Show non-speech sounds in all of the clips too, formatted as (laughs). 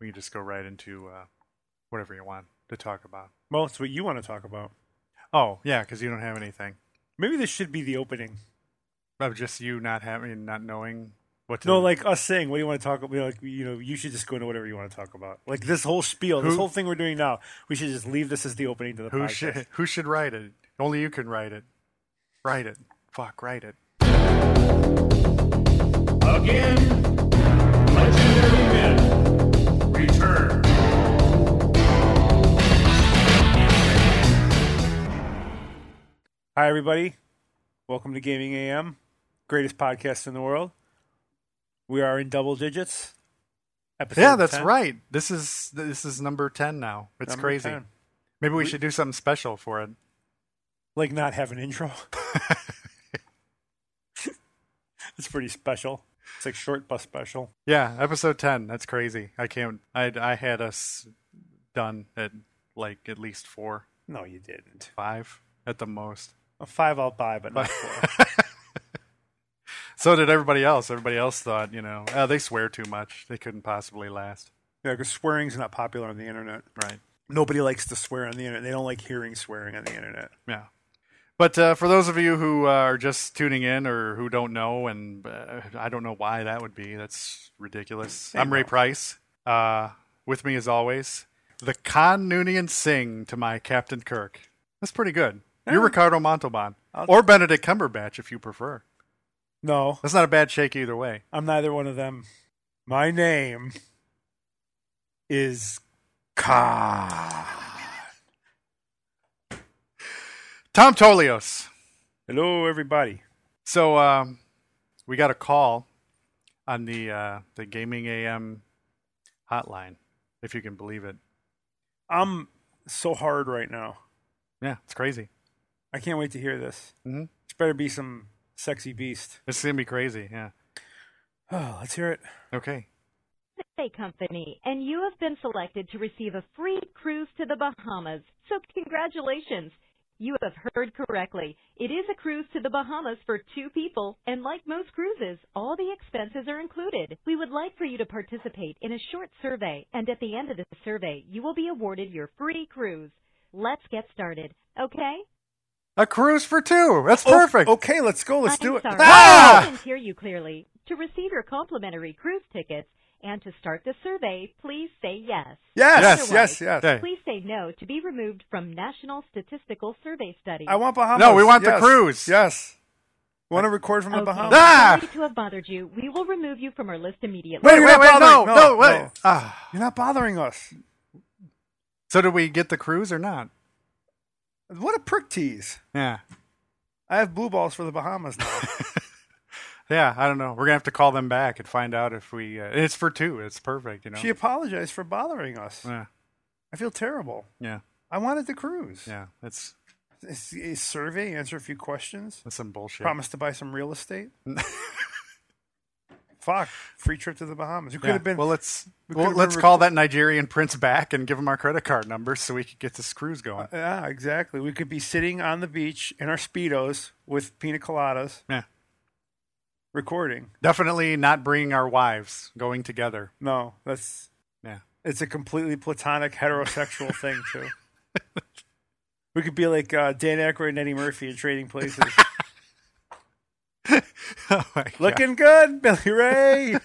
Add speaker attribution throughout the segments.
Speaker 1: we can just go right into uh, whatever you want to talk about.
Speaker 2: Well, it's what you want to talk about.
Speaker 1: Oh yeah, because you don't have anything.
Speaker 2: Maybe this should be the opening.
Speaker 1: Of just you not having, not knowing what to.
Speaker 2: No, like us saying, "What do you want to talk about?" Like you know, you should just go into whatever you want to talk about. Like this whole spiel, this
Speaker 1: Who-
Speaker 2: whole thing we're doing now, we should just leave this as the opening to the
Speaker 1: who
Speaker 2: podcast.
Speaker 1: should who should write it? Only you can write it. Write it. Fuck, write it.
Speaker 3: Again, legendary men return.
Speaker 2: Hi, everybody. Welcome to Gaming AM, greatest podcast in the world. We are in double digits. Episode
Speaker 1: Yeah, that's
Speaker 2: 10.
Speaker 1: right. This is this is number ten now. It's
Speaker 2: Number
Speaker 1: crazy.
Speaker 2: 10.
Speaker 1: Maybe we should do something special for it.
Speaker 2: Like not have
Speaker 1: (laughs)
Speaker 2: an intro. it's pretty special. It's like short bus special.
Speaker 1: Yeah, episode ten. That's crazy. I can't. I I had us done at like at least four,
Speaker 2: No, you didn't.
Speaker 1: five at the most.
Speaker 2: A five I'll buy,
Speaker 1: (laughs)
Speaker 2: but not four.
Speaker 1: so did everybody else. Everybody else thought, you know, oh, they swear too much. They couldn't possibly last.
Speaker 2: yeah, because swearing's not popular on the internet.
Speaker 1: Right.
Speaker 2: Nobody likes to swear on the internet. They don't like hearing swearing on the internet.
Speaker 1: Yeah. But uh, for those of you who uh, are just tuning in or who don't know, and uh, I don't know why that would be, that's ridiculous. I'm Ray Price. Uh, with me, as always, the Con Noonian Singh to my Captain Kirk. That's pretty good. You're Ricardo Montalban.
Speaker 2: I'll-
Speaker 1: or Benedict Cumberbatch, if you prefer.
Speaker 2: No,
Speaker 1: That's not a bad shake either way.
Speaker 2: I'm neither one of them. My name is Khan.
Speaker 1: Ah. Tom Tolios.
Speaker 2: Hello, everybody.
Speaker 1: So um, we got a call on the uh, the gaming AM hotline, if you can believe it.
Speaker 2: I'm so hard right now.
Speaker 1: Yeah, it's crazy.
Speaker 2: I can't wait to hear this.
Speaker 1: Mhm.
Speaker 2: It's better be some sexy beast. (sighs)
Speaker 1: It's gonna be crazy. Yeah.
Speaker 2: Oh, let's hear it.
Speaker 1: Okay.
Speaker 4: Cafe Company, and you have been selected to receive a free cruise to the Bahamas. So congratulations! You have heard correctly. It is a cruise to the Bahamas for two people, and like most cruises, all the expenses are included. We would like for you to participate in a short survey, and at the end of the survey, you will be awarded your free cruise. Let's get started, okay?
Speaker 1: A cruise for two.
Speaker 2: Oh,
Speaker 1: That's perfect.
Speaker 2: Okay, let's go. Oh, Let's
Speaker 4: I'm
Speaker 2: do it. (laughs)
Speaker 4: Sorry.
Speaker 1: Ah!
Speaker 4: I didn't hear you clearly. To receive your complimentary cruise tickets and to start the survey, please say yes.
Speaker 2: Yes, yes,
Speaker 4: Otherwise,
Speaker 2: yes.
Speaker 1: Okay.
Speaker 4: Please say no to be removed from National Statistical Survey Study.
Speaker 2: I want Bahamas.
Speaker 1: No, we want the
Speaker 2: Yes.
Speaker 1: cruise.
Speaker 2: Yes. We want to record from the
Speaker 4: Okay.
Speaker 2: Bahamas.
Speaker 1: Ah!
Speaker 4: Sorry to have bothered you. We will remove you from our list immediately.
Speaker 1: Wait,
Speaker 2: We're
Speaker 1: wait,
Speaker 2: not
Speaker 1: wait. No, no,
Speaker 2: bothering- no,
Speaker 1: wait.
Speaker 2: no.
Speaker 1: Ah.
Speaker 2: You're not bothering us.
Speaker 1: So did we get the cruise or not?
Speaker 2: What a prick tease.
Speaker 1: Yeah.
Speaker 2: I have blue balls for the
Speaker 1: (laughs)
Speaker 2: Bahamas now.
Speaker 1: Yeah. I don't know. We're gonna have to call them back and find out if we. Uh, it's for two. It's perfect. You know.
Speaker 2: She apologized for bothering us.
Speaker 1: yeah.
Speaker 2: I feel terrible.
Speaker 1: Yeah.
Speaker 2: I wanted the cruise.
Speaker 1: Yeah. That's
Speaker 2: It's a survey, answer a few questions,
Speaker 1: that's some bullshit.
Speaker 2: promise to buy some
Speaker 1: (laughs)
Speaker 2: real estate. Fuck, free trip to the Bahamas. You could
Speaker 1: Yeah.
Speaker 2: have been.
Speaker 1: Well, let's
Speaker 2: we
Speaker 1: well,
Speaker 2: could've
Speaker 1: let's
Speaker 2: been
Speaker 1: call that Nigerian prince back and give him our credit card number so we could get this cruise going.
Speaker 2: (laughs) yeah, exactly. We could be sitting on the beach in our speedos with pina coladas,
Speaker 1: yeah,
Speaker 2: recording.
Speaker 1: definitely not bringing our wives going
Speaker 2: (laughs)
Speaker 1: together.
Speaker 2: No, that's
Speaker 1: Yeah,
Speaker 2: it's a completely
Speaker 1: (laughs)
Speaker 2: platonic heterosexual thing too. We could be like uh, Dan Aykroyd and Eddie Murphy in Trading
Speaker 1: (laughs)
Speaker 2: Places.
Speaker 1: oh my God.
Speaker 2: Looking good, Billy Ray.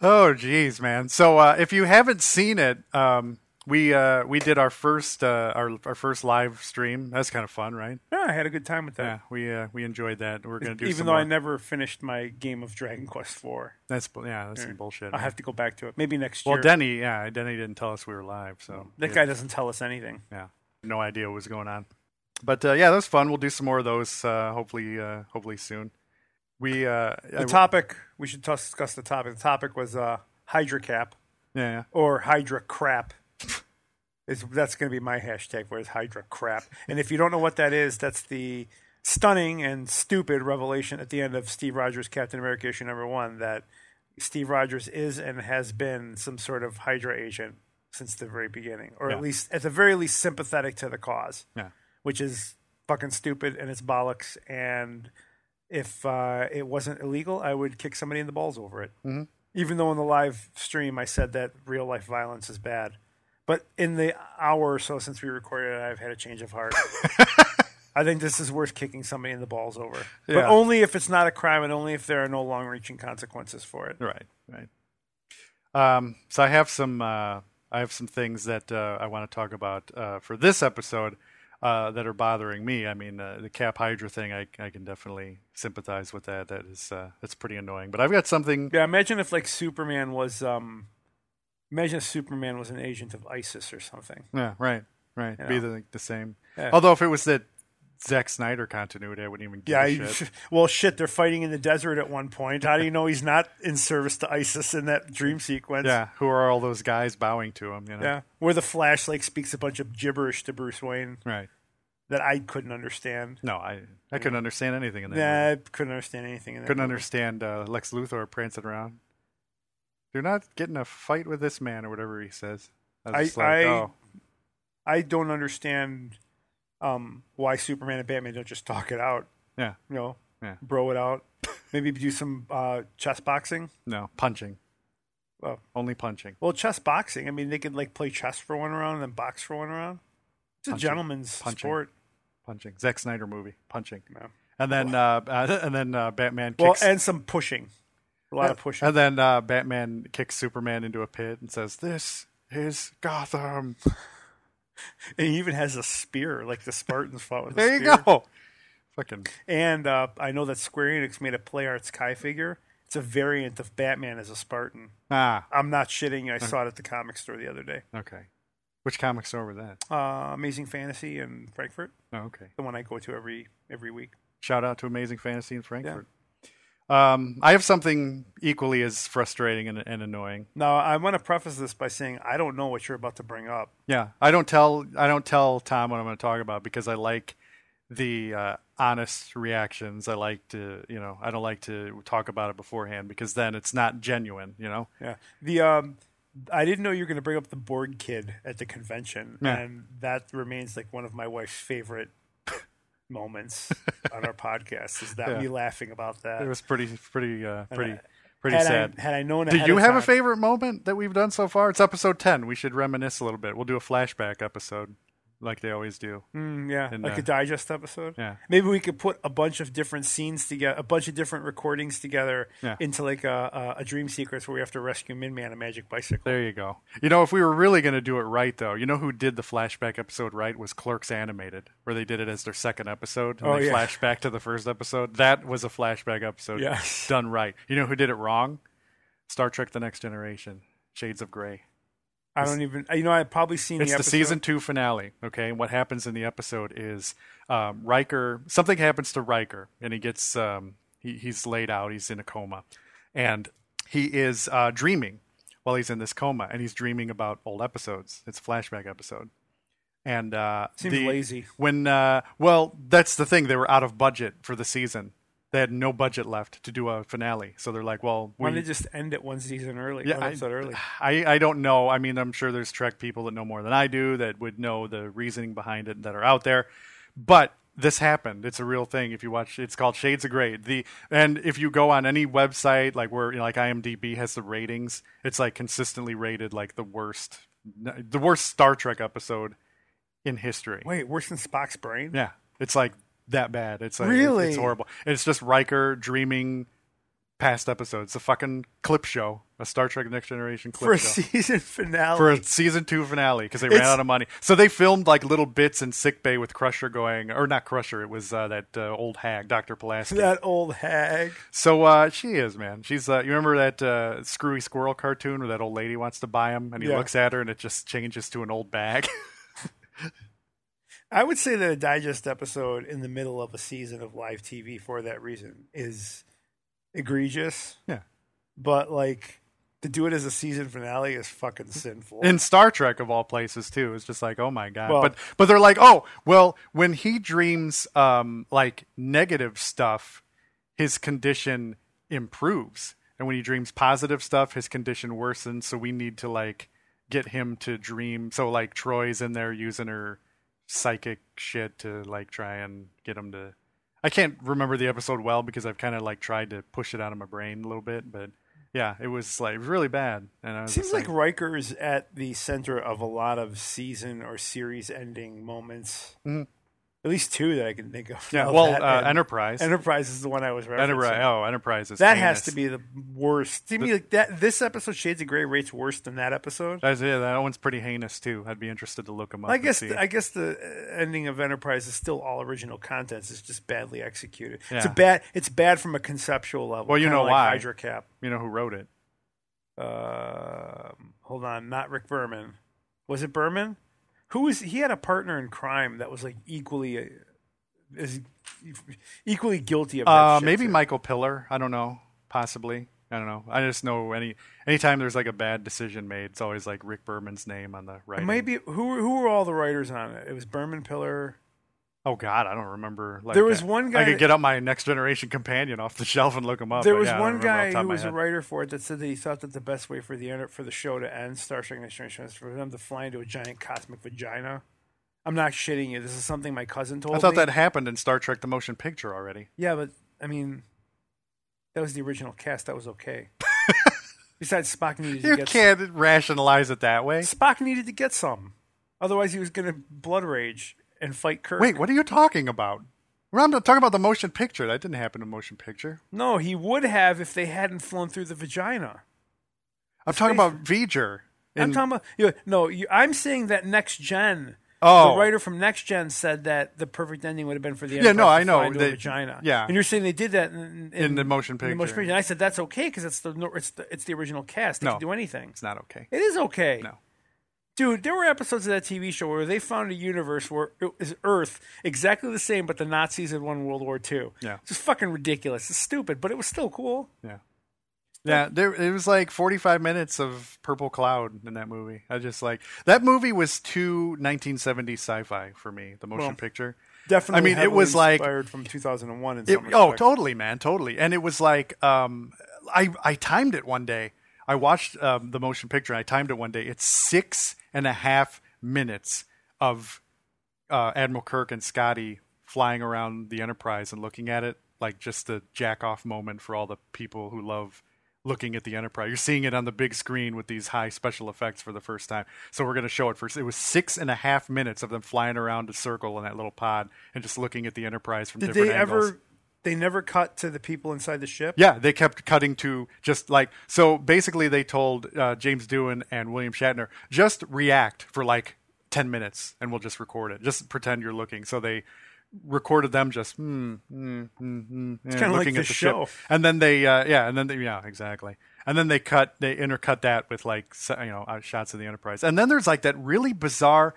Speaker 1: Oh, geez, man. So uh, if you haven't seen it, um, we uh, we did our first uh, our our first live stream. That's kind of fun, right?
Speaker 2: Yeah, I had a good time with that.
Speaker 1: Yeah, we uh, we enjoyed that. We're gonna do
Speaker 2: Even
Speaker 1: some
Speaker 2: though I
Speaker 1: more.
Speaker 2: never finished my game of Dragon Quest IV,
Speaker 1: that's bu- yeah, that's some bullshit.
Speaker 2: I'll
Speaker 1: man.
Speaker 2: have to go back to it. Maybe next
Speaker 1: well,
Speaker 2: year.
Speaker 1: Denny, yeah, Denny didn't tell us we were live, so
Speaker 2: that guy doesn't tell us anything.
Speaker 1: yeah no idea what was going on but uh, yeah that was fun we'll do some more of those uh, hopefully uh, hopefully soon we uh
Speaker 2: The topic we should tus- discuss. The topic. The topic was uh, Hydra Cap
Speaker 1: yeah, yeah.
Speaker 2: or Hydra Crap. Is that's going to be my hashtag? Where's Hydra Crap? And if you don't know what that is, that's the stunning and stupid revelation at the end of Steve Rogers Captain America issue number one that Steve Rogers is and has been some sort of Hydra agent since the very beginning, or
Speaker 1: Yeah.
Speaker 2: at least at the very least sympathetic to the cause.
Speaker 1: yeah
Speaker 2: which is fucking stupid and it's bollocks. And if uh, it wasn't illegal, I would kick somebody in the balls over it. Even though in the live stream I said that real life violence is bad, but in the hour or so since we recorded, it, I've had a change of heart. I think this is worth kicking somebody in the balls over, but
Speaker 1: Yeah.
Speaker 2: only if it's not a crime and only if there are no long-reaching consequences for it.
Speaker 1: Right, right. Um, so I have some uh, I have some things that uh, I want to talk about uh, for this episode uh, that are bothering me. I mean, uh, the Cap Hydra thing, I, I can definitely sympathize with that. That is uh, that's pretty annoying. But I've got something.
Speaker 2: Yeah, imagine if like Superman was um imagine if Superman was an agent of ISIS or something.
Speaker 1: Yeah, right, right. Be
Speaker 2: Yeah.
Speaker 1: the the same.
Speaker 2: Yeah.
Speaker 1: Although if it was that Zack Snyder continuity, I wouldn't even give
Speaker 2: Yeah,
Speaker 1: a
Speaker 2: you-
Speaker 1: shit.
Speaker 2: (laughs) well shit, they're fighting in the desert at one point. How do you know he's not in service to ISIS in that dream sequence?
Speaker 1: Yeah, who are all those guys bowing to him? You know?
Speaker 2: Yeah. Where the Flash like speaks a bunch of gibberish to Bruce Wayne
Speaker 1: right.
Speaker 2: that I couldn't understand.
Speaker 1: No, I I couldn't understand anything in that. movie.
Speaker 2: Nah, I couldn't understand anything in that.
Speaker 1: Couldn't understand uh, Lex Luthor prancing around. Do not get in a fight with this man or whatever he says. I was
Speaker 2: I-
Speaker 1: just like,
Speaker 2: I-
Speaker 1: oh,
Speaker 2: I don't understand um why Superman and Batman don't just talk it out,
Speaker 1: yeah,
Speaker 2: you know.
Speaker 1: Yeah.
Speaker 2: Bro it out. (laughs) Maybe do some uh chess boxing.
Speaker 1: no, punching,
Speaker 2: Well,
Speaker 1: only punching.
Speaker 2: Well, chess boxing. I mean, they could like play chess for one round and then box for one round. It's a
Speaker 1: Punching.
Speaker 2: gentleman's
Speaker 1: Punching.
Speaker 2: sport.
Speaker 1: Punching. Zack Snyder movie, punching.
Speaker 2: No.
Speaker 1: And then, uh, uh, (laughs) and then uh, Batman
Speaker 2: Well,
Speaker 1: kicks.
Speaker 2: and some pushing. A lot of pushing.
Speaker 1: And then uh, Batman kicks Superman into a pit and says, "This is Gotham."
Speaker 2: And he even has a spear, like the Spartans fought with. a
Speaker 1: There you
Speaker 2: spear.
Speaker 1: go. Fucking
Speaker 2: And uh, I know that Square Enix made a Play Arts Kai figure. It's a variant of Batman as a Spartan.
Speaker 1: ah,
Speaker 2: I'm not shitting. you. I saw it at the comic store the other day.
Speaker 1: okay. Which comic store was that?
Speaker 2: Uh, Amazing Fantasy in Frankfurt,
Speaker 1: Oh, okay.
Speaker 2: the one I go to every every week.
Speaker 1: Shout out to Amazing Fantasy in Frankfurt. Um, I have something equally as frustrating and, and annoying.
Speaker 2: Now I want to preface this by saying I don't know what you're about to bring up.
Speaker 1: Yeah, I don't tell I don't tell Tom what I'm going to talk about because I like the uh, honest reactions. I like to you know I don't like to talk about it beforehand because then it's not genuine. You know,
Speaker 2: Yeah. The um I didn't know you were going to bring up the board kid at the convention
Speaker 1: Yeah.
Speaker 2: and that remains like one of my wife's favorite
Speaker 1: (laughs)
Speaker 2: moments on our podcast is that
Speaker 1: Yeah.
Speaker 2: me laughing about that.
Speaker 1: it was pretty pretty uh, pretty pretty
Speaker 2: had
Speaker 1: sad.
Speaker 2: I, had I known
Speaker 1: do
Speaker 2: ahead
Speaker 1: you
Speaker 2: of
Speaker 1: have a
Speaker 2: time-
Speaker 1: favorite moment that we've done so far? It's episode ten. We should reminisce a little bit. We'll do a flashback episode like they always do.
Speaker 2: Mm, yeah,
Speaker 1: in,
Speaker 2: like
Speaker 1: uh,
Speaker 2: a digest episode.
Speaker 1: yeah.
Speaker 2: Maybe we could put a bunch of different scenes together, a bunch of different recordings together
Speaker 1: Yeah.
Speaker 2: into like a, a, a dream sequence where we have to rescue Min Man a magic bicycle.
Speaker 1: There you go. (laughs) You know, if we were really going to do it right, though, you know who did the flashback episode right was Clerks Animated, where they did it as their second episode and
Speaker 2: Oh,
Speaker 1: they
Speaker 2: yeah.
Speaker 1: flashed back to the first episode. That was a flashback episode
Speaker 2: Yes.
Speaker 1: done right. You know who did it wrong? Star Trek: The Next Generation, Shades of Gray.
Speaker 2: I don't even you know I've probably seen
Speaker 1: It's
Speaker 2: the
Speaker 1: the,
Speaker 2: episode.
Speaker 1: season two finale. Okay, and what happens in the episode is um, Riker. Something happens to Riker, and he gets um, he, he's laid out. He's in a coma, and he is uh, dreaming while he's in this coma, and he's dreaming about old episodes. It's a flashback episode, and uh,
Speaker 2: Seems
Speaker 1: the-
Speaker 2: lazy.
Speaker 1: When uh, well, that's the thing. They were out of budget for the season. They had no budget left to do a finale, so they're like, "Well,
Speaker 2: Why
Speaker 1: we
Speaker 2: don't they just end it one season early? one episode
Speaker 1: I, (sighs)
Speaker 2: early.
Speaker 1: I, I don't know. I mean, I'm sure there's Trek people that know more than I do that would know the reasoning behind it that are out there. But this happened. It's a real thing. If you watch, it's called Shades of Grey. The and if you go on any website like where you know, like IMDb has the ratings, it's like consistently rated like the worst, the worst Star Trek episode in history.
Speaker 2: Wait, worse than Spock's brain?
Speaker 1: Yeah, it's like that bad. It's like,
Speaker 2: Really?
Speaker 1: it's horrible. It's just Riker dreaming past episodes. A fucking clip show, a Star Trek: Next Generation clip
Speaker 2: for a
Speaker 1: show.
Speaker 2: season (laughs) finale.
Speaker 1: for a season two finale because they ran
Speaker 2: It's-
Speaker 1: out of money, so they filmed like little bits in sick bay with Crusher going, or not Crusher. It was uh, that uh, old hag, Doctor Pulaski.
Speaker 2: that old hag.
Speaker 1: So uh, she is, man. She's uh, you remember that uh, Screwy Squirrel cartoon where that old lady wants to buy him, and he
Speaker 2: Yeah.
Speaker 1: looks at her, and it just changes to an old bag.
Speaker 2: I would say that a digest episode in the middle of a season of live TV for that reason is egregious,
Speaker 1: yeah.
Speaker 2: but like to do it as a season finale is fucking sinful.
Speaker 1: in Star Trek of all places too. It's just like, oh my god.
Speaker 2: Well-
Speaker 1: but but they're like, oh well, when he dreams um like negative stuff, his condition improves, and when he dreams positive stuff, his condition worsens. So we need to like get him to dream. So like Troy's in there using her psychic shit to like try and get him to. I can't remember the episode well because I've kind of like tried to push it out of my brain a little bit, but Yeah, it was like really bad. And I was
Speaker 2: Seems
Speaker 1: just
Speaker 2: like Riker's at the center of a lot of season or series ending moments.
Speaker 1: Mhm.
Speaker 2: At least two that I can think (laughs) of.
Speaker 1: yeah.
Speaker 2: Now
Speaker 1: Well,
Speaker 2: that
Speaker 1: uh,
Speaker 2: and-
Speaker 1: Enterprise.
Speaker 2: Enterprise is the one I was referencing.
Speaker 1: Enterprise. Oh, Enterprise is
Speaker 2: That has
Speaker 1: heinous.
Speaker 2: to be the worst. To me, like that, this episode, Shades of Grey, rates worse than that episode.
Speaker 1: That's, yeah, that one's pretty heinous too. I'd be interested Oh, to look them up.
Speaker 2: I
Speaker 1: and
Speaker 2: guess
Speaker 1: see.
Speaker 2: I guess the uh, ending of Enterprise is still all original contents. It's just badly executed. It's a
Speaker 1: Yeah.
Speaker 2: bad. It's bad from a conceptual level.
Speaker 1: Well, you
Speaker 2: kinda
Speaker 1: know
Speaker 2: like
Speaker 1: why.
Speaker 2: Hydra Cap.
Speaker 1: you know who wrote it?
Speaker 2: Um hold on, not Rick Berman. Was it Berman? Who was he? Had a partner in crime that was like equally uh, is equally guilty of that
Speaker 1: Uh,
Speaker 2: shit,
Speaker 1: maybe
Speaker 2: too.
Speaker 1: Michael Pillar. I don't know. Possibly. I don't know. I just know any anytime there's like a bad decision made, it's always like Rick Berman's name on the right.
Speaker 2: Maybe who were- who were all the writers on it? It was Berman Pillar.
Speaker 1: Oh God, I don't remember. Like,
Speaker 2: There was
Speaker 1: uh,
Speaker 2: one guy
Speaker 1: I could
Speaker 2: that-
Speaker 1: get up my Next Generation companion off the (laughs) shelf and look him up.
Speaker 2: There
Speaker 1: but
Speaker 2: was
Speaker 1: yeah, I don't
Speaker 2: one
Speaker 1: remember off the
Speaker 2: guy
Speaker 1: top of
Speaker 2: who
Speaker 1: my
Speaker 2: was a
Speaker 1: head.
Speaker 2: writer for it that said that he thought that the best way for the enter- for the show to end Star Trek Next Generation was for them to fly into a giant cosmic vagina. I'm not shitting you. This is something my cousin told
Speaker 1: I thought
Speaker 2: me.
Speaker 1: that happened in Star Trek: The Motion Picture already.
Speaker 2: Yeah, but I mean, that was the original cast. That was
Speaker 1: (laughs)
Speaker 2: okay. Besides, Spock needed to
Speaker 1: You
Speaker 2: get
Speaker 1: can't rationalize it that way.
Speaker 2: Spock needed to get some. Otherwise, he was going to blood rage and fight Kirk.
Speaker 1: Wait, what are you talking about? We're not talking about the motion picture. That didn't happen in motion picture.
Speaker 2: No, he would have if they hadn't flown through the vagina.
Speaker 1: I'm talking
Speaker 2: face-
Speaker 1: about V'ger.
Speaker 2: I'm
Speaker 1: in-
Speaker 2: talking about you no. You, I'm saying that next gen.
Speaker 1: Oh.
Speaker 2: the writer from Next Gen said that the perfect ending would have been for the
Speaker 1: Yeah, no,
Speaker 2: Enterprise
Speaker 1: I
Speaker 2: to
Speaker 1: know.
Speaker 2: fly into a
Speaker 1: They-
Speaker 2: vagina.
Speaker 1: yeah.
Speaker 2: and you're saying they did that in,
Speaker 1: In the motion
Speaker 2: in the motion
Speaker 1: picture.
Speaker 2: picture. And I said that's okay because it's the no- it's the it's the original cast. They
Speaker 1: No.
Speaker 2: can do anything.
Speaker 1: It's not okay.
Speaker 2: It is okay.
Speaker 1: No.
Speaker 2: Dude, there were episodes of that TV show where they found a universe where it was Earth exactly the same, but the Nazis had won World War II.
Speaker 1: Yeah.
Speaker 2: It's just fucking ridiculous. It's stupid, but it was still cool.
Speaker 1: Yeah. Yeah, there it was like 45 minutes of purple cloud in that movie. I just like that movie was too 1970s sci-fi for me, the motion
Speaker 2: Well,
Speaker 1: picture.
Speaker 2: Definitely.
Speaker 1: I mean, it was like
Speaker 2: inspired from 2001. In
Speaker 1: it,
Speaker 2: some
Speaker 1: oh,
Speaker 2: respects.
Speaker 1: totally, man, totally. And it was like um I I timed it one day. I watched um, the motion picture. And I timed it one day. It's six and a half minutes of uh, Admiral Kirk and Scotty flying around the Enterprise and looking at it like just a jack off moment for all the people who love looking at the Enterprise. You're seeing it on the big screen with these high special effects for the first time. So we're going to show it first. It was six and a half minutes of them flying around a circle in that little pod and just looking at the Enterprise from
Speaker 2: Did
Speaker 1: different
Speaker 2: they
Speaker 1: angles.
Speaker 2: ever? They never cut to the people inside the ship.
Speaker 1: Yeah, they kept cutting to just like so. Basically, they told uh, James Doohan and William Shatner just react for like ten minutes, and we'll just record it. Just pretend you're looking. So they recorded them just hmm, hmm, hmm, hmm, it's
Speaker 2: kinda like this show.
Speaker 1: and then they uh, yeah, and then they, yeah, exactly. And then they cut they intercut that with like s- you know uh, shots of the Enterprise, and then there's like that really bizarre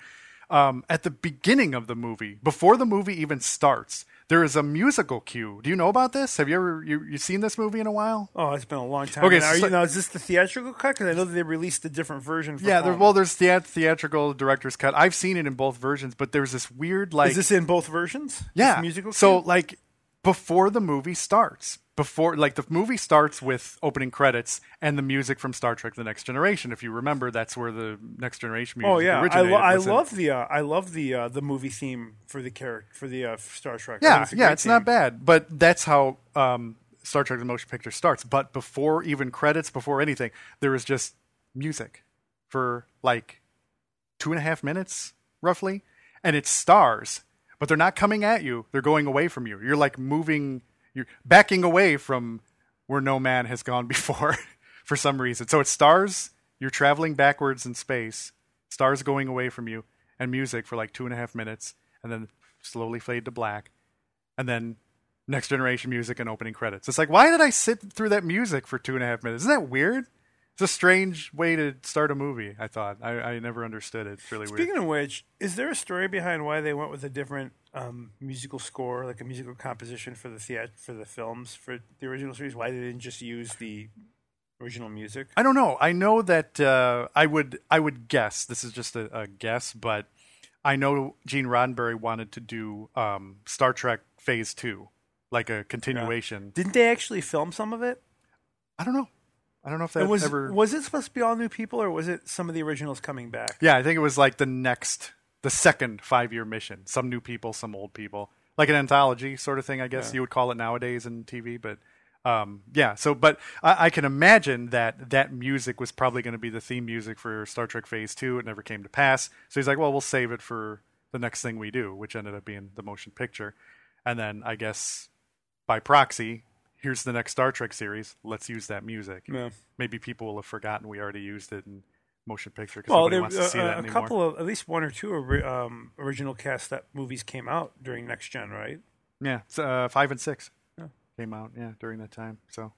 Speaker 1: um, at the beginning of the movie, before the movie even starts, there is a musical cue. Do you know about this? Have you ever you, you seen this movie in a while?
Speaker 2: Oh, it's been a long time.
Speaker 1: Okay,
Speaker 2: now, are
Speaker 1: so-
Speaker 2: you, now is this the theatrical cut? Because I know that they released a different version. For
Speaker 1: Yeah, there,
Speaker 2: home.
Speaker 1: well, there's the theatrical director's cut. I've seen it in both versions, but there's this weird like
Speaker 2: is this in both versions? This
Speaker 1: yeah
Speaker 2: musical.
Speaker 1: So
Speaker 2: cue?
Speaker 1: like before the movie starts, before like the movie starts with opening credits and the music from Star Trek: The Next Generation. If you remember, that's where the Next Generation music
Speaker 2: Oh yeah, I,
Speaker 1: originated.
Speaker 2: lo- I
Speaker 1: was in-
Speaker 2: love the uh, I love the uh, the movie theme for the character for the uh, Star Trek. I think
Speaker 1: Yeah,
Speaker 2: a
Speaker 1: yeah,
Speaker 2: great
Speaker 1: it's not
Speaker 2: theme.
Speaker 1: bad, but that's how um, Star Trek: The Motion Picture starts. But before even credits, before anything, there is just music for like two and a half minutes, roughly, and it's stars, but they're not coming at you; they're going away from you. You're like moving, you're backing away from where no man has gone (laughs) before, for some reason. So it's stars. You're traveling backwards in space. Stars going away from you, and music for like two and a half minutes, and then slowly fade to black and then next generation music and opening credits. It's like, why did I sit through that music for two and a half minutes? Isn't that weird? It's a strange way to start a movie. I thought I, I never understood it. It's really weird.
Speaker 2: Speaking of which, is there a story behind why they went with a different um, musical score, like a musical composition for the theat- for the films for the original series? Why they didn't just use the original music?
Speaker 1: I don't know. I know that uh, I would I would guess. This is just a, a guess, but I know Gene Roddenberry wanted to do um, Star Trek Phase Two, like a continuation.
Speaker 2: Didn't they actually film some of it?
Speaker 1: I don't know. I don't know if that
Speaker 2: And was
Speaker 1: ever.
Speaker 2: was it supposed to be all new people, or was it some of the originals coming back?
Speaker 1: Yeah, I think it was like the next, the second five year mission. Some new people, some old people, like an anthology sort of thing. I guess you would call it nowadays in TV. But um, yeah. So, but I, I can imagine that that music was probably going to be the theme music for Star Trek Phase Two. It never came to pass. So he's like, well, we'll save it for the next thing we do, which ended up being the motion picture. And then I guess by proxy, here's the next Star Trek series. Let's use that music.
Speaker 2: Yeah.
Speaker 1: Maybe people will have forgotten we already used it in motion picture because
Speaker 2: Well,
Speaker 1: nobody
Speaker 2: there,
Speaker 1: wants to see
Speaker 2: uh,
Speaker 1: that
Speaker 2: a
Speaker 1: anymore.
Speaker 2: couple of at least one or two ori- um, original cast that movies came out during Next Gen, right?
Speaker 1: Yeah, so, uh, five and six
Speaker 2: Yeah.
Speaker 1: came out. Yeah, during that time. So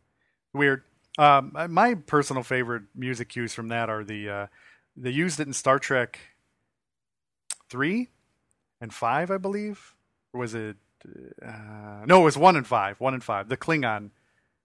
Speaker 1: weird. Um, uh, my personal favorite music cues from that are the uh, they used it in Star Trek three and five, I believe. Or was it? Uh, no, it was one and five. One and five. The Klingon,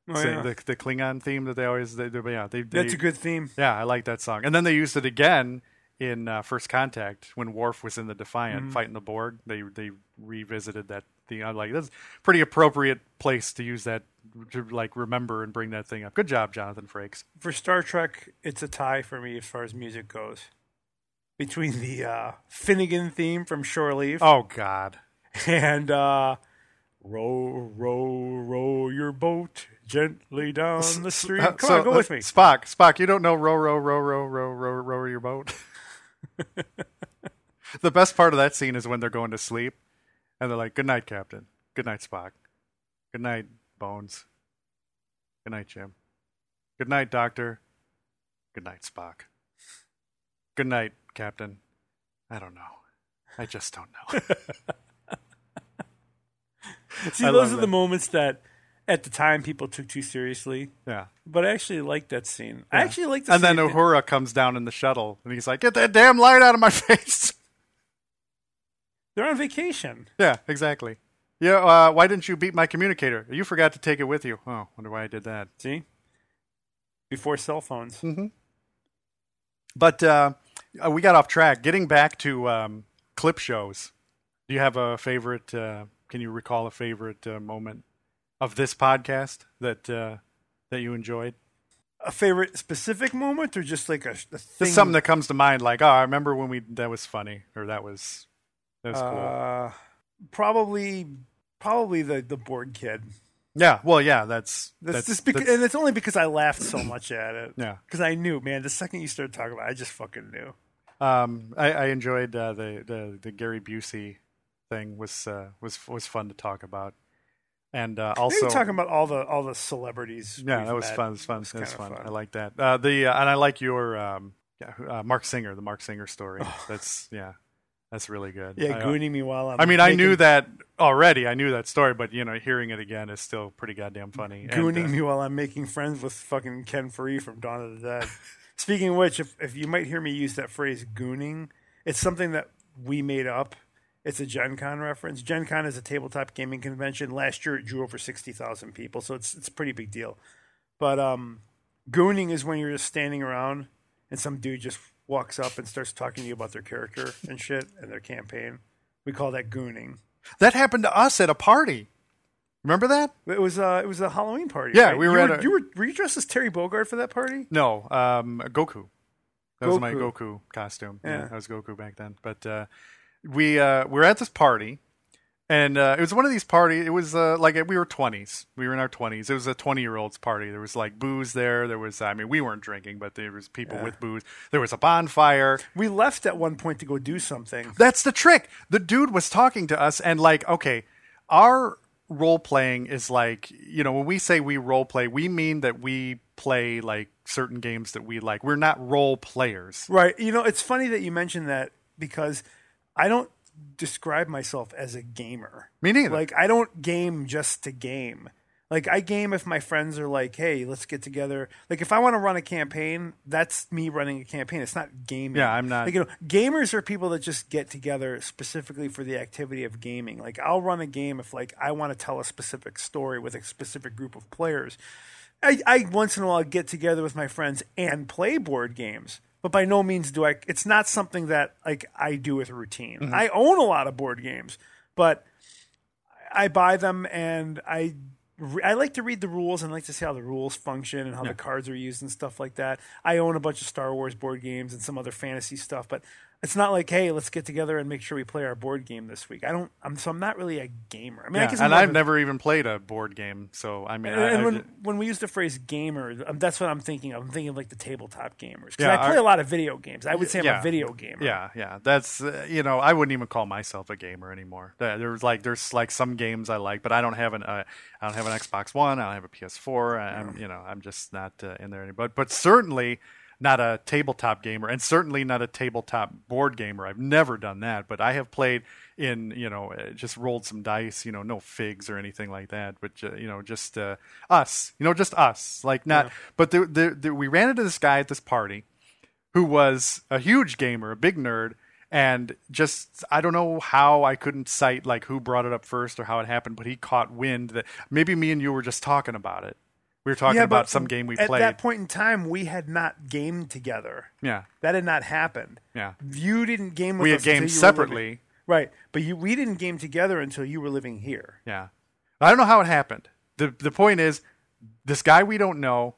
Speaker 2: Oh,
Speaker 1: say-
Speaker 2: yeah.
Speaker 1: the, the Klingon theme that they always they, they yeah they, they
Speaker 2: That's a good theme.
Speaker 1: yeah I like that song. And then they used it again in uh, First Contact when Worf was in the Defiant fighting the Borg. They they revisited that thing. I'm like that's a pretty appropriate place to use that to like remember and bring that thing up. Good job, Jonathan Frakes.
Speaker 2: For Star Trek, it's a tie for me as far as music goes. Between the uh, Finnegan theme from Shore Leave
Speaker 1: Oh God,
Speaker 2: (laughs) and uh, Row, Row, Row Your Boat Gently Down the Stream. Come
Speaker 1: So,
Speaker 2: on, go
Speaker 1: uh,
Speaker 2: (laughs) with me.
Speaker 1: Spock. Spock, you don't know row row row row row row row your boat. (laughs) the best part of that scene is when they're going to sleep and they're like, "Good night, Captain. Good night, Spock. Good night, Bones. Good night, Jim. Good night, Doctor. Good night, Spock. Good night, Captain. I don't know. I just don't know." (laughs)
Speaker 2: See,
Speaker 1: I love
Speaker 2: those are
Speaker 1: that.
Speaker 2: the moments that at the time people took too seriously.
Speaker 1: yeah.
Speaker 2: But I actually like that scene. I
Speaker 1: Yeah.
Speaker 2: actually like the
Speaker 1: And
Speaker 2: scene.
Speaker 1: then Uhura comes down in the shuttle and he's like, "Get that damn light out of my (laughs) face."
Speaker 2: They're on vacation.
Speaker 1: Yeah, exactly. Yeah, uh, why didn't you beat my communicator? You forgot to take it with you. Oh, wonder why I did that.
Speaker 2: See? Before cell phones.
Speaker 1: But uh, uh, we got off track. Getting back to um, clip shows, do you have a favorite? Uh, can you recall a favorite uh, moment of this podcast that uh, that you enjoyed?
Speaker 2: A favorite specific moment or just like a, a thing?
Speaker 1: Just something that comes to mind, like, oh, I remember when we that was funny, or that was that was cool.
Speaker 2: Uh, probably probably the, the board kid.
Speaker 1: Yeah, well, yeah, that's
Speaker 2: That's,
Speaker 1: that's,
Speaker 2: just because,
Speaker 1: that's-
Speaker 2: and it's only because I laughed so much at it.
Speaker 1: Yeah.
Speaker 2: Because I knew, man, the second you started talking about it, I just fucking knew.
Speaker 1: Um, I, I enjoyed uh, the, the the Gary Busey thing was uh, was was fun to talk about, and uh,
Speaker 2: Maybe
Speaker 1: also
Speaker 2: talking about all the all the celebrities.
Speaker 1: yeah,
Speaker 2: we've
Speaker 1: that was
Speaker 2: met.
Speaker 1: fun. It was fun.
Speaker 2: It was
Speaker 1: It was
Speaker 2: kinda
Speaker 1: fun.
Speaker 2: fun.
Speaker 1: I like that. Uh, the uh, and I like your um, yeah, who- uh, Mark Singer, the Mark Singer story. That's yeah, that's really good.
Speaker 2: Oh. Yeah,
Speaker 1: I, uh,
Speaker 2: gooning me while I'm.
Speaker 1: I mean, I knew
Speaker 2: making-
Speaker 1: that already. I knew that story, but you know, hearing it again is still pretty goddamn funny. And,
Speaker 2: Gooning
Speaker 1: uh,
Speaker 2: me while I'm making friends with fucking Ken Free from Dawn of the Dead. Speaking of which, if, if you might hear me use that phrase gooning, it's something that we made up. It's a Gen Con reference. Gen Con is a tabletop gaming convention. Last year it drew over 60,000 people, so it's, it's a pretty big deal. But um, gooning is when you're just standing around and some dude just walks up and starts talking to you about their character and shit and their campaign. We call that gooning.
Speaker 1: that happened to us at a party. Remember that?
Speaker 2: It was uh, it was a Halloween party.
Speaker 1: Yeah,
Speaker 2: right?
Speaker 1: we were
Speaker 2: you
Speaker 1: at
Speaker 2: were,
Speaker 1: a-
Speaker 2: you were were you dressed as Terry Bogard for that party?
Speaker 1: No, um, Goku. That was my
Speaker 2: Goku.
Speaker 1: Goku costume. Yeah.
Speaker 2: Yeah.
Speaker 1: that was Goku back then. But uh, we uh, we were at this party, and uh, it was one of these parties. It was uh, like we were twenties. We were in our twenties. It was a twenty year olds party. There was like booze there. There was I mean we weren't drinking, but there was people with booze. There was a bonfire.
Speaker 2: We left at one point to go do something.
Speaker 1: That's the trick. The dude was talking to us and like, okay, our role playing is like, you know, when we say we role play, we mean that we play like certain games that we like. We're not role players.
Speaker 2: Right. You know, it's funny that you mentioned that because I don't describe myself as a gamer.
Speaker 1: Me neither.
Speaker 2: Like I don't game just to game. Like I game if my friends are like, "Hey, let's get together." Like if I want to run a campaign, that's me running a campaign. It's not gaming.
Speaker 1: Yeah, I'm not-
Speaker 2: Like, you know, gamers are people that just get together specifically for the activity of gaming. Like I'll run a game if like I want to tell a specific story with a specific group of players. I, I once in a while get together with my friends and play board games, but by no means do I. It's not something that like I do with routine.
Speaker 1: Mm-hmm.
Speaker 2: I own a lot of board games, but I buy them and I re- I like to read the rules and like to see how the rules function and how the cards are used and stuff like that. I own a bunch of Star Wars board games and some other fantasy stuff, but It's not like, hey, let's get together and make sure we play our board game this week. I don't. I'm so I'm not really a gamer. I mean, I
Speaker 1: Yeah,
Speaker 2: guess I'm
Speaker 1: and
Speaker 2: more of
Speaker 1: I've
Speaker 2: a-
Speaker 1: never even played a board game, so I mean,
Speaker 2: And,
Speaker 1: I,
Speaker 2: and
Speaker 1: I-
Speaker 2: when, when we use the phrase gamer, um, that's what I'm thinking of. I'm thinking of like the tabletop gamers. 'Cause
Speaker 1: Yeah,
Speaker 2: I play
Speaker 1: I-
Speaker 2: a lot of video games. I would say I'm
Speaker 1: Yeah.
Speaker 2: a video gamer.
Speaker 1: yeah, yeah, that's uh, you know, I wouldn't even call myself a gamer anymore. There- There's like there's like some games I like, but I don't have an uh, I don't have an Xbox One. I don't have a PS4. I, I'm you know I'm just not uh, in there any But but certainly not a tabletop gamer, and certainly not a tabletop board gamer. I've never done that, but I have played in you know uh, just rolled some dice. You know, no figs or anything like that, but ju- you know just uh, us. You know, just us. Like not. But there, there, there, we ran into this guy at this party who was a huge gamer, a big nerd, and just I don't know how I couldn't cite like who brought it up first or how it happened, but he caught wind that maybe me and you were just talking about it. We were talking
Speaker 2: Yeah,
Speaker 1: about
Speaker 2: but
Speaker 1: some game we
Speaker 2: at
Speaker 1: played.
Speaker 2: that point in time, we had not gamed together.
Speaker 1: yeah,
Speaker 2: That had not happened.
Speaker 1: yeah.
Speaker 2: You didn't game. With
Speaker 1: We had
Speaker 2: us until
Speaker 1: gamed
Speaker 2: you were
Speaker 1: separately.
Speaker 2: living- right? But you, we didn't game together until you were living here.
Speaker 1: Yeah. I don't know how it happened. The the point is this guy we don't know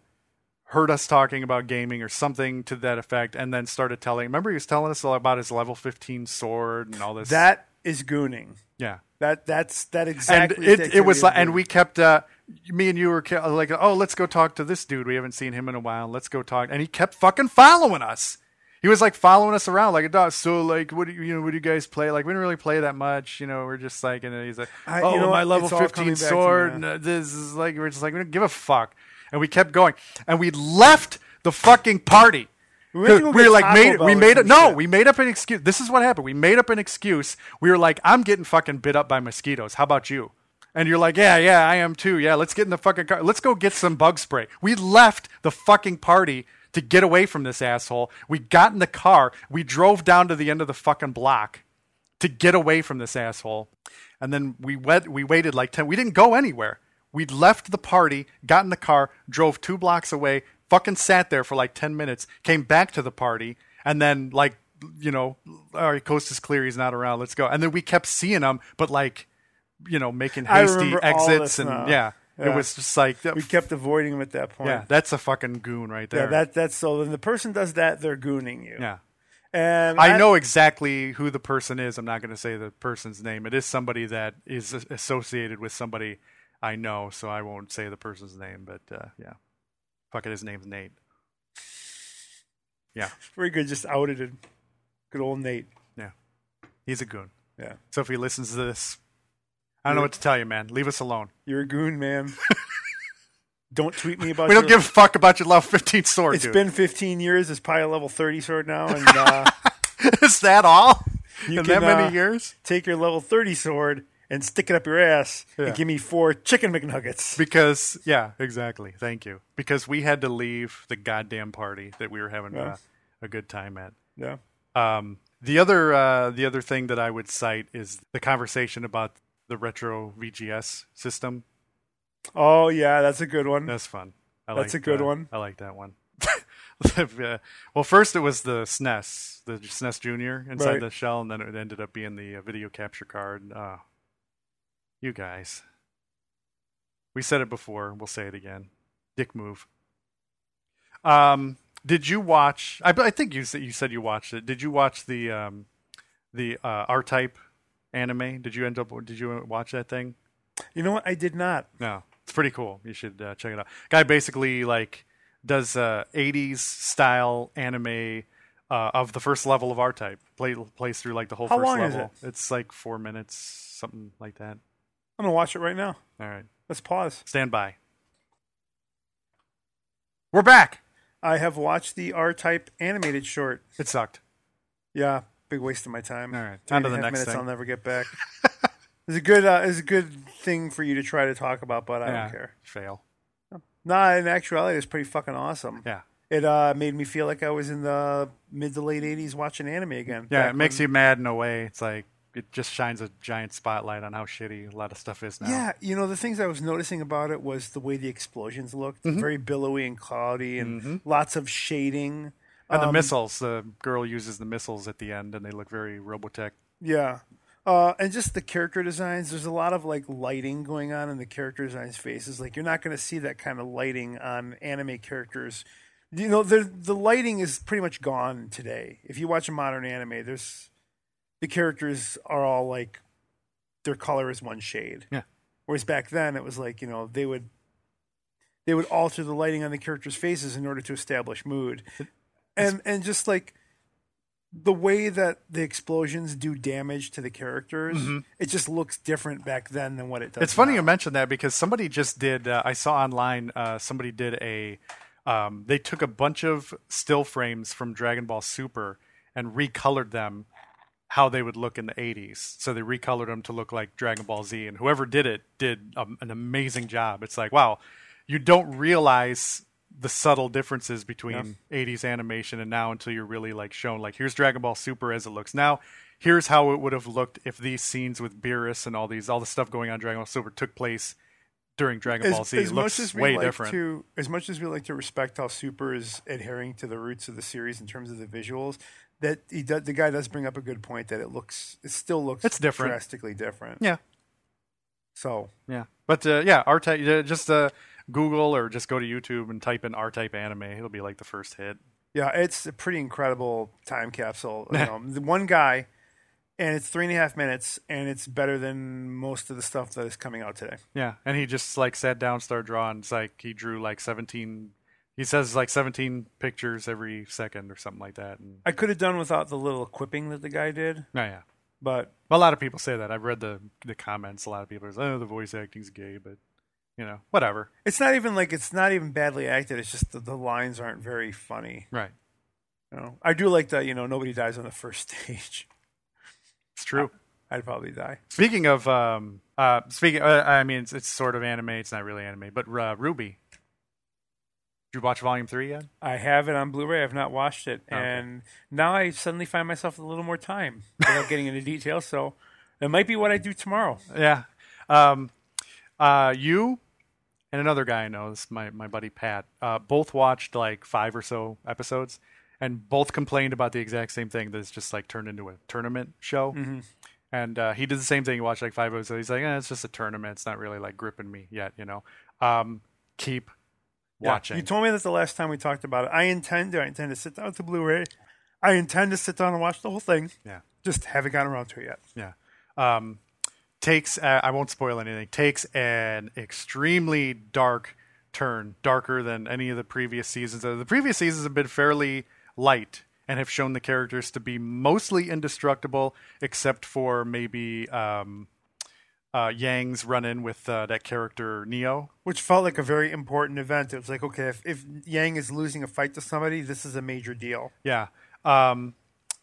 Speaker 1: heard us talking about gaming or something to that effect and then started telling remember he was telling us all about his level 15 sword and all this
Speaker 2: That is gooning.
Speaker 1: yeah
Speaker 2: That that's that exactly. is
Speaker 1: and
Speaker 2: the
Speaker 1: it, it was like,
Speaker 2: activity of
Speaker 1: and
Speaker 2: gooning.
Speaker 1: we kept uh, me and you were ca- like oh let's go talk to this dude we haven't seen him in a while let's go talk and he kept fucking following us he was like following us around like a dog so like what do you, you know what do you guys play like we didn't really play that much you know we're just like and then he's like
Speaker 2: I-
Speaker 1: oh
Speaker 2: you know
Speaker 1: my
Speaker 2: what?
Speaker 1: level
Speaker 2: It's all
Speaker 1: 15
Speaker 2: coming back to
Speaker 1: sword
Speaker 2: me
Speaker 1: and,
Speaker 2: now.
Speaker 1: uh, this is like we're just like we don't give a fuck and we kept going and we left the fucking party
Speaker 2: We went to go
Speaker 1: we
Speaker 2: get
Speaker 1: were like
Speaker 2: Taco
Speaker 1: made
Speaker 2: Bell
Speaker 1: we
Speaker 2: or
Speaker 1: made it
Speaker 2: some
Speaker 1: no
Speaker 2: shit.
Speaker 1: we made up an excuse this is what happened we made up an excuse we were like i'm getting fucking bit up by mosquitoes how about you and you're like yeah yeah i am too yeah let's get in the fucking car let's go get some bug spray we left the fucking party to get away from this asshole we got in the car we drove down to the end of the fucking block to get away from this asshole. And then we went, we waited like 10. We didn't go anywhere. We'd left the party, got in the car, drove two blocks away, fucking sat there for like 10 minutes, came back to the party, and then like, you know, all right, coast is clear, he's not around, let's go. And then we kept seeing him, but like, you know, making
Speaker 2: I
Speaker 1: hasty
Speaker 2: remember all
Speaker 1: exits
Speaker 2: this
Speaker 1: and
Speaker 2: now.
Speaker 1: yeah, It
Speaker 2: Yeah.
Speaker 1: was just like
Speaker 2: we kept avoiding him at that point.
Speaker 1: yeah, that's a fucking goon right there.
Speaker 2: Yeah, that that's so when the person does that, they're gooning you.
Speaker 1: yeah.
Speaker 2: And
Speaker 1: I know exactly who the person is. I'm not going to say the person's name. It is somebody that is as- associated with somebody I know, so I won't say the person's name. But uh, yeah, fuck it. His name's Nate. Yeah,
Speaker 2: Very good. Just outed it. Good old Nate.
Speaker 1: yeah, he's a goon.
Speaker 2: Yeah.
Speaker 1: So if he listens to this, I don't know what to tell you, man. Leave us alone.
Speaker 2: You're a
Speaker 1: (laughs)
Speaker 2: goon, man. don't tweet me about
Speaker 1: We don't
Speaker 2: your-
Speaker 1: give a fuck about your level 15 sword,
Speaker 2: It's
Speaker 1: dude.
Speaker 2: been 15 years. It's probably a level 30 sword now. And uh,
Speaker 1: (laughs) is that all?
Speaker 2: You
Speaker 1: In that
Speaker 2: can,
Speaker 1: many
Speaker 2: uh,
Speaker 1: years?
Speaker 2: take your level 30 sword and stick it up your ass
Speaker 1: Yeah.
Speaker 2: and give me four chicken McNuggets.
Speaker 1: Because yeah, exactly. Thank you. Because we had to leave the goddamn party that we were having uh,
Speaker 2: Yeah.
Speaker 1: a good time at.
Speaker 2: Yeah.
Speaker 1: Um, the other uh, the other thing that I would cite is the conversation about the retro VGS system.
Speaker 2: Oh, yeah. That's a good one.
Speaker 1: That's fun. I
Speaker 2: That's
Speaker 1: liked,
Speaker 2: a good
Speaker 1: uh,
Speaker 2: one.
Speaker 1: I like that one. (laughs) Uh, well, first it was the SNES, the SNES Junior inside
Speaker 2: Right.
Speaker 1: the shell, and then it ended up being the uh, video capture card. Oh, you guys, we said it before. We'll say it again. Dick move. Um, did you watch? I, I think you said you said you watched it. Did you watch the um, the uh, R Type anime? Did you end up? Did you watch that thing?
Speaker 2: You know what? I did not.
Speaker 1: No, it's pretty cool. You should uh, check it out. Guy basically like does uh, '80s style anime uh, of the first level of R Type. Play plays through like the whole
Speaker 2: How
Speaker 1: first
Speaker 2: long is
Speaker 1: level. It's like four minutes, something like that.
Speaker 2: I'm going to watch it right now.
Speaker 1: All right,
Speaker 2: Let's pause.
Speaker 1: stand by. We're back.
Speaker 2: I have watched the R type animated short.
Speaker 1: It sucked.
Speaker 2: Yeah, big waste of my time.
Speaker 1: All right,
Speaker 2: Three
Speaker 1: on to
Speaker 2: and
Speaker 1: the
Speaker 2: a half
Speaker 1: next
Speaker 2: minutes
Speaker 1: thing.
Speaker 2: I'll never
Speaker 1: (laughs)
Speaker 2: get back. it's a good uh, it's a good thing for you to try to talk about, but I
Speaker 1: Yeah,
Speaker 2: don't care.
Speaker 1: Fail.
Speaker 2: Nah, in actuality, it's pretty fucking awesome.
Speaker 1: Yeah.
Speaker 2: It uh, made me feel like I was in the mid to late '80s watching anime again.
Speaker 1: Yeah,
Speaker 2: Back
Speaker 1: it makes
Speaker 2: when-
Speaker 1: you mad in a way. It's like it just shines a giant spotlight on how shitty a lot of stuff is now.
Speaker 2: Yeah, you know the things I was noticing about it was the way the explosions looked,
Speaker 1: Mm-hmm.
Speaker 2: very billowy and cloudy, and lots of shading.
Speaker 1: And
Speaker 2: um,
Speaker 1: the missiles, the girl uses the missiles at the end, and they look very Robotech.
Speaker 2: Yeah. Uh, and just the character designs, there's a lot of like lighting going on in the character designs' faces. Like you're not going to see that kind of lighting on anime characters. you know the the lighting is pretty much gone today. If you watch a modern anime, there's the characters are all like their color is one shade.
Speaker 1: Yeah.
Speaker 2: Whereas back then it was like you know they would they would alter the lighting on the characters' faces in order to establish mood, and and just like the way that the explosions do damage to the characters, it just looks different back then than what it does.
Speaker 1: Mm-hmm. It's funny
Speaker 2: now.
Speaker 1: you mentioned that because somebody just did. Uh, I saw online uh, somebody did a. Um, they took a bunch of still frames from Dragon Ball Super and recolored them how they would look in the 80s. So they recolored them to look like Dragon Ball Z, and whoever did it did um, an amazing job. It's like wow, you don't realize the subtle differences between 80s animation and now until you're really like shown like here's Dragon Ball Super as it looks now. Here's how it would have looked if these scenes with Beerus and all these all the stuff going on in Dragon Ball Super took place during Dragon Ball Z. It looks
Speaker 2: we
Speaker 1: way
Speaker 2: like
Speaker 1: different.
Speaker 2: To, as much as we like to respect how Super is adhering to the roots of the series in terms of the visuals, that he does, the guy does bring up a good point that it looks, it still looks,
Speaker 1: It's different.
Speaker 2: drastically different.
Speaker 1: yeah,
Speaker 2: So
Speaker 1: yeah, but uh, yeah, R type. yeah, Just uh, Google or just go to YouTube and type in R type anime. It'll be like the first hit.
Speaker 2: yeah, it's a pretty incredible
Speaker 1: (laughs)
Speaker 2: time capsule. You know, the one guy, and it's three and a half minutes, and it's better than most of the stuff that is coming out today.
Speaker 1: Yeah, and he just like sat down, started drawing. It's like he drew like seventeen. He says like seventeen pictures every second or something like that. And
Speaker 2: I could have done without the little quipping that the guy did,
Speaker 1: oh, yeah,
Speaker 2: but
Speaker 1: a lot of people say that. I've read the the comments. A lot of people are oh the voice acting's gay, but you know whatever.
Speaker 2: it's not even like it's not even badly acted. It's just the, the lines aren't very funny.
Speaker 1: Right,
Speaker 2: You know, I do like that. You know, nobody dies on the first (laughs) stage.
Speaker 1: it's true.
Speaker 2: I'd probably die.
Speaker 1: Speaking of, um, uh, speaking, uh, I mean, it's, it's sort of anime. It's not really anime, but uh, Ruby. Did you watch Volume Three yet?
Speaker 2: I have it on Blu-ray. I've not watched it, and now I suddenly find myself with a little more time without getting into details. So it might be what I do tomorrow.
Speaker 1: Yeah. Um, uh, you and another guy I know, this my my buddy Pat, uh, both watched like five or so episodes, and both complained about the exact same thing that it's just like turned into a tournament show.
Speaker 2: Mm-hmm.
Speaker 1: And uh, he did the same thing. He watched like five episodes. He's like, eh, it's just a tournament. It's not really like gripping me yet, you know. Um, keep watching.
Speaker 2: You told me that the last time we talked about it. I intend to. I intend to sit down with the Blu-ray. I intend to sit down and watch the whole thing.
Speaker 1: yeah.
Speaker 2: Just haven't gotten around to it yet.
Speaker 1: Yeah. Um, takes, uh, I won't spoil anything, takes an extremely dark turn, darker than any of the previous seasons. Uh, The previous seasons have been fairly light and have shown the characters to be mostly indestructible, except for maybe um, uh, Yang's run in with uh, that character Neo.
Speaker 2: Which felt like a very important event. It was like, okay, if, if Yang is losing a fight to somebody, this is a major deal.
Speaker 1: Yeah. Um,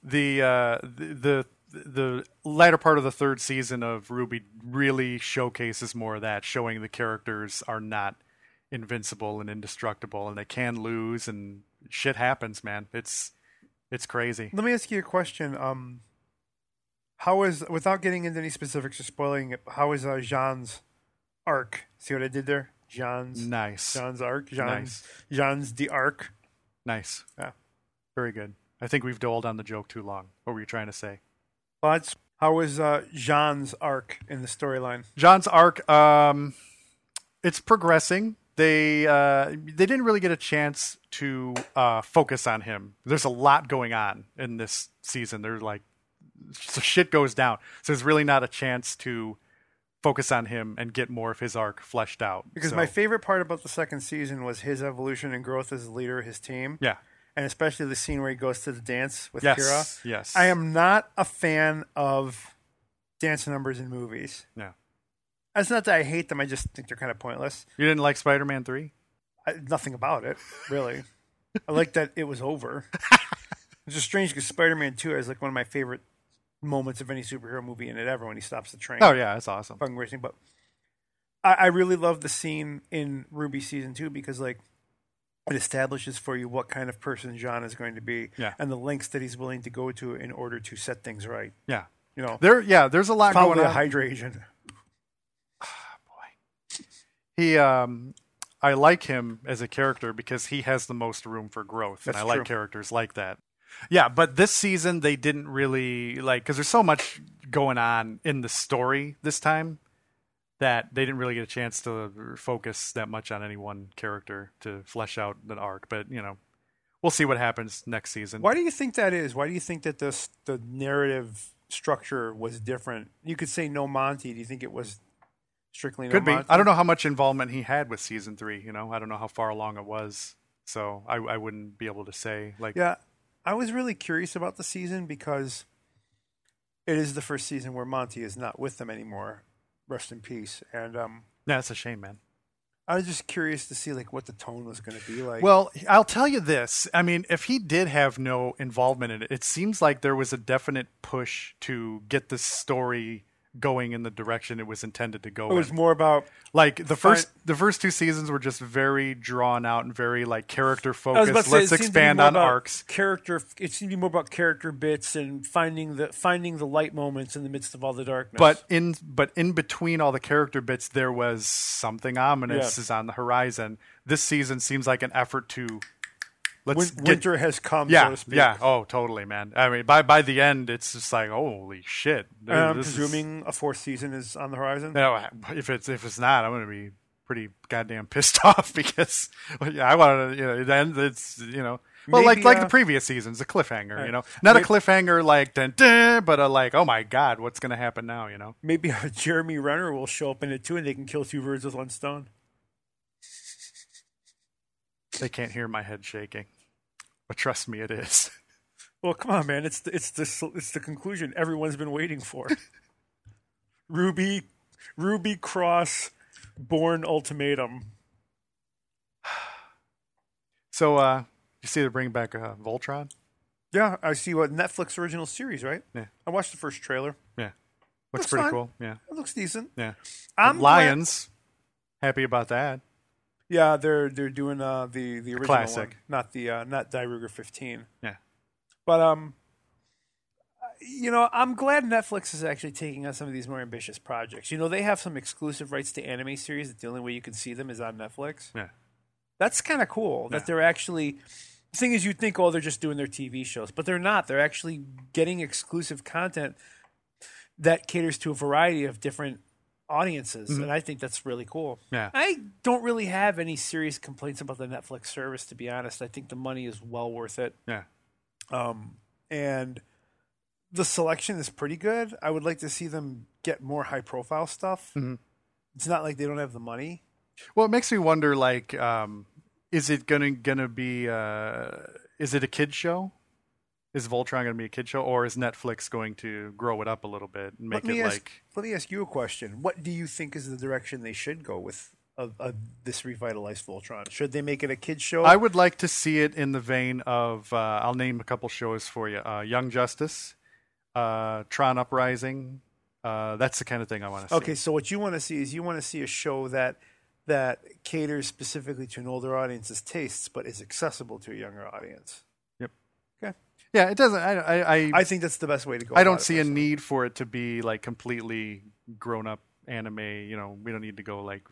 Speaker 1: the, uh, the the the latter part of the third season of Ruby really showcases more of that, showing the characters are not invincible and indestructible, and they can lose, and shit happens, man. It's it's crazy.
Speaker 2: Let me ask you a question. Um, how is without getting into any specifics or spoiling it? How is uh, Jean's arc? See what I did there? Jean's
Speaker 1: Nice,
Speaker 2: Jean's arc. Jean's
Speaker 1: Nice.
Speaker 2: Jean's the arc.
Speaker 1: nice,
Speaker 2: Yeah.
Speaker 1: very good. I think we've doled on the joke too long. What were you trying to say?
Speaker 2: Thoughts? How is uh, Jean's arc in the storyline?
Speaker 1: John's arc, um, it's progressing. They uh, they didn't really get a chance to uh, focus on him. There's a lot going on in this season. There's like so shit goes down. So there's really not a chance to focus on him and get more of his arc fleshed out.
Speaker 2: Because
Speaker 1: So-
Speaker 2: my favorite part about the second season was his evolution and growth as a leader of his team.
Speaker 1: yeah
Speaker 2: and especially the scene where he goes to the dance with
Speaker 1: Yes,
Speaker 2: Kira.
Speaker 1: yes.
Speaker 2: I am not a fan of dance numbers in movies.
Speaker 1: yeah.
Speaker 2: It's not that I hate them; I just think they're kind of pointless.
Speaker 1: You didn't like Spider-Man three?
Speaker 2: I, nothing about it, really. I like that it was
Speaker 1: (laughs)
Speaker 2: over. It's just strange because Spider Man 2 is like one of my favorite moments of any superhero movie in it ever when he stops the train.
Speaker 1: Oh yeah, that's awesome.
Speaker 2: Fucking racing. But I, I really love the scene in Ruby Season 2 because, like, it establishes for you what kind of person John is going to be
Speaker 1: Yeah.
Speaker 2: and the lengths that he's willing to go to in order to set things right.
Speaker 1: Yeah,
Speaker 2: You know,
Speaker 1: there. Yeah, there's a lot
Speaker 2: probably
Speaker 1: going
Speaker 2: a
Speaker 1: on.
Speaker 2: Hydra agent.
Speaker 1: he um I like him as a character because he has the most room for growth and
Speaker 2: That's
Speaker 1: I like
Speaker 2: true.
Speaker 1: characters like that. Yeah, but this season they didn't really like cuz there's so much going on in the story this time that they didn't really get a chance to focus that much on any one character to flesh out an arc, but you know, we'll see what happens next season.
Speaker 2: Why do you think that is? Why do you think that this the narrative structure was different? You could say no Monty. Do you think it was strictly no
Speaker 1: Could be.
Speaker 2: Monty?
Speaker 1: I don't know how much involvement he had with season three. You know, I don't know how far along it was, so I, I wouldn't be able to say. Like,
Speaker 2: Yeah, I was really curious about the season because it is the first season where Monty is not with them anymore. Rest in peace. And um,
Speaker 1: nah, that's a shame, man.
Speaker 2: I was just curious to see like what the tone was going to be like.
Speaker 1: Well, I'll tell you this. I mean, if he did have no involvement in it, it seems like there was a definite push to get the story going in the direction it was intended to go.
Speaker 2: it was
Speaker 1: in.
Speaker 2: more about
Speaker 1: Like the first, the first two seasons were just very drawn out and very like character
Speaker 2: I was
Speaker 1: focused.
Speaker 2: about to say,
Speaker 1: Let's
Speaker 2: it seemed to be
Speaker 1: expand
Speaker 2: more
Speaker 1: on
Speaker 2: about
Speaker 1: arcs.
Speaker 2: Character. It seemed to be more about character bits and finding the finding the light moments in the midst of all the darkness.
Speaker 1: But in but in between all the character bits, there was something ominous
Speaker 2: Yeah.
Speaker 1: is on the horizon. This season seems like an effort to let's
Speaker 2: Win-
Speaker 1: get
Speaker 2: winter has come,
Speaker 1: Yeah,
Speaker 2: so to speak.
Speaker 1: yeah. Oh, totally, man. I mean, by by the end, it's just like, holy shit. dude,
Speaker 2: And I'm
Speaker 1: this is-
Speaker 2: presuming a fourth season is on the horizon.
Speaker 1: No, I- if it's if it's not, I'm gonna be pretty goddamn pissed (laughs) off because well, yeah, I want to. You know, then it's you know. Well,
Speaker 2: Maybe,
Speaker 1: like like
Speaker 2: uh,
Speaker 1: the previous seasons, a cliffhanger, you know,
Speaker 2: Right.
Speaker 1: not
Speaker 2: Maybe-
Speaker 1: a cliffhanger like dun, dun, but a like, oh my god, what's gonna happen now, you know?
Speaker 2: Maybe (laughs) uh, Jeremy Renner will show up in it too, and they can kill two birds with one stone.
Speaker 1: They can't hear my head shaking, but trust me, it is. (laughs)
Speaker 2: Well, come on, man! It's the, it's the sol- it's the conclusion everyone's been waiting
Speaker 1: (laughs)
Speaker 2: for. Ruby, Ruby Cross, Born Ultimatum.
Speaker 1: So, uh, you see, they're bringing back uh, Voltron.
Speaker 2: Yeah, I see. What Netflix original series, right?
Speaker 1: Yeah.
Speaker 2: I watched the first trailer.
Speaker 1: Yeah, looks
Speaker 2: Looks
Speaker 1: pretty
Speaker 2: fine.
Speaker 1: cool. Yeah,
Speaker 2: It looks decent.
Speaker 1: yeah.
Speaker 2: I'm glad-
Speaker 1: Lions, happy about that.
Speaker 2: Yeah, they're they're doing uh, the the original
Speaker 1: classic.
Speaker 2: one, not the uh, not Die Ruger 15.
Speaker 1: Yeah.
Speaker 2: But um, you know, I'm glad Netflix is actually taking on some of these more ambitious projects. You know, they have some exclusive rights to anime series that the only way you can see them is on Netflix.
Speaker 1: Yeah.
Speaker 2: That's kind of cool that
Speaker 1: Yeah.
Speaker 2: they're actually. The thing is, you'd think, oh, they're just doing their TV shows, but they're not. They're actually getting exclusive content that caters to a variety of different audiences, and I think that's really cool.
Speaker 1: Mm-hmm. Yeah.
Speaker 2: I don't really have any serious complaints about the Netflix service, to be honest. I think the money is well worth it.
Speaker 1: Yeah.
Speaker 2: Um, and the selection is pretty good. I would like to see them get more high profile stuff.
Speaker 1: Mm-hmm.
Speaker 2: It's not like they don't have the money.
Speaker 1: Well, it makes me wonder like um is it going to going to be uh is it a kid show? Is Voltron going to be a kid show or is Netflix going to grow it up a little bit and make
Speaker 2: let me
Speaker 1: it
Speaker 2: ask,
Speaker 1: like
Speaker 2: let me ask you a question. What do you think is the direction they should go with uh uh this revitalized Voltron? Should they make it a kid show?
Speaker 1: I would like to see it in the vein of uh I'll name a couple shows for you. Uh Young Justice, uh Tron Uprising. Uh that's the kind of thing I want to
Speaker 2: okay,
Speaker 1: see.
Speaker 2: so what you want to see is you want to see a show that that caters specifically to an older audience's tastes, but is accessible to a younger audience.
Speaker 1: Yep.
Speaker 2: Okay,
Speaker 1: Yeah, it doesn't I I I,
Speaker 2: I think that's the best way to go.
Speaker 1: I
Speaker 2: about
Speaker 1: don't
Speaker 2: it
Speaker 1: see a
Speaker 2: personally.
Speaker 1: need for it to be like completely grown up anime, you know, we don't need to go like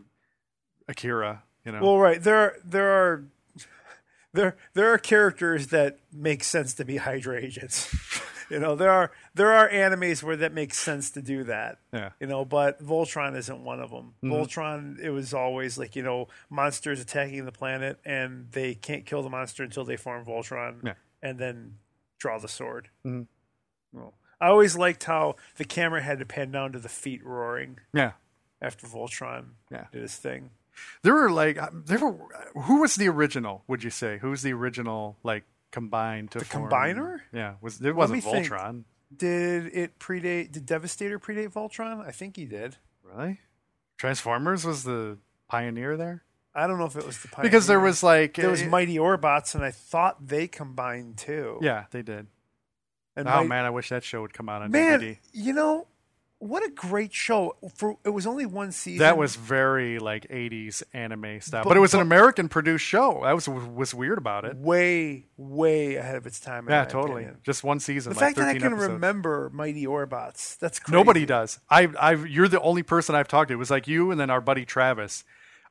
Speaker 1: Akira, you know.
Speaker 2: Well, right there, are- there are (laughs) there there are characters that make sense to be Hydra agents. (laughs) you know, there are there are animes where that makes sense to do that.
Speaker 1: Yeah. Mm-hmm.
Speaker 2: You know, but Voltron isn't one of them. Voltron, it was always like you know monsters attacking the planet, and they can't kill the monster until they form Voltron,
Speaker 1: Yeah. Mm-hmm.
Speaker 2: and then draw the sword. Well, I always liked how the camera had to pan down to the feet roaring
Speaker 1: yeah.
Speaker 2: after Voltron
Speaker 1: Yeah.
Speaker 2: did his thing.
Speaker 1: There were like uh, there were who was the original? Would you say who's the original like combined to the
Speaker 2: Combiner?
Speaker 1: Yeah, was it wasn't
Speaker 2: me think.
Speaker 1: Voltron,
Speaker 2: Did it predate? Did Devastator predate Voltron? I think he did.
Speaker 1: really? Transformers was the pioneer there
Speaker 2: I don't know if it was the Pioneer.
Speaker 1: because there was like
Speaker 2: there was
Speaker 1: uh,
Speaker 2: Mighty Orbots, and I thought they combined too.
Speaker 1: Yeah, they did.
Speaker 2: And
Speaker 1: oh
Speaker 2: Might-
Speaker 1: man, I wish that show would come out on
Speaker 2: man,
Speaker 1: DVD.
Speaker 2: you know what a great show! For it was only one season.
Speaker 1: That was very like '80s anime style,
Speaker 2: But-
Speaker 1: but, it was an
Speaker 2: but-
Speaker 1: American produced show. That was was weird about it.
Speaker 2: way, way ahead of its time. in
Speaker 1: Yeah,
Speaker 2: my
Speaker 1: totally.
Speaker 2: opinion.
Speaker 1: Just one season.
Speaker 2: The
Speaker 1: like
Speaker 2: fact that I
Speaker 1: 13
Speaker 2: can
Speaker 1: episodes.
Speaker 2: remember Mighty Orbots, that's crazy.
Speaker 1: Nobody does. I, I've, you're the only person I've talked to. It was like you and then our buddy Travis.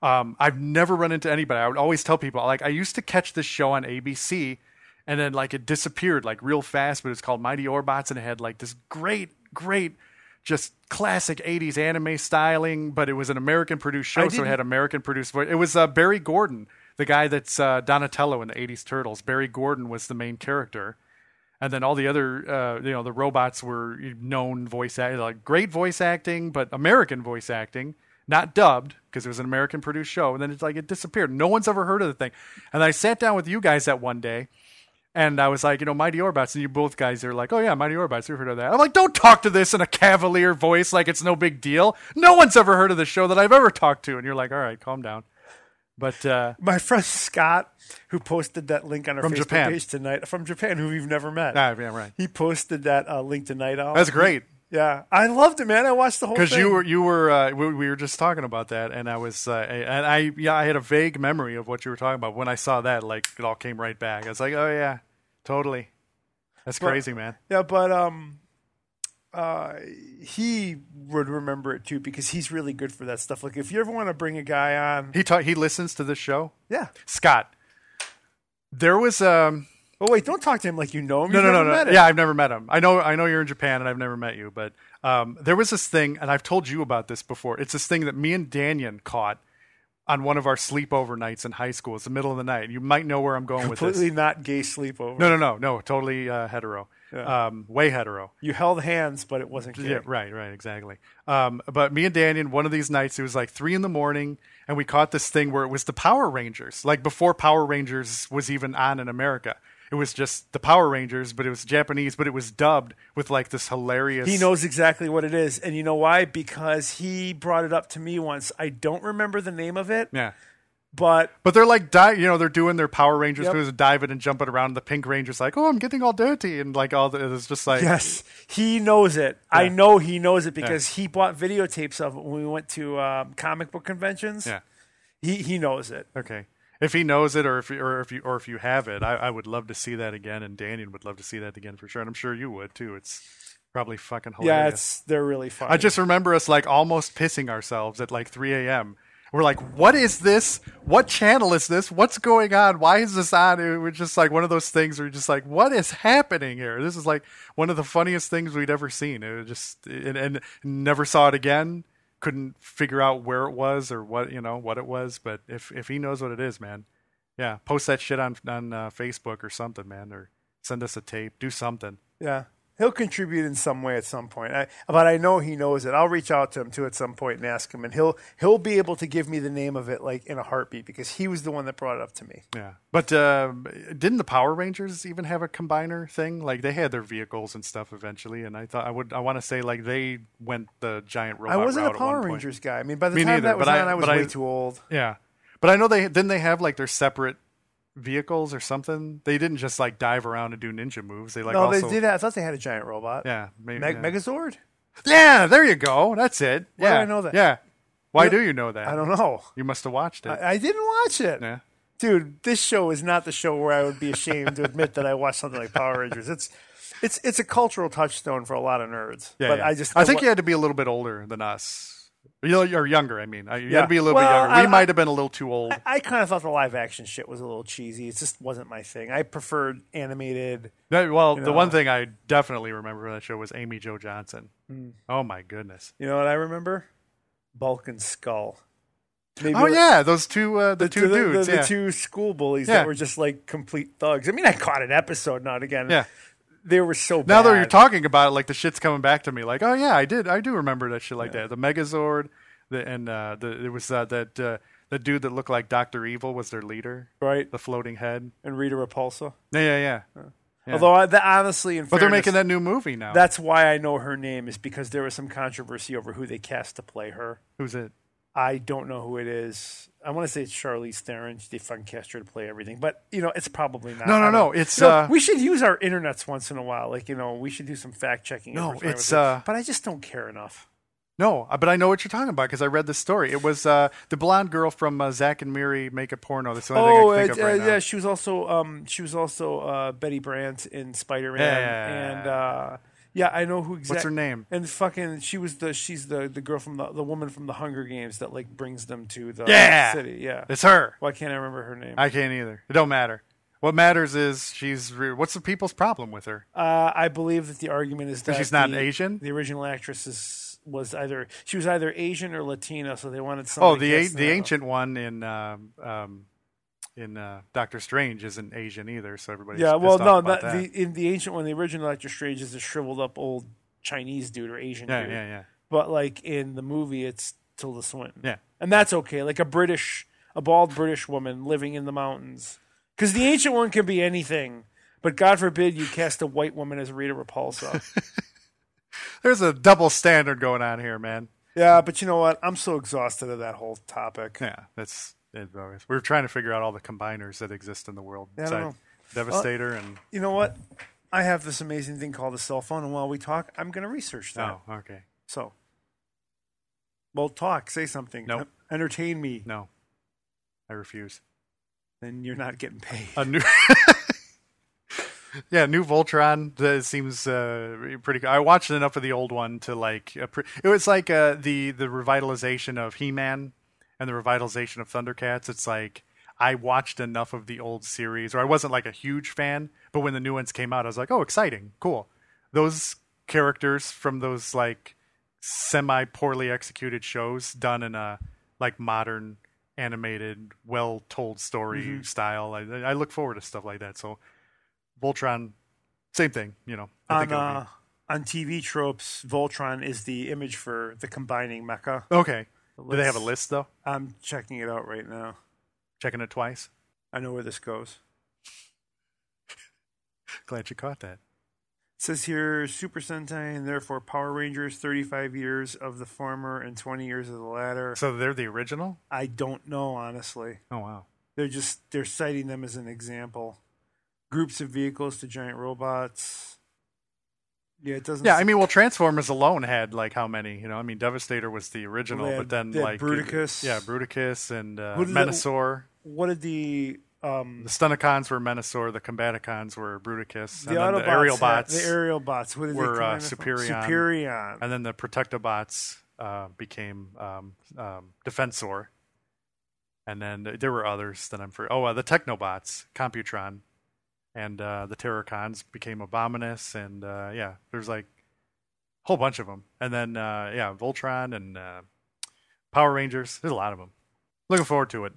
Speaker 1: Um, I've never run into anybody. I would always tell people, like, I used to catch this show on ABC and then, like, it disappeared, like, real fast, but it's called Mighty Orbots and it had, like, this great, great, just classic 80s anime styling, but it was an American produced
Speaker 2: I
Speaker 1: show, so it
Speaker 2: didn't-
Speaker 1: had American produced voice. It was uh, Barry Gordon. the guy that's uh, Donatello in the '80s Turtles, Barry Gordon was the main character, and then all the other, uh, you know, the robots were known voice act, like great voice acting, but American voice acting, not dubbed because it was an American produced show. And then it's like it disappeared. No one's ever heard of the thing. And I sat down with you guys that one day. And I was like, you know, Mighty Orbots, and you both guys are like, oh yeah, Mighty Orbots, we've heard of that. I'm like, don't talk to this in a cavalier voice like it's no big deal. No one's ever heard of the show that I've ever talked to. And you're like, all right, calm down. But uh,
Speaker 2: My friend Scott, who posted that link on our
Speaker 1: From
Speaker 2: Facebook
Speaker 1: Japan.
Speaker 2: page tonight, from Japan, who we've never met,
Speaker 1: Ah, yeah, right.
Speaker 2: he posted that uh, link tonight. Al.
Speaker 1: that's great
Speaker 2: Yeah, I loved it, man. I watched the whole thing.
Speaker 1: because you were you were uh, we, we were just talking about that, and I was uh, and I yeah I had a vague memory of what you were talking about when I saw that. Like it all came right back. I was like, oh yeah, totally. That's
Speaker 2: But-
Speaker 1: crazy, man.
Speaker 2: Yeah, but um, uh, he would remember it too because he's really good for that stuff. Like, if you ever want to bring a guy on,
Speaker 1: He ta- he listens to this show,
Speaker 2: yeah.
Speaker 1: Scott. There was um.
Speaker 2: Oh wait, don't talk to him like you know him.
Speaker 1: no, no,
Speaker 2: You've
Speaker 1: no,
Speaker 2: never met
Speaker 1: no.
Speaker 2: him.
Speaker 1: Yeah, I've never met him. I know, I know you're in Japan, and I've never met you. But um, there was this thing, and I've told you about this before. It's this thing that me and Danyan caught on one of our sleepover nights in high school. It's the middle of the night. You might know where I'm going with
Speaker 2: completely
Speaker 1: this.
Speaker 2: not gay sleepover.
Speaker 1: No, no, no, no. Totally uh, hetero. Um, way hetero.
Speaker 2: You held hands, but it wasn't gay.
Speaker 1: Yeah, right, right, exactly. Um, but me and Danny, one of these nights, it was like three in the morning, and we caught this thing where it was the Power Rangers, like before Power Rangers was even on in America. It was just the Power Rangers, but it was Japanese, but it was dubbed with like this hilarious.
Speaker 2: He knows exactly what it is, and you know why? Because he brought it up to me once. I don't remember the name of it,
Speaker 1: Yeah.
Speaker 2: but
Speaker 1: But they're like, di- you know, they're doing their Power Rangers
Speaker 2: Yep.
Speaker 1: moves, and diving and jumping around. And the Pink Ranger's like, oh, I'm getting all dirty. And like, all the, it's just like,
Speaker 2: Yes, he knows it. I
Speaker 1: Yeah.
Speaker 2: know he knows it because he bought videotapes of it when we went to um, comic book conventions.
Speaker 1: Yeah.
Speaker 2: He he knows it.
Speaker 1: Okay. If he knows it, or if or if you or if you have it, I, I would love to see that again, and Daniel would love to see that again for sure, and I'm sure you would too. It's probably fucking
Speaker 2: Yeah,
Speaker 1: hilarious.
Speaker 2: it's they're really fun.
Speaker 1: I just remember us like almost pissing ourselves at like 3 a.m. We're like, what is this? What channel is this? What's going on? Why is this on? It was just like one of those things where you're just like, what is happening here? This is like one of the funniest things we'd ever seen. It was just and, and never saw it again. Couldn't figure out where it was or what you know what it was. But if if he knows what it is, man, yeah, post that shit on on uh, Facebook or something, man, or send us a tape, do something.
Speaker 2: yeah. He'll contribute in some way at some point. I, but I know he knows it. I'll reach out to him too at some point and ask him, and he'll he'll be able to give me the name of it like in a heartbeat because he was the one that brought it up to me.
Speaker 1: Yeah, but uh, didn't the Power Rangers even have a combiner thing? Like they had their vehicles and stuff eventually, and I thought I would I want to say like they went the giant
Speaker 2: I
Speaker 1: robot.
Speaker 2: wasn't a
Speaker 1: route at one
Speaker 2: Power
Speaker 1: point.
Speaker 2: Rangers guy. I mean, by the
Speaker 1: Me
Speaker 2: time
Speaker 1: neither,
Speaker 2: that was
Speaker 1: but I-
Speaker 2: on, I, was
Speaker 1: but I-
Speaker 2: way too old.
Speaker 1: Yeah, but I know they didn't they have like their separate vehicles or something. They didn't just like dive around and do ninja moves. They like
Speaker 2: no,
Speaker 1: also,
Speaker 2: they did. I thought they had a giant robot.
Speaker 1: Yeah, maybe,
Speaker 2: Meg-
Speaker 1: yeah.
Speaker 2: Megazord.
Speaker 1: yeah, there you go. That's it.
Speaker 2: Why do
Speaker 1: yeah,
Speaker 2: I know that?
Speaker 1: Yeah, why
Speaker 2: Yeah.
Speaker 1: do you know that?
Speaker 2: I don't know.
Speaker 1: You must have watched it.
Speaker 2: I, I didn't watch it.
Speaker 1: yeah.
Speaker 2: Dude, this show is not the show where I would be ashamed to admit that I watched something like Power Rangers. It's it's it's a cultural touchstone for a lot of nerds.
Speaker 1: Yeah,
Speaker 2: but
Speaker 1: yeah.
Speaker 2: I just
Speaker 1: I think
Speaker 2: wa-
Speaker 1: you had to be a little bit older than us. You know, You're younger. I mean, I- you had
Speaker 2: Yeah.
Speaker 1: to be a little
Speaker 2: Well,
Speaker 1: bit younger.
Speaker 2: I-
Speaker 1: we
Speaker 2: I-
Speaker 1: might have been a little too
Speaker 2: (laughs)
Speaker 1: old.
Speaker 2: I kind of thought the live action shit was a little cheesy. It just wasn't my thing. I preferred animated.
Speaker 1: That, well, the
Speaker 2: know.
Speaker 1: one thing I definitely remember from that show was Amy Jo Johnson.
Speaker 2: Mm.
Speaker 1: Oh my goodness!
Speaker 2: You know what I remember? Bulk and Skull. Maybe
Speaker 1: Oh yeah, those two, uh, the, two
Speaker 2: the, the-
Speaker 1: dudes.
Speaker 2: the
Speaker 1: yeah.
Speaker 2: two school bullies
Speaker 1: Yeah.
Speaker 2: that were just like complete thugs. I mean, I caught an episode now and again.
Speaker 1: Yeah.
Speaker 2: They were so
Speaker 1: Now that
Speaker 2: bad.
Speaker 1: you're talking about it, like the shit's coming back to me. Like, oh yeah, I did, I do remember that shit like that. The Megazord, the, and uh, the it was uh, that uh, the dude that looked like Doctor Evil was their leader,
Speaker 2: right?
Speaker 1: the floating head.
Speaker 2: And Rita Repulsa.
Speaker 1: Yeah, yeah, yeah. Yeah.
Speaker 2: Although, I, that, honestly, in
Speaker 1: But they're
Speaker 2: fairness-
Speaker 1: making that new movie now.
Speaker 2: That's why I know her name is because there was some controversy over who they cast to play her.
Speaker 1: Who's it?
Speaker 2: I don't know who it is. I want to say it's Charlize Theron. They fucking cast her to play everything, but you know it's probably not.
Speaker 1: No, no,
Speaker 2: I don't-
Speaker 1: no, it's,
Speaker 2: You know,
Speaker 1: uh,
Speaker 2: we should use our internets once in a while. Like you know, we should do some fact checking.
Speaker 1: No,
Speaker 2: every time
Speaker 1: it's,
Speaker 2: with it.
Speaker 1: uh,
Speaker 2: But I just don't care enough.
Speaker 1: No, uh, but I know what you're talking about because I read this story. It was uh, the blonde girl from uh, Zach and Miri make a porno. That's the only
Speaker 2: Oh,
Speaker 1: thing I can
Speaker 2: uh,
Speaker 1: think of right
Speaker 2: uh,
Speaker 1: now.
Speaker 2: yeah, she was also um, she was also uh, Betty Brandt in Spider Man,
Speaker 1: Yeah.
Speaker 2: and uh, yeah, I know who exactly.
Speaker 1: her name?
Speaker 2: And fucking, she was the she's the the girl from the the woman from the Hunger Games that like brings them to the
Speaker 1: Yeah.
Speaker 2: city. Yeah,
Speaker 1: It's her.
Speaker 2: why can't I remember her name? I,
Speaker 1: I can't either. It don't matter. What matters is she's. Re- What's the people's problem with her?
Speaker 2: uh, I believe that the argument is that
Speaker 1: she's not
Speaker 2: the-
Speaker 1: Asian?
Speaker 2: The original actress is, was either she was either Asian or Latina, so they wanted
Speaker 1: Oh,
Speaker 2: somebody.
Speaker 1: the a-
Speaker 2: cast in
Speaker 1: the
Speaker 2: that.
Speaker 1: ancient one in um, um, in uh, Doctor Strange isn't Asian either, so everybody's
Speaker 2: yeah, well,
Speaker 1: pissed
Speaker 2: no,
Speaker 1: off about
Speaker 2: not
Speaker 1: that.
Speaker 2: the in the ancient one, the original Doctor Strange is a shriveled up old Chinese dude or Asian
Speaker 1: yeah,
Speaker 2: dude.
Speaker 1: yeah, yeah.
Speaker 2: But like in the movie, it's Tilda Swinton.
Speaker 1: Yeah.
Speaker 2: and that's okay. Like a British, a bald British woman living in the mountains, because the ancient one can be anything. But God forbid you cast a white woman as Rita Repulsa.
Speaker 1: (laughs) There's a double standard going on here, man.
Speaker 2: yeah, but you know what? I'm so exhausted of that whole topic.
Speaker 1: Yeah, that's it's always- we're trying to figure out all the combiners that exist in the world.
Speaker 2: Yeah, I don't Uh,
Speaker 1: besides Devastator and
Speaker 2: You know what? I have this amazing thing called a cell phone, and while we talk, I'm going to research that.
Speaker 1: oh, okay,
Speaker 2: So, well, talk, say something,
Speaker 1: Nope.
Speaker 2: En- entertain me,
Speaker 1: no, I refuse.
Speaker 2: then you're not getting paid.
Speaker 1: A new, (laughs) yeah, new Voltron that seems uh, pretty. I watched enough of the old one to like. appre- It was like uh, the the revitalization of He Man and the revitalization of Thundercats. It's like I watched enough of the old series, or I wasn't like a huge fan, but when the new ones came out, I was like, oh, exciting, cool. Those characters from those like semi poorly executed shows done in a like modern animated, well told story
Speaker 2: Mm-hmm.
Speaker 1: style. I, I look forward to stuff like that. So Voltron, same thing, you know. I
Speaker 2: on
Speaker 1: it'll be-
Speaker 2: uh, on TV tropes, Voltron is the image for the combining mecha.
Speaker 1: okay. Do they have a list though?
Speaker 2: I'm checking it out right now.
Speaker 1: Checking it twice.
Speaker 2: I know where this goes.
Speaker 1: Glad you caught that.
Speaker 2: It says here Super Sentai and therefore Power Rangers, 35 years of the former and 20 years of the latter.
Speaker 1: So they're the original.
Speaker 2: I don't know, honestly.
Speaker 1: Oh wow.
Speaker 2: They're just they're citing them as an example. Groups of vehicles to giant robots. Yeah, it doesn't.
Speaker 1: Yeah,
Speaker 2: say-
Speaker 1: I mean, well, Transformers alone had like how many? You know, I mean, Devastator was the original,
Speaker 2: Well, they
Speaker 1: but
Speaker 2: had-
Speaker 1: then
Speaker 2: they had
Speaker 1: like
Speaker 2: Bruticus.
Speaker 1: yeah, Bruticus and uh,
Speaker 2: Who did the-
Speaker 1: Menasor.
Speaker 2: what did the um
Speaker 1: The Stunicons were Menasor. The Combaticons were Bruticus.
Speaker 2: the
Speaker 1: and then
Speaker 2: Autobots,
Speaker 1: the Aerial
Speaker 2: had-
Speaker 1: Bots.
Speaker 2: the aerial bots, what did
Speaker 1: were,
Speaker 2: they
Speaker 1: uh,
Speaker 2: call them?
Speaker 1: Superion.
Speaker 2: Superion.
Speaker 1: and then the Protectobots uh, became um, um, Defensor. And then th- there were others that I'm for. Oh, uh, the Technobots, Computron, and uh, the Terracons became Abominus, and uh, yeah, there's like a whole bunch of them. And then uh, yeah, Voltron and uh, Power Rangers. There's a lot of them. Looking forward to it.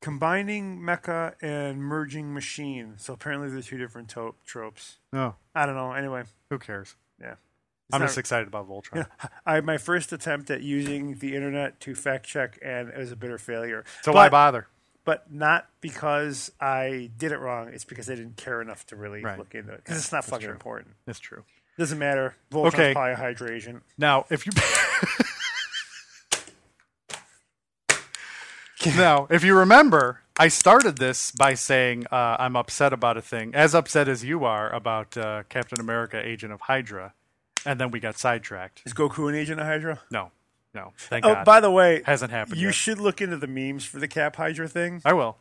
Speaker 2: Combining mecha and merging machine. So apparently they're two different to- tropes.
Speaker 1: No,
Speaker 2: I don't know. Anyway,
Speaker 1: who cares?
Speaker 2: yeah. Oh. It's
Speaker 1: I'm
Speaker 2: not-
Speaker 1: just excited about Voltron.
Speaker 2: I my first attempt at using the internet to fact check and it was a bitter failure.
Speaker 1: So
Speaker 2: but,
Speaker 1: why bother?
Speaker 2: but not because I did it wrong. It's because I didn't care enough to really
Speaker 1: Right.
Speaker 2: look into it because it's not fucking
Speaker 1: true.
Speaker 2: important.
Speaker 1: It's true.
Speaker 2: Doesn't matter. Voltron's
Speaker 1: Okay.
Speaker 2: probably a hydration.
Speaker 1: Now, if you now, if you remember, I started this by saying uh, I'm upset about a thing, as upset as you are about uh, Captain America: Agent of Hydra, and then we got sidetracked.
Speaker 2: Is Goku an agent of Hydra?
Speaker 1: No, no, thank
Speaker 2: Oh,
Speaker 1: God.
Speaker 2: by the way,
Speaker 1: Hasn't happened
Speaker 2: You
Speaker 1: yet.
Speaker 2: should look into the memes for the Cap Hydra thing.
Speaker 1: I will.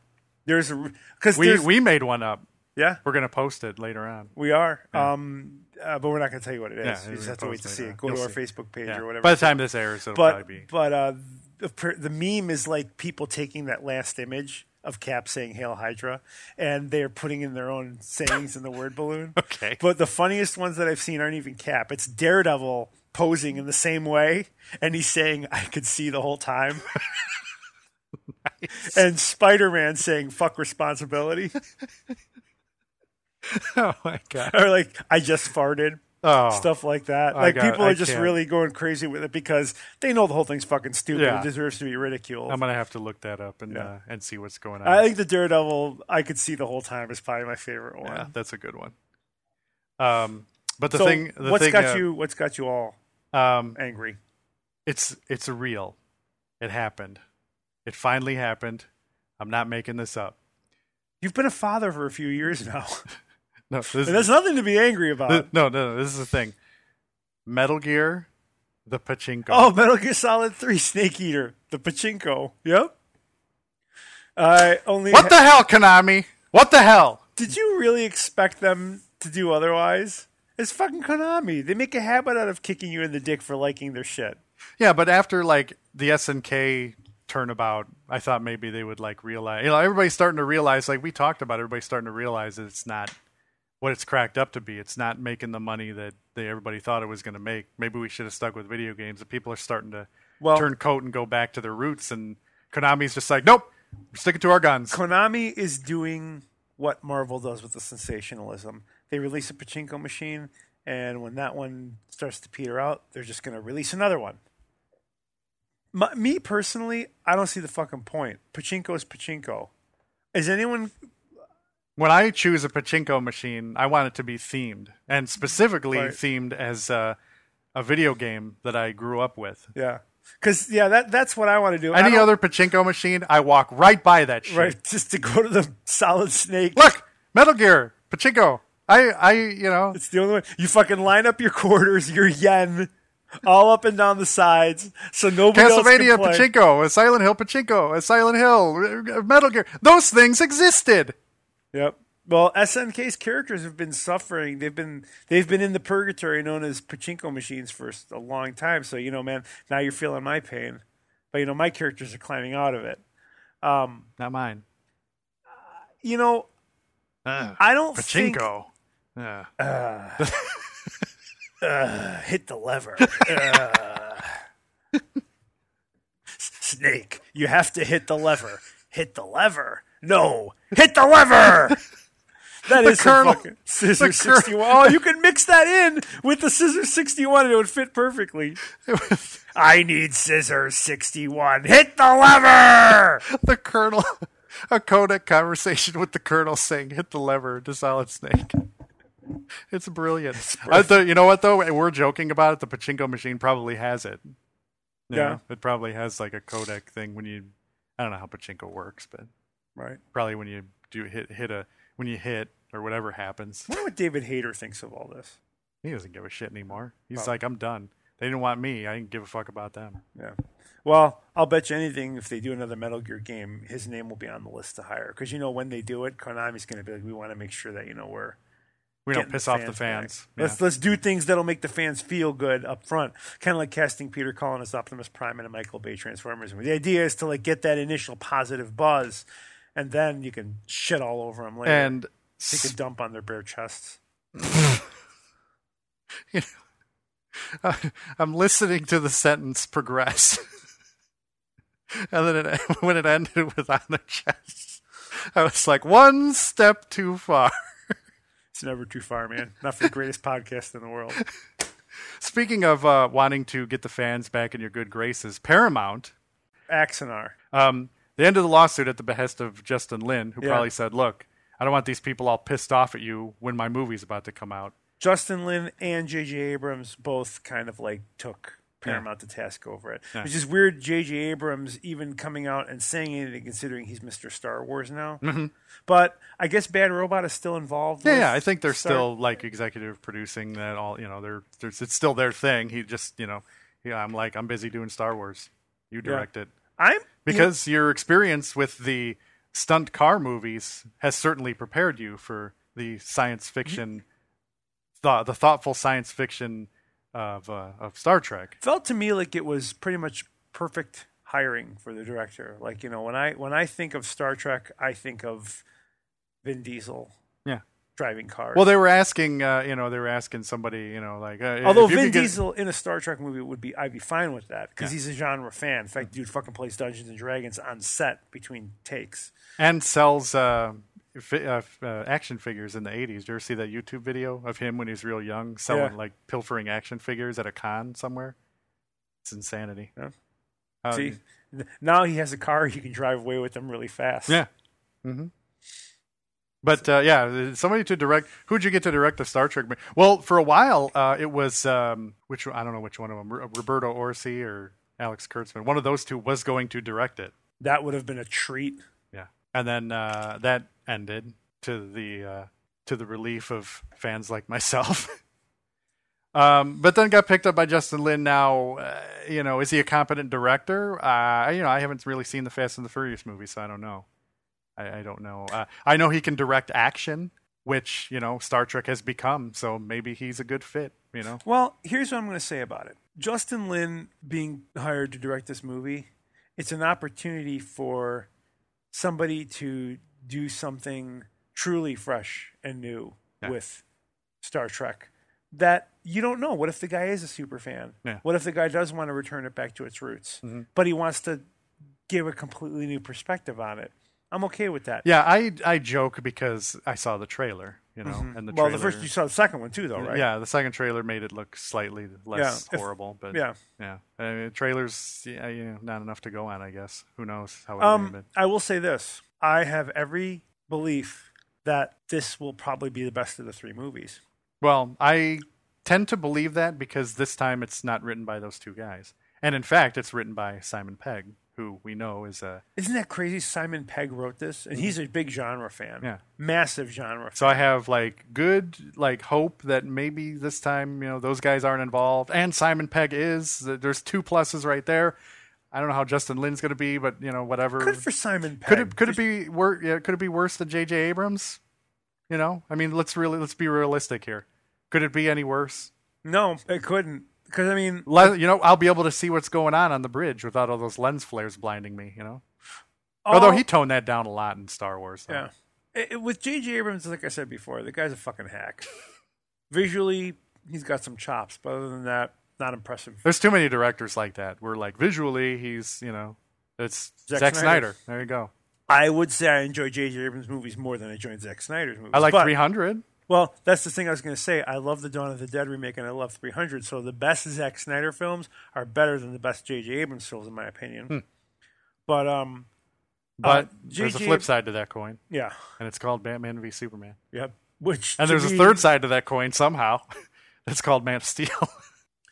Speaker 2: There's a because
Speaker 1: We we made one up.
Speaker 2: yeah
Speaker 1: We're gonna post it later on.
Speaker 2: we are um uh, but we're not going to tell you what it is.
Speaker 1: Yeah,
Speaker 2: you
Speaker 1: we're
Speaker 2: just
Speaker 1: gonna
Speaker 2: have to
Speaker 1: post
Speaker 2: wait to
Speaker 1: later
Speaker 2: see
Speaker 1: on.
Speaker 2: it. Go to
Speaker 1: You'll
Speaker 2: our
Speaker 1: see.
Speaker 2: Facebook page
Speaker 1: Yeah.
Speaker 2: or whatever.
Speaker 1: By the time this airs, it'll
Speaker 2: but
Speaker 1: probably be.
Speaker 2: but uh, the, per- the meme is like people taking that last image of Cap saying "Hail Hydra" and they're putting in their own sayings in the word balloon.
Speaker 1: (laughs) Okay.
Speaker 2: But the funniest ones that I've seen aren't even Cap. It's Daredevil posing in the same way, and he's saying, "I could see the
Speaker 1: (laughs)
Speaker 2: whole time." And Spider-Man saying "fuck responsibility"
Speaker 1: Oh my
Speaker 2: (laughs)
Speaker 1: God!
Speaker 2: or like "I just farted."
Speaker 1: Oh,
Speaker 2: stuff like that.
Speaker 1: I
Speaker 2: like
Speaker 1: got-
Speaker 2: people
Speaker 1: I
Speaker 2: are just
Speaker 1: can't.
Speaker 2: really going crazy with it because they know the whole thing's fucking stupid.
Speaker 1: Yeah.
Speaker 2: It deserves to be ridiculed.
Speaker 1: I'm gonna have to look that up and
Speaker 2: Yeah.
Speaker 1: uh, and see what's going on.
Speaker 2: I think the Daredevil I could see the whole time is probably my favorite one.
Speaker 1: Yeah, that's a good one. Um, but the
Speaker 2: so
Speaker 1: thing, the
Speaker 2: what's
Speaker 1: thing, uh,
Speaker 2: got you? What's got you all
Speaker 1: Um,
Speaker 2: angry?
Speaker 1: it's it's real. It happened. It finally happened. I'm not making this up. (laughs)
Speaker 2: You've been a father for a few years now.
Speaker 1: No, this,
Speaker 2: and there's nothing to be angry about.
Speaker 1: th- no, no, no. This is the thing. Metal Gear, the pachinko.
Speaker 2: oh, Metal Gear Solid Three, Snake Eater, the Pachinko. Yep. I only.
Speaker 1: what the hell, Konami? What the hell?
Speaker 2: Did you really expect them to do otherwise? It's fucking Konami. They make a habit out of kicking you in the dick for liking their shit.
Speaker 1: Yeah, but after like the SNK turnabout, I thought maybe they would like realize. You know, everybody's starting to realize. Like we talked about, everybody's starting to realize that it's not what it's cracked up to be. It's not making the money that they, everybody thought it was going to make. Maybe we should have stuck with video games. The people are starting to
Speaker 2: Well-
Speaker 1: turn coat and go back to their roots. And Konami's just like, nope, We're sticking to our guns.
Speaker 2: Konami is doing what Marvel does with the sensationalism. They release a pachinko machine, and when that one starts to peter out, they're just going to release another one. My, me personally, I don't see the fucking point. Pachinko is pachinko. Is anyone
Speaker 1: When I choose a pachinko machine, I want it to be themed, and specifically
Speaker 2: Right.
Speaker 1: themed as uh, a video game that I grew up with.
Speaker 2: Yeah, because yeah, that that's what I want to do. I
Speaker 1: Any
Speaker 2: don't-
Speaker 1: other pachinko machine, I walk right by that shit.
Speaker 2: (laughs) right? Just to go to the (laughs) Solid Snake.
Speaker 1: Look, Metal Gear, pachinko. I, I, you know,
Speaker 2: It's the only one. You fucking line up your quarters, your yen, all up and down the sides, so nobody else can
Speaker 1: Castlevania
Speaker 2: play.
Speaker 1: pachinko, a Silent Hill pachinko, a Silent Hill, r- r- Metal Gear. Those things existed.
Speaker 2: Yep. Well, SNK's characters have been suffering. They've been they've been in the purgatory known as pachinko machines for s- a long time. So you know, man, now you're feeling my pain, but you know, my characters are climbing out of it. Um,
Speaker 1: Not mine.
Speaker 2: you know,
Speaker 1: Uh,
Speaker 2: I don't think
Speaker 1: pachinko. (laughs) Yeah.
Speaker 2: hit the lever. (laughs) Uh. S- Snake, you have to hit the lever. Hit the lever. No, hit the lever. That is
Speaker 1: The
Speaker 2: some
Speaker 1: kernel.
Speaker 2: fucking Scissor
Speaker 1: The kernel.
Speaker 2: 61. Oh, you can mix that in with the Scissor 61 and it would fit perfectly. I need Scissor 61. Hit the
Speaker 1: (laughs)
Speaker 2: lever.
Speaker 1: the Colonel, a Kodak conversation with the Colonel saying, "Hit the lever to Solid Snake." (laughs) It's brilliant. I thought, you know what though? We're joking about it. The pachinko machine probably has it. You
Speaker 2: Yeah.
Speaker 1: know, it probably has like a Kodak thing when you. I don't know how pachinko works, but
Speaker 2: Right.
Speaker 1: probably when you do hit hit a when you hit or whatever happens,
Speaker 2: I wonder what David Hayter thinks of all this.
Speaker 1: he doesn't give a shit anymore. He's
Speaker 2: Oh.
Speaker 1: like, I'm done. They didn't want me. I didn't give a fuck about them.
Speaker 2: Yeah. Well, I'll bet you anything if they do another Metal Gear game, his name will be on the list to hire. Because you know when they do it, Konami's going to be like, we want to make sure that you know we're
Speaker 1: We
Speaker 2: getting
Speaker 1: don't piss off the fans.
Speaker 2: back. Let's let's do things that'll make the fans feel good up front. Kind of like casting Peter Cullen as Optimus Prime in a Michael Bay Transformers movie. The idea is to like get that initial positive buzz, and then you can shit all over them later.
Speaker 1: Yeah. And
Speaker 2: take a dump on their bare chests.
Speaker 1: (laughs) I'm listening to the sentence progress. (laughs) and then it, (laughs) when it ended with on the chest, I was like, one step too far. (laughs)
Speaker 2: It's never too far, man. Not for the greatest (laughs) podcast in the world.
Speaker 1: Speaking of uh, wanting to get the fans back in your good graces, Paramount,
Speaker 2: Axonar.
Speaker 1: um, they ended the lawsuit at the behest of Justin Lin, who
Speaker 2: Yeah.
Speaker 1: probably said, look, I don't want these people all pissed off at you when my movie's about to come out.
Speaker 2: Justin Lin and J.J. Abrams both kind of like took Paramount to task over it,
Speaker 1: Yeah.
Speaker 2: which is weird. J.J. Abrams even coming out and saying anything, considering he's Mr. Star Wars now. But I guess Bad Robot is still involved.
Speaker 1: Mm-hmm. Yeah,
Speaker 2: with
Speaker 1: yeah, I think they're
Speaker 2: Star-
Speaker 1: still like executive producing that all, you know, they're, they're it's still their thing. He just, you know, yeah, I'm like I'm busy doing Star Wars. You direct it.
Speaker 2: I'm
Speaker 1: because your experience with the stunt car movies has certainly prepared you for the science fiction
Speaker 2: Mm-hmm.
Speaker 1: thought the thoughtful science fiction of uh, of Star Trek.
Speaker 2: felt to me like it was pretty much perfect hiring for the director. Like you know, when I when I think of Star Trek, I think of Vin Diesel
Speaker 1: Yeah.
Speaker 2: driving cars.
Speaker 1: Well, they were asking, uh, you know, they were asking somebody, you know, like uh,
Speaker 2: Although
Speaker 1: if you
Speaker 2: Vin
Speaker 1: could get-
Speaker 2: Diesel in a Star Trek movie would be, I'd be fine with that because he's a genre fan. In fact, dude fucking plays Dungeons and Dragons on set between takes.
Speaker 1: and sells uh, fi- uh, f- uh, action figures in the '80s. Did you ever see that YouTube video of him when he's real young selling
Speaker 2: Yeah.
Speaker 1: like pilfering action figures at a con somewhere? It's insanity. Um,
Speaker 2: Yeah.
Speaker 1: How-
Speaker 2: See, N- now he has a car he can drive away with them really fast.
Speaker 1: Yeah. hmm But uh, yeah, somebody to direct. Who'd you get to direct the Star Trek? mo- Well, for a while, uh, it was um, which I don't know which one of them, Roberto Orsi or Alex Kurtzman. One of those two was going to direct it.
Speaker 2: that would have been a treat.
Speaker 1: Yeah, and then uh, that ended to the uh, to the relief of fans like myself. (laughs) um, but then got picked up by Justin Lin. Now, uh, you know, is he a competent director? Uh, you know, I haven't really seen the Fast and the Furious movie, so I don't know. I, I don't know. Uh, I know he can direct action, which you know Star Trek has become. So maybe he's a good fit. You know,
Speaker 2: Well, here's what I'm going to say about it. Justin Lin being hired to direct this movie, it's an opportunity for somebody to do something truly fresh and new
Speaker 1: Yeah.
Speaker 2: with Star Trek that you don't know. What if the guy is a super fan?
Speaker 1: Yeah. Mm-hmm.
Speaker 2: What if the guy does want to return it back to its roots, but he wants to give a completely new perspective on it. I'm okay with that.
Speaker 1: Yeah, I I joke because I saw the trailer, you know, and the
Speaker 2: well,
Speaker 1: trailer,
Speaker 2: the first you saw the second one too, though, right?
Speaker 1: yeah, the second trailer made it look slightly less
Speaker 2: if-
Speaker 1: horrible, but
Speaker 2: yeah.
Speaker 1: yeah, I mean, trailers, yeah, you know, not enough to go on, I guess. Who knows how it um,
Speaker 2: Um, I will say this: I have every belief that this will probably be the best of the three movies.
Speaker 1: Well, I tend to believe that because this time it's not written by those two guys, and in fact, it's written by Simon Pegg, who we know is a.
Speaker 2: Isn't that crazy? Simon Pegg wrote this, and he's a big genre fan.
Speaker 1: Yeah.
Speaker 2: massive genre. fan.
Speaker 1: So I have like good like hope that maybe this time you know those guys aren't involved and Simon Pegg is. There's two pluses right there. I don't know how Justin Lin's going to be, but you know whatever.
Speaker 2: Good for Simon Pegg.
Speaker 1: could it could it be worse? Yeah, could it be worse than J.J. Abrams? You know, I mean, let's really let's be realistic here. Could it be any worse?
Speaker 2: No, it couldn't. Because I mean,
Speaker 1: Le- you know, I'll be able to see what's going on on the bridge without all those lens flares blinding me. You know, although
Speaker 2: all-
Speaker 1: he toned that down a lot in Star Wars. though.
Speaker 2: Oh. Yeah. It- it- with J.J. Abrams, like I said before, the guy's a fucking
Speaker 1: (laughs)
Speaker 2: hack. Visually, he's got some chops, but other than that, not impressive.
Speaker 1: There's too many directors like that. Where like visually, he's you know, it's
Speaker 2: Zack
Speaker 1: Zack,
Speaker 2: Snyder.
Speaker 1: Snyder. There you go.
Speaker 2: I would say I enjoy J.J. Abrams' movies more than I enjoy Zack Snyder's movies.
Speaker 1: I like
Speaker 2: but,
Speaker 1: 300.
Speaker 2: Well, that's the thing I was going to say. I love the Dawn of the Dead remake and I love 300. So the best Zack Snyder films are better than the best J.J. Abrams films, in my opinion.
Speaker 1: Hmm.
Speaker 2: But um,
Speaker 1: But
Speaker 2: Uh,
Speaker 1: there's a
Speaker 2: J.J.
Speaker 1: flip side to that coin,
Speaker 2: yeah,
Speaker 1: and it's called Batman v Superman.
Speaker 2: yeah. Which
Speaker 1: And
Speaker 2: to
Speaker 1: there's a
Speaker 2: me,
Speaker 1: third side to that coin somehow. (laughs) It's called Man of Steel. (laughs)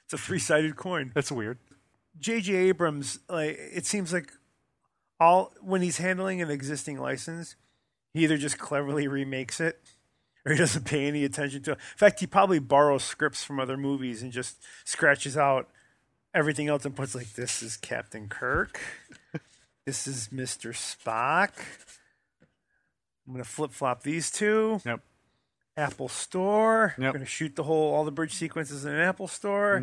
Speaker 2: It's a three-sided coin.
Speaker 1: That's weird.
Speaker 2: J.J. Abrams, like it seems like all when he's handling an existing license, he either just cleverly remakes it or he doesn't pay any attention to it. In fact, he probably borrows scripts from other movies and just scratches out everything else and puts like this is Captain Kirk, this is Mister Spock. I'm gonna flip flop these two.
Speaker 1: Yep.
Speaker 2: Apple Store. I'm
Speaker 1: Yep. Mm-hmm.
Speaker 2: gonna shoot the whole all the bridge sequences in an Apple Store.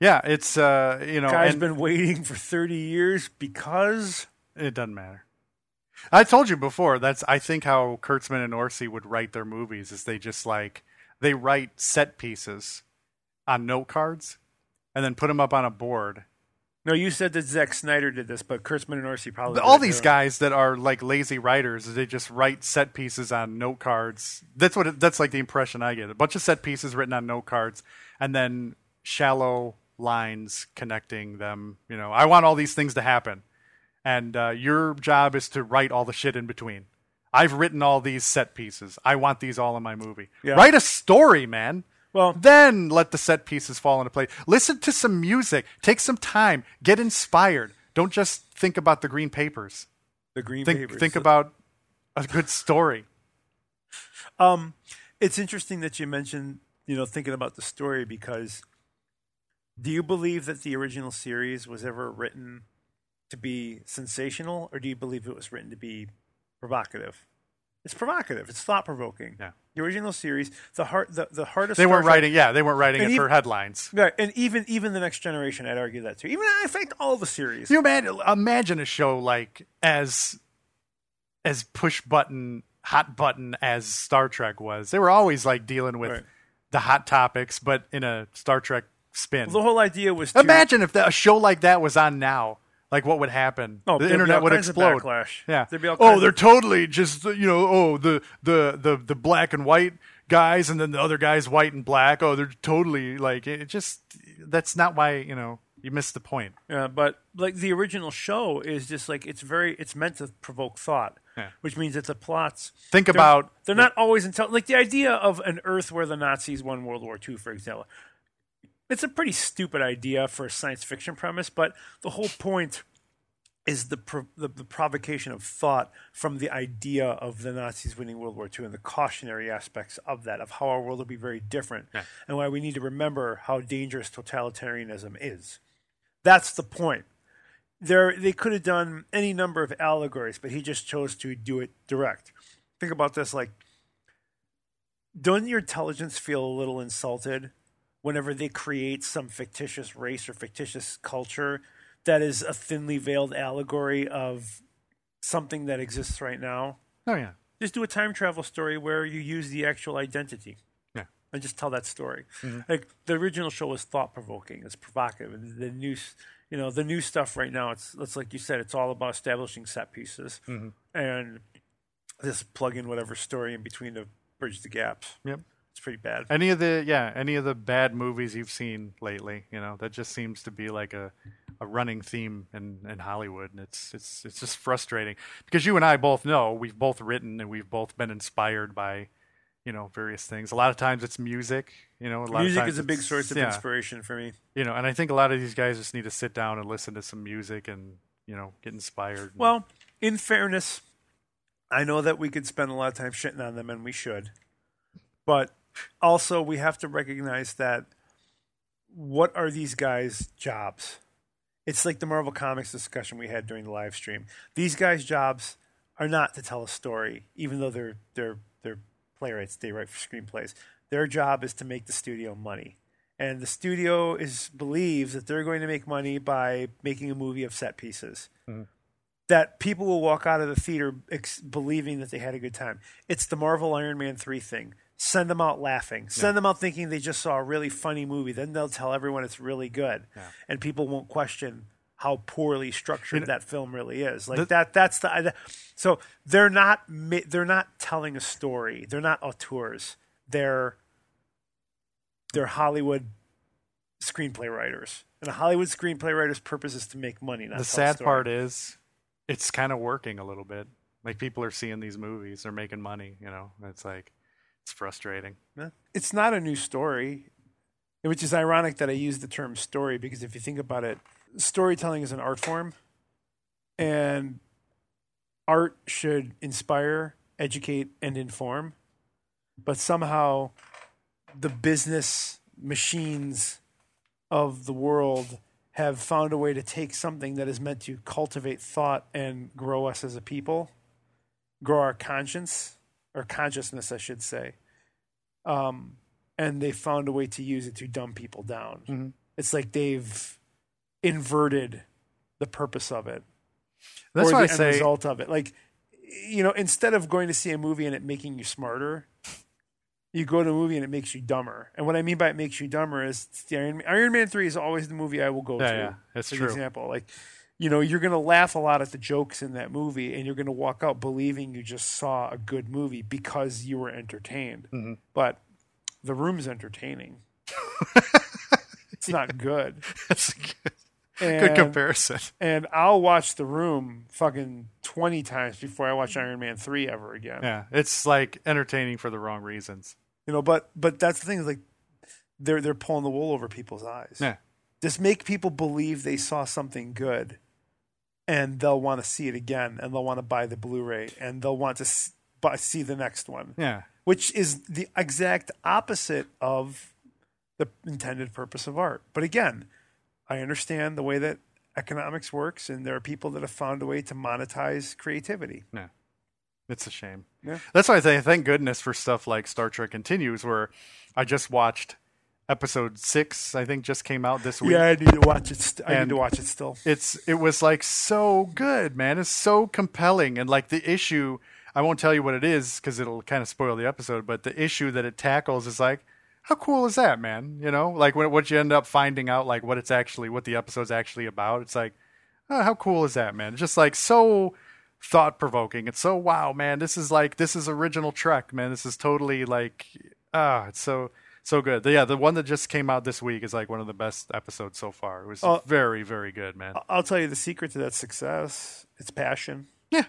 Speaker 1: Yeah, it's uh, you know,
Speaker 2: Guy's
Speaker 1: and
Speaker 2: been waiting for 30 years because
Speaker 1: it doesn't matter. I told you before. That's I think how Kurtzman and Orsi would write their movies is they just like they write set pieces on note cards and then put them up on a board
Speaker 2: No, you said that Zack Snyder did this, but Kurtzman and Orsi probably.
Speaker 1: all
Speaker 2: did it,
Speaker 1: these
Speaker 2: yeah.
Speaker 1: guys that are like lazy writers they just write set pieces on note cards that's what it, that's like the impression i get a bunch of set pieces written on note cards and then shallow lines connecting them you know i want all these things to happen and uh, your job is to write all the shit in between i've written all these set pieces i want these all in my movie
Speaker 2: Yeah.
Speaker 1: write a story man
Speaker 2: Well-
Speaker 1: then let the set pieces fall into place. Listen to some music. Take some time. Get inspired. Don't just think about the green papers.
Speaker 2: The Green
Speaker 1: Think
Speaker 2: Papers.
Speaker 1: think about a good story.
Speaker 2: Um, it's interesting that you mentioned, you know, thinking about the story because do you believe that the original series was ever written to be sensational, or do you believe it was written to be provocative? It's provocative. It's thought provoking.
Speaker 1: Yeah.
Speaker 2: The original series, the heart, the, the heart of
Speaker 1: They
Speaker 2: Star
Speaker 1: weren't
Speaker 2: Trek-
Speaker 1: writing. Yeah, they weren't writing
Speaker 2: And
Speaker 1: it
Speaker 2: ev-
Speaker 1: for headlines.
Speaker 2: Right, and even even the next generation, I'd argue that too. Even in fact, all the series.
Speaker 1: Can you imagine, imagine a show like as as push button, hot button as Star Trek was? They were always like dealing with
Speaker 2: Right.
Speaker 1: the hot topics, but in a Star Trek spin.
Speaker 2: The whole idea was to
Speaker 1: Imagine if that, a show like that was on now. Like what would happen?
Speaker 2: Oh, there'd
Speaker 1: the
Speaker 2: be
Speaker 1: internet
Speaker 2: all
Speaker 1: would
Speaker 2: kinds of
Speaker 1: explode.
Speaker 2: backlash.
Speaker 1: Yeah.
Speaker 2: There'd be all
Speaker 1: oh,
Speaker 2: kinds
Speaker 1: they're
Speaker 2: of-
Speaker 1: totally just you know oh the the the the black and white guys and then the other guys white and black. Oh, they're totally like it just that's not why you know you missed the point.
Speaker 2: Yeah, uh, but like the original show is just like it's very it's meant to provoke thought,
Speaker 1: Yeah.
Speaker 2: which means that the plots
Speaker 1: Think
Speaker 2: they're-
Speaker 1: about
Speaker 2: they're not always intel. Like the idea of an Earth where the Nazis won World War II, for example, it's a pretty stupid idea for a science fiction premise. But the whole point is the pro- the, the provocation of thought from the idea of the Nazis winning World War II and the cautionary aspects of that of how our world will be very different and why we need to remember how dangerous totalitarianism is. That's the point. There, they could have done any number of allegories, but he just chose to do it direct. Think about this: like, doesn't your intelligence feel a little insulted whenever they create some fictitious race or fictitious culture that is a thinly veiled allegory of something that exists right now?
Speaker 1: Oh yeah.
Speaker 2: Just do a time travel story where you use the actual identity
Speaker 1: Yeah. Mm-hmm.
Speaker 2: and just tell that story. Like the original show was thought provoking, it's provocative. and The new s- you know the new stuff right now it's it's like you said it's all about establishing set pieces
Speaker 1: Mm-hmm.
Speaker 2: and just plug in whatever story in between to bridge the gaps
Speaker 1: Yep.
Speaker 2: it's pretty bad
Speaker 1: Any of the yeah, any of the bad movies you've seen lately, you know, that just seems to be like a, a running theme in, in Hollywood, and it's it's it's just frustrating because you and I both know we've both written and we've both been inspired by, you know, various things. A lot of times it's music, you know. A lot of
Speaker 2: music
Speaker 1: times
Speaker 2: is a big
Speaker 1: it's-
Speaker 2: source of
Speaker 1: yeah,
Speaker 2: inspiration for me
Speaker 1: You know, and I think a lot of these guys just need to sit down and listen to some music and you know get inspired.
Speaker 2: Well, in fairness, I know that we could spend a lot of time shitting on them, and we should. But also, we have to recognize that what are these guys' jobs? It's like the Marvel Comics discussion we had during the live stream. These guys' jobs are not to tell a story, even though they're they're they're playwrights. They write for screenplays. Their job is to make the studio money, and the studio is believes that they're going to make money by making a movie of set pieces that people will walk out of the theater ex- believing that they had a good time. It's the Marvel Iron Man 3 thing. Send them out laughing. Send them out thinking they just saw a really funny movie. Then they'll tell everyone it's really good. And people won't question how poorly structured that film really is. Like that that's the I- so they're not mi- they're not telling a story. They're not auteurs. They're they're Hollywood screenplay writers. And a Hollywood screenplay writer's purpose is to make money, not
Speaker 1: the
Speaker 2: tell a
Speaker 1: sad
Speaker 2: story.
Speaker 1: part is it's kind of working a little bit like people are seeing these movies they're making money you know and it's like it's frustrating
Speaker 2: it's not a new story, which is ironic that I use the term story because if you think about it, storytelling is an art form, and art should inspire, educate, and inform. But somehow, the business machines of the world have found a way to take something that is meant to cultivate thought and grow us as a people, grow our conscience or consciousness, I should say, um, and they found a way to use it to dumb people down. It's like they've inverted the purpose of it.
Speaker 1: that's
Speaker 2: or
Speaker 1: why i
Speaker 2: the end
Speaker 1: say (laughs)
Speaker 2: result of it. Like, you know, instead of going to see a movie and it making you smarter, you go to a movie and it makes you dumber. And what I mean by it makes you dumber is it's the Iron Man, Iron Man Three is always the movie I will go
Speaker 1: Yeah,
Speaker 2: to.
Speaker 1: yeah. That's
Speaker 2: for
Speaker 1: true.
Speaker 2: Example, like. You know, you're going to laugh a lot at the jokes in that movie, and you're going to walk out believing you just saw a good movie because you were entertained.
Speaker 1: Mm-hmm.
Speaker 2: But the
Speaker 1: (laughs)
Speaker 2: room's entertaining. it's not good.
Speaker 1: that's a good, (laughs)
Speaker 2: And,
Speaker 1: good comparison
Speaker 2: And I'll watch The Room fucking 20 times before I watch Iron Man 3 ever again.
Speaker 1: yeah it's like entertaining for the wrong reasons
Speaker 2: You know, but but that's the thing is like they're they're pulling the wool over people's eyes.
Speaker 1: yeah
Speaker 2: Just make people believe they saw something good and they'll want to see it again and they'll want to buy the Blu-ray and they'll want to s- buy, see the next one.
Speaker 1: yeah
Speaker 2: which is the exact opposite of the intended purpose of art. But again, I understand the way that economics works, and there are people that have found a way to monetize creativity.
Speaker 1: yeah it's a shame
Speaker 2: Yeah.
Speaker 1: that's why i say thank goodness for stuff like star trek continues where i just watched episode six i think just came out this week
Speaker 2: Yeah, I need to watch it. St- I need
Speaker 1: And-
Speaker 2: to watch it still.
Speaker 1: it's it was like so good, man. It's so compelling, and like the issue. I won't tell you what it is because it'll kind of spoil the episode. But the issue that it tackles is like, how cool is that, man? You know, like when what you end up finding out, like what it's actually, what the episode's actually about. It's like, oh, how cool is that, man? It's just like so thought provoking. It's so wow, man. This is like this is original Trek, man. This is totally like ah, it's so so good. Yeah, the one that just came out this week is like one of the best episodes so far. It was
Speaker 2: Oh.
Speaker 1: very very good, man.
Speaker 2: I'll tell you the secret to that success: it's passion.
Speaker 1: Yeah.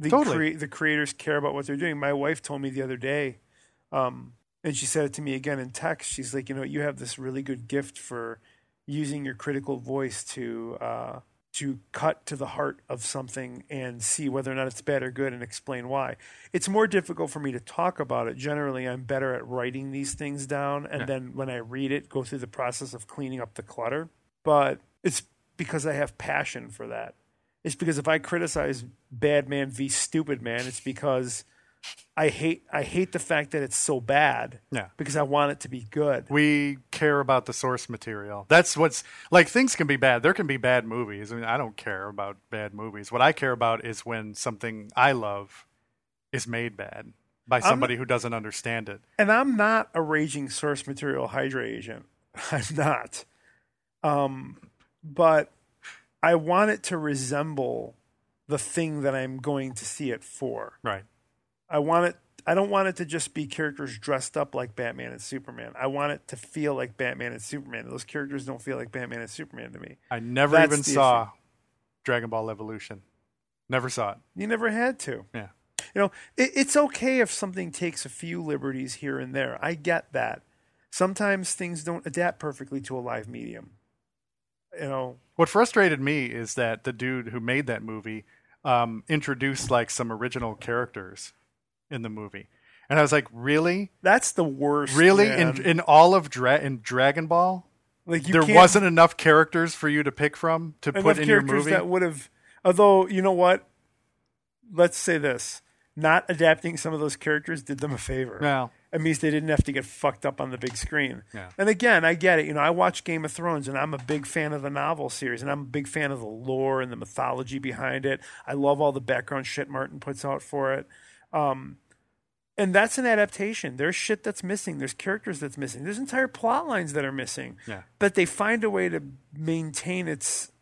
Speaker 2: the
Speaker 1: Totally.
Speaker 2: crea- the creators care about what they're doing. My wife told me the other day, um, and she said it to me again in text. She's like, you know, you have this really good gift for using your critical voice to uh, to cut to the heart of something and see whether or not it's bad or good and explain why. It's more difficult for me to talk about it. Generally, I'm better at writing these things down, and then when I read it, go through the process of cleaning up the clutter. But it's because I have passion for that. It's because if I criticize Bad Man v Stupid Man, it's because I hate I hate the fact that it's so bad.
Speaker 1: Yeah.
Speaker 2: Because I want it to be good.
Speaker 1: We care about the source material. That's what's like things can be bad. There can be bad movies. I mean, I don't care about bad movies. What I care about is when something I love is made bad by somebody who doesn't understand it.
Speaker 2: And I'm not a raging (laughs) source material Hydra agent. I'm not. Um, but I want it to resemble the thing that I'm going to see it for.
Speaker 1: Right.
Speaker 2: I want it. I don't want it to just be characters dressed up like Batman and Superman. I want it to feel like Batman and Superman. Those characters don't feel like Batman and Superman to me.
Speaker 1: I never
Speaker 2: That's
Speaker 1: even
Speaker 2: the
Speaker 1: saw Dragon Ball Evolution. Never saw it.
Speaker 2: You never had to.
Speaker 1: Yeah.
Speaker 2: You know, it, it's okay if something takes a few liberties here and there. I get that. Sometimes things don't adapt perfectly to a live medium. You know,
Speaker 1: What frustrated me is that the dude who made that movie um, introduced like some original characters in the movie, and I was like, really,
Speaker 2: that's the worst.
Speaker 1: really,
Speaker 2: man.
Speaker 1: in in all of Dra- in Dragon Ball,
Speaker 2: like
Speaker 1: there
Speaker 2: can't-
Speaker 1: wasn't enough characters for you to pick from to
Speaker 2: enough
Speaker 1: put in your
Speaker 2: characters
Speaker 1: movie.
Speaker 2: that would have. Although you know what, let's say this: not adapting some of those characters did them a favor.
Speaker 1: No.
Speaker 2: It means they didn't have to get fucked up on the big screen.
Speaker 1: Yeah.
Speaker 2: And again, I get it. You know, I watch Game of Thrones, and I'm a big fan of the novel series, and I'm a big fan of the lore and the mythology behind it. I love all the background shit Martin puts out for it. Um, and that's an adaptation. There's shit that's missing. There's characters that's missing. There's entire plot lines that are missing.
Speaker 1: Yeah.
Speaker 2: But they find a way to maintain its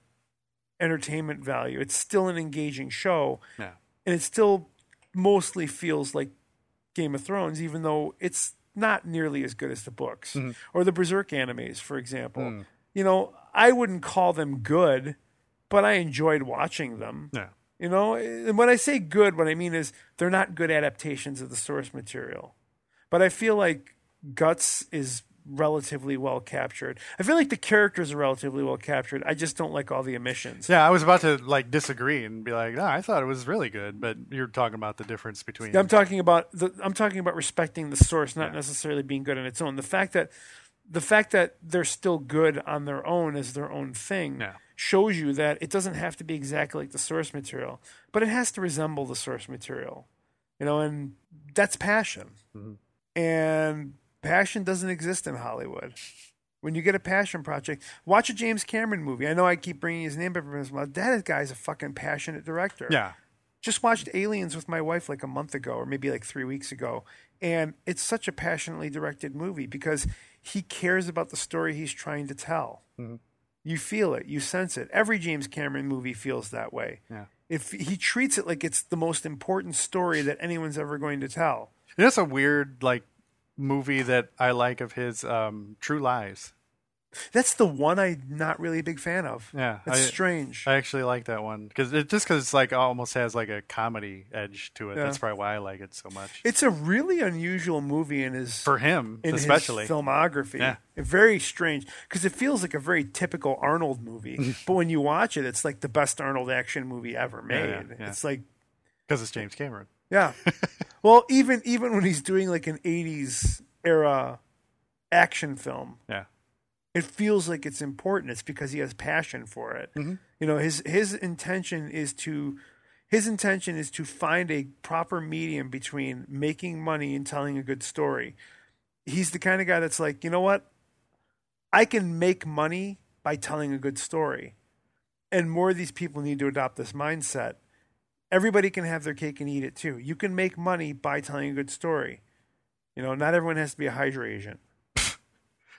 Speaker 2: entertainment value. It's still an engaging show,
Speaker 1: yeah,
Speaker 2: and it still mostly feels like Game of Thrones, even though it's not nearly as good as the books or the Berserk animes, for example. You know, I wouldn't call them good, but I enjoyed watching them.
Speaker 1: yeah,
Speaker 2: You know, and when I say good, what I mean is they're not good adaptations of the source material. But I feel like Guts is relatively well captured. I feel like the characters are relatively well captured. I just don't like all the omissions.
Speaker 1: yeah. I was about to like disagree and be like, no, I thought it was really good, but you're talking about the difference between.
Speaker 2: I'm talking about the, I'm talking about respecting the source, not necessarily being good on its own. The fact that the fact that they're still good on their own as their own thing
Speaker 1: Yeah.
Speaker 2: shows you that it doesn't have to be exactly like the source material, but it has to resemble the source material. You know, and that's passion.
Speaker 1: Mm-hmm.
Speaker 2: And passion doesn't exist in Hollywood. When you get a passion project, watch a James Cameron movie. I know I keep bringing his name up, but that guy's a fucking passionate director
Speaker 1: yeah,
Speaker 2: just watched Aliens with my wife like a month ago or maybe like 3 weeks ago and it's such a passionately directed movie because he cares about the story he's trying to tell.
Speaker 1: Mm-hmm.
Speaker 2: You feel it, you sense it. Every James Cameron movie feels that way.
Speaker 1: Yeah.
Speaker 2: If he treats it like it's the most important story that anyone's ever going to tell.
Speaker 1: You know, it's a weird like movie that I like of his, um, True Lies.
Speaker 2: That's the one I'm not really a big fan of.
Speaker 1: Yeah,
Speaker 2: It's
Speaker 1: I-
Speaker 2: strange.
Speaker 1: I actually like that one because it just because it's like almost has like a comedy edge to it.
Speaker 2: Yeah.
Speaker 1: That's probably why I like it so much.
Speaker 2: it's a really unusual movie in his
Speaker 1: For him,
Speaker 2: in
Speaker 1: especially.
Speaker 2: his filmography.
Speaker 1: Yeah.
Speaker 2: Very strange because it feels like a very typical
Speaker 1: (laughs)
Speaker 2: Arnold movie, but when you watch it, it's like the best Arnold action movie ever made.
Speaker 1: yeah, yeah.
Speaker 2: It's like,
Speaker 1: because it's James Cameron. (laughs)
Speaker 2: yeah. well, even even when he's doing like an '80s era action film,
Speaker 1: Yeah,
Speaker 2: it feels like it's important. It's because he has passion for it. You know, his his intention is to his intention is to find a proper medium between making money and telling a good story. He's the kind of guy that's like, you know what? I can make money by telling a good story. And more of these people need to adopt this mindset. Everybody can have their cake and eat it too. You can make money by telling a good story. You know, not everyone has to be a Hydra agent.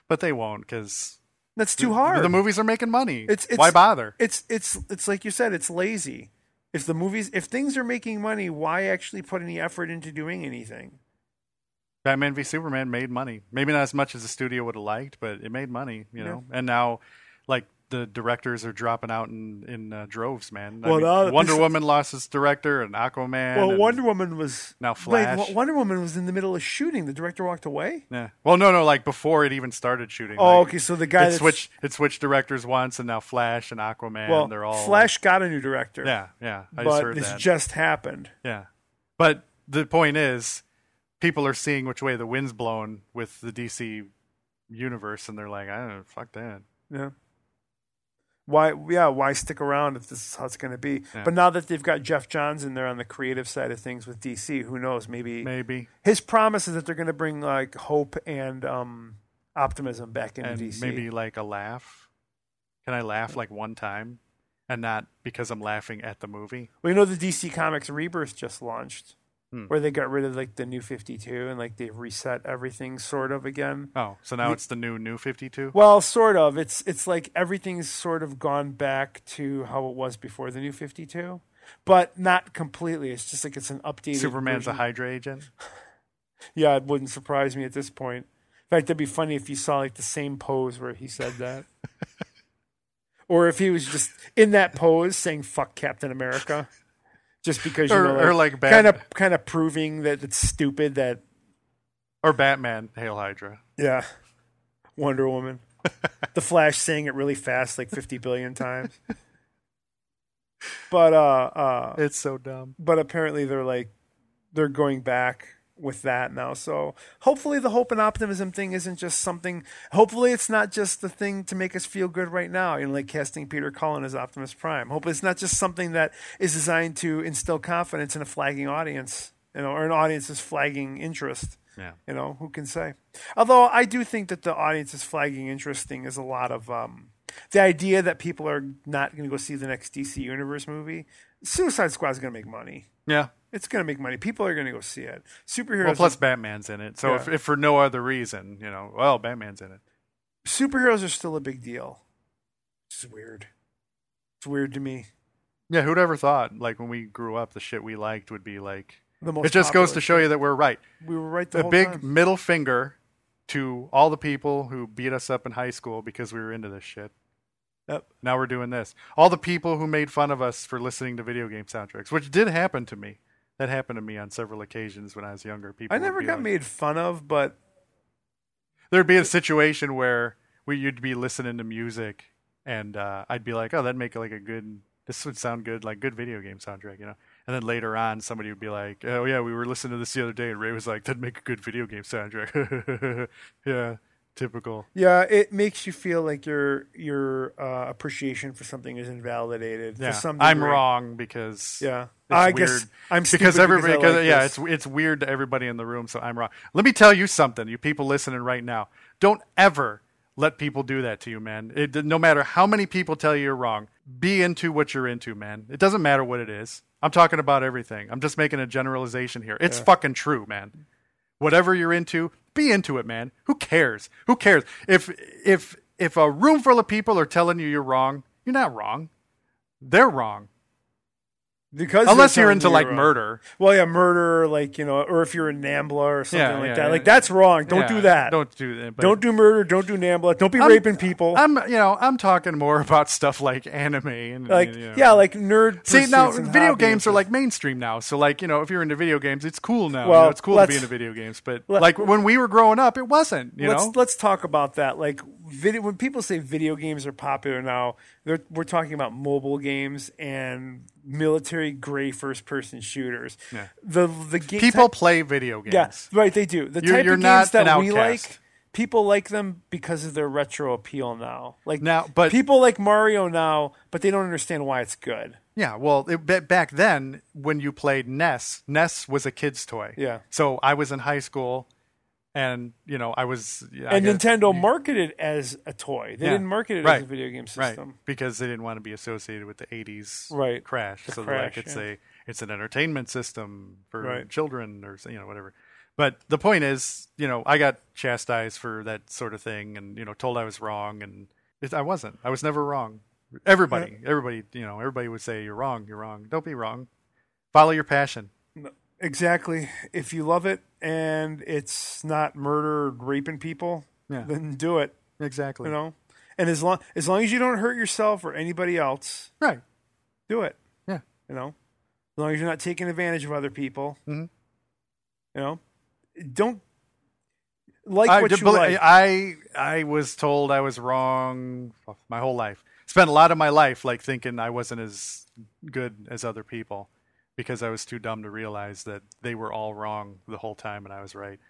Speaker 1: but they won't because
Speaker 2: That's too hard.
Speaker 1: The movies are making money.
Speaker 2: It's, it's
Speaker 1: why bother?
Speaker 2: It's it's it's like you said, it's lazy. If the movies, if things are making money, why actually put any effort into doing anything?
Speaker 1: Batman v Superman made money. Maybe not as much as the studio would have liked, but it made money. You know, and now like. The directors are dropping out in in uh, droves, man. I
Speaker 2: Well,
Speaker 1: mean,
Speaker 2: now that
Speaker 1: Wonder
Speaker 2: this-
Speaker 1: Woman lost its director, and Aquaman.
Speaker 2: well,
Speaker 1: and-
Speaker 2: Wonder Woman was
Speaker 1: Now
Speaker 2: Wait,
Speaker 1: Flash.
Speaker 2: Wo- Wonder Woman was in the middle of shooting. The director walked away.
Speaker 1: Yeah. Well, no, no. Like before it even started shooting.
Speaker 2: Oh,
Speaker 1: like,
Speaker 2: okay. So the guy
Speaker 1: it
Speaker 2: that
Speaker 1: switched. It switched directors once, and now Flash and Aquaman.
Speaker 2: Well,
Speaker 1: they're all
Speaker 2: Flash got a new director.
Speaker 1: Yeah, yeah. I just
Speaker 2: but
Speaker 1: heard
Speaker 2: this
Speaker 1: that.
Speaker 2: just happened.
Speaker 1: yeah. But the point is, people are seeing which way the wind's blown with the DC universe, and they're like, I don't know, fuck that.
Speaker 2: Yeah. Why? Yeah. Why stick around if this is how it's going to be?
Speaker 1: Yeah.
Speaker 2: But now that they've got Jeff Johns in there on the creative side of things with DC, who knows? Maybe
Speaker 1: Maybe
Speaker 2: his promise is that they're going to bring like hope and um, optimism back into
Speaker 1: and
Speaker 2: DC.
Speaker 1: maybe like a laugh. Can I laugh like one time, and not because I'm laughing at the movie?
Speaker 2: we know the DC Comics Rebirth just launched,
Speaker 1: Hmm.
Speaker 2: where they got rid of like the new 52 and like they reset everything sort of again.
Speaker 1: Oh, so now it's the new new 52?
Speaker 2: Well, sort of. It's it's like everything's sort of gone back to how it was before the new 52, but not completely. It's just like it's an updated
Speaker 1: Superman's a
Speaker 2: version.
Speaker 1: Hydra agent?
Speaker 2: Yeah, it wouldn't surprise me at this point. In fact, that'd be funny if you saw like the same pose where he said
Speaker 1: (laughs)
Speaker 2: that. or if he was just in that pose saying fuck Captain America. Just because you
Speaker 1: Or-
Speaker 2: know,
Speaker 1: or, like, Bat-
Speaker 2: kind of kind of proving that it's stupid that
Speaker 1: Or Batman, Hail Hydra.
Speaker 2: yeah.
Speaker 1: (laughs)
Speaker 2: Wonder Woman. the Flash saying it really fast like 50 billion times. But uh uh
Speaker 1: Oh. It's so dumb.
Speaker 2: but apparently they're like they're going back with that now. So hopefully the hope and optimism thing isn't just something. Hopefully it's not just the thing to make us feel good right now. You know, like casting Peter Cullen as Optimus Prime. Hopefully it's not just something that is designed to instill confidence in a flagging audience. You know, or an audience's flagging interest.
Speaker 1: Yeah.
Speaker 2: You know, who can say? Although I do think that the audience's flagging interest thing is a lot of um, the idea that people are not going to go see the next DC Universe movie. Suicide Squad is going to make money
Speaker 1: Yeah.
Speaker 2: it's going to make money. People are going to go see it. Superheroes,
Speaker 1: Well, plus Batman's in it. So
Speaker 2: Yeah.
Speaker 1: if, if for no other reason, you know, well, Batman's in it.
Speaker 2: superheroes are still a big deal. It's weird. It's weird to me.
Speaker 1: Yeah, who'd ever thought, like, when we grew up, the shit we liked would be like.
Speaker 2: The most
Speaker 1: It just goes to
Speaker 2: popular.
Speaker 1: show you that we're right.
Speaker 2: we were right the,
Speaker 1: A
Speaker 2: whole
Speaker 1: big
Speaker 2: time.
Speaker 1: middle finger to all the people who beat us up in high school because we were into this shit.
Speaker 2: Yep.
Speaker 1: Now we're doing this. All the people who made fun of us for listening to video game soundtracks, which did happen to me. That happened to me on several occasions when I was younger. People,
Speaker 2: I
Speaker 1: would
Speaker 2: never
Speaker 1: be
Speaker 2: got
Speaker 1: like-
Speaker 2: made fun of, but
Speaker 1: There'd be a situation where we, you'd be listening to music, and uh, I'd be like, "Oh, that'd make like a good. This would sound good, like good video game soundtrack, you know." And then later on, somebody would be like, "Oh yeah, we were listening to this the other day, and Ray was like, that'd make a good video game soundtrack." (laughs) yeah, typical.
Speaker 2: yeah, it makes you feel like your your uh, appreciation for something is invalidated.
Speaker 1: Yeah,
Speaker 2: to some
Speaker 1: I'm
Speaker 2: degree.
Speaker 1: wrong because
Speaker 2: Yeah,
Speaker 1: It's
Speaker 2: I
Speaker 1: weird.
Speaker 2: guess I'm stupid
Speaker 1: because everybody,
Speaker 2: I like
Speaker 1: because- yeah,
Speaker 2: this.
Speaker 1: it's it's weird to everybody in the room. So I'm wrong. Let me tell you something, you people listening right now. Don't ever let people do that to you, man. It, no matter how many people tell you you're wrong, be into what you're into, man. It doesn't matter what it is. I'm talking about everything. I'm just making a generalization here. It's fucking true, man. Whatever you're into, be into it, man. Who cares? Who cares? If if if a room full of people are telling you you're wrong, you're not wrong. They're wrong.
Speaker 2: because
Speaker 1: Unless
Speaker 2: they're
Speaker 1: you're
Speaker 2: telling
Speaker 1: into
Speaker 2: you
Speaker 1: like
Speaker 2: wrong.
Speaker 1: murder.
Speaker 2: Well, yeah, murder, like you know, or if you're a Nambla or something
Speaker 1: Yeah,
Speaker 2: like
Speaker 1: yeah,
Speaker 2: that.
Speaker 1: yeah,
Speaker 2: like
Speaker 1: yeah.
Speaker 2: that's wrong. Don't
Speaker 1: Yeah,
Speaker 2: do that.
Speaker 1: Don't do that. but-
Speaker 2: Don't do murder. Don't do Nambla. Don't be
Speaker 1: I'm-
Speaker 2: raping people.
Speaker 1: I'm you know I'm talking more (laughs) about stuff like anime and
Speaker 2: like
Speaker 1: you know.
Speaker 2: yeah, like nerd.
Speaker 1: See now,
Speaker 2: pursuits and
Speaker 1: video
Speaker 2: hobbies
Speaker 1: games are
Speaker 2: and-
Speaker 1: like mainstream now. So like you know, if you're into video games, it's cool now. you
Speaker 2: Well,
Speaker 1: know, it's cool to be
Speaker 2: let's-
Speaker 1: into video games, but
Speaker 2: let-
Speaker 1: like when we were growing up, it wasn't. You
Speaker 2: let's
Speaker 1: know,
Speaker 2: let's talk about that. Like video, when people say video games are popular now, they're, we're talking about mobile games and military gray first person shooters.
Speaker 1: Yeah.
Speaker 2: The the game
Speaker 1: people play video games.
Speaker 2: yeah, right. They do the
Speaker 1: You're-
Speaker 2: type
Speaker 1: you're
Speaker 2: of
Speaker 1: not
Speaker 2: games that
Speaker 1: an
Speaker 2: we
Speaker 1: outcast.
Speaker 2: like. People like them because of their retro appeal now. Like
Speaker 1: Now- but-
Speaker 2: people like Mario now, but they don't understand why it's good.
Speaker 1: Yeah, well, it, ba- back then when you played E NES, NES was a kid's toy.
Speaker 2: Yeah.
Speaker 1: So I was in high school, and you know I was. Yeah, I
Speaker 2: and
Speaker 1: guess-
Speaker 2: Nintendo marketed it as a toy. They
Speaker 1: Yeah.
Speaker 2: didn't market it
Speaker 1: Right.
Speaker 2: as a video game
Speaker 1: Right,
Speaker 2: system.
Speaker 1: because they didn't want to be associated with the 80s
Speaker 2: Right.
Speaker 1: crash.
Speaker 2: The
Speaker 1: so
Speaker 2: crash,
Speaker 1: like it's
Speaker 2: yeah.
Speaker 1: a it's an entertainment system for
Speaker 2: Right.
Speaker 1: children or you know whatever. But the point is, you know, I got chastised for that sort of thing, and you know, told I was wrong, and it, I wasn't. I was never wrong. Everybody, everybody, you know, everybody would say you're wrong, you're wrong. Don't be wrong. Follow your passion.
Speaker 2: Exactly. If you love it and it's not murder or raping people,
Speaker 1: Yeah.
Speaker 2: then do it.
Speaker 1: Exactly.
Speaker 2: You know, and as long as long as you don't hurt yourself or anybody else,
Speaker 1: Right.
Speaker 2: do it.
Speaker 1: Yeah.
Speaker 2: You know, as long as you're not taking advantage of other people.
Speaker 1: Mhm.
Speaker 2: You know, don't like
Speaker 1: I,
Speaker 2: what
Speaker 1: did
Speaker 2: you
Speaker 1: believe-
Speaker 2: like.
Speaker 1: I I was told I was wrong my whole life. Spent a lot of my life like thinking I wasn't as good as other people because I was too dumb to realize that they were all wrong the whole time and I was right.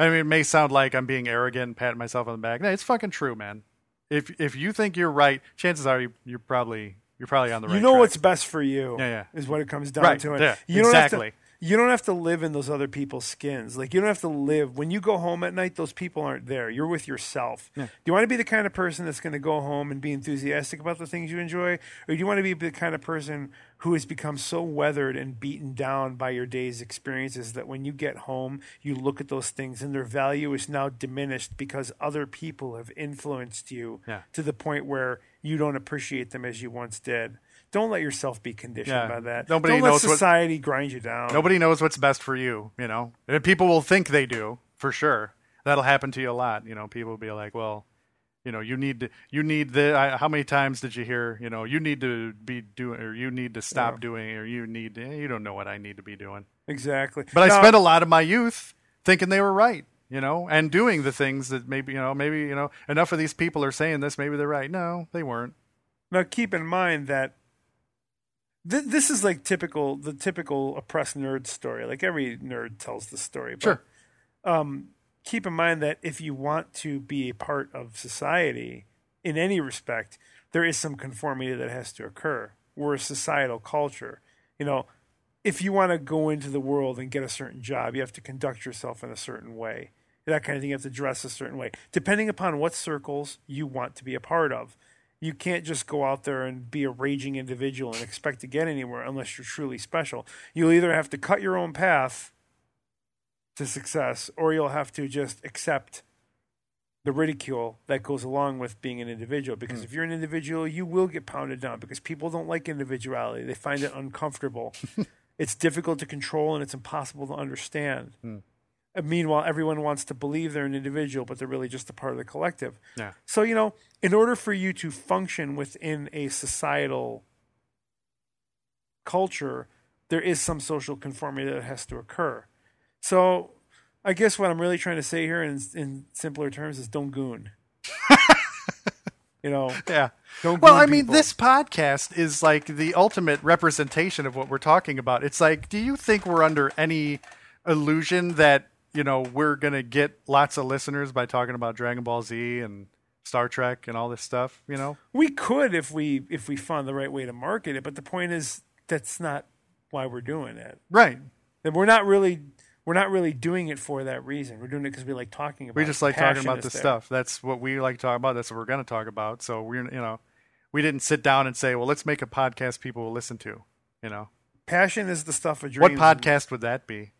Speaker 1: I mean, it may sound like I'm being arrogant, and patting myself on the back. No, it's fucking true, man. If if you think you're right, chances are you, you're probably you're probably on the right.
Speaker 2: you know
Speaker 1: track.
Speaker 2: what's best for you.
Speaker 1: Yeah, yeah.
Speaker 2: Is what it comes down
Speaker 1: Right,
Speaker 2: to.
Speaker 1: yeah,
Speaker 2: you don't have to-
Speaker 1: exactly.
Speaker 2: you don't have to live in those other people's skins. Like you don't have to live when you go home at night. Those people aren't there. You're with yourself. Do you want to be the kind of person that's going to go home and be enthusiastic about the things you enjoy, or do you want to be the kind of person who has become so weathered and beaten down by your day's experiences that when you get home, you look at those things and their value is now diminished because other people have influenced you
Speaker 1: Yeah.
Speaker 2: to the point where you don't appreciate them as you once did. Don't let yourself be conditioned
Speaker 1: Yeah.
Speaker 2: by that.
Speaker 1: Nobody
Speaker 2: don't
Speaker 1: knows
Speaker 2: let
Speaker 1: what-
Speaker 2: society grind you down.
Speaker 1: Nobody knows what's best for you, you know. And people will think they do, for sure. That'll happen to you a lot, you know. People will be like, "Well, you know, you need to, you need the I, how many times did you hear, you know, you need to be doing or you need to stop doing or you need eh, you don't know what I need to be doing."
Speaker 2: Exactly.
Speaker 1: But
Speaker 2: Now-
Speaker 1: I spent a lot of my youth thinking they were right, you know, and doing the things that maybe, you know, maybe, you know, enough of these people are saying this, maybe they're right. No, they weren't.
Speaker 2: Now keep in mind that th- this is like typical the typical oppressed nerd story. Like every nerd tells the story. But um, keep in mind that if you want to be a part of society in any respect, there is some conformity that has to occur. We're a societal culture. You know, if you want to go into the world and get a certain job, you have to conduct yourself in a certain way. That kind of thing, you have to dress a certain way, depending upon what circles you want to be a part of. You can't just go out there and be a raging individual and expect to get anywhere unless you're truly special. You'll either have to cut your own path to success, or you'll have to just accept the ridicule that goes along with being an individual. Because if you're an individual, you will get pounded down because people don't like individuality, they find it uncomfortable. it's difficult to control and it's impossible to understand.
Speaker 1: Hmm.
Speaker 2: And meanwhile, everyone wants to believe they're an individual, but they're really just a part of the collective.
Speaker 1: Yeah.
Speaker 2: So, you know, in order for you to function within a societal culture, there is some social conformity that has to occur. So, I guess what I'm really trying to say here in, in simpler terms is
Speaker 1: (laughs)
Speaker 2: don't goon. you know,
Speaker 1: Yeah.
Speaker 2: Don't
Speaker 1: well,
Speaker 2: goon
Speaker 1: I mean,
Speaker 2: people.
Speaker 1: this podcast is like the ultimate representation of what we're talking about. It's like, do you think we're under any illusion that, you know, we're going to get lots of listeners by talking about Dragon Ball Z and Star Trek and all this stuff, you know?
Speaker 2: we could if we if we found the right way to market it, but the point is that's not why we're doing it.
Speaker 1: Right.
Speaker 2: That we're not really we're not really doing it for that reason. We're doing it because we like talking about.
Speaker 1: We
Speaker 2: it.
Speaker 1: just like
Speaker 2: Passion
Speaker 1: talking about
Speaker 2: is
Speaker 1: this
Speaker 2: there.
Speaker 1: stuff. That's what we like talking about. That's what we're going to talk about. So we're, you know, we didn't sit down and say, well, let's make a podcast people will listen to, you know?
Speaker 2: Passion is the stuff of
Speaker 1: What
Speaker 2: dreams.
Speaker 1: podcast would that be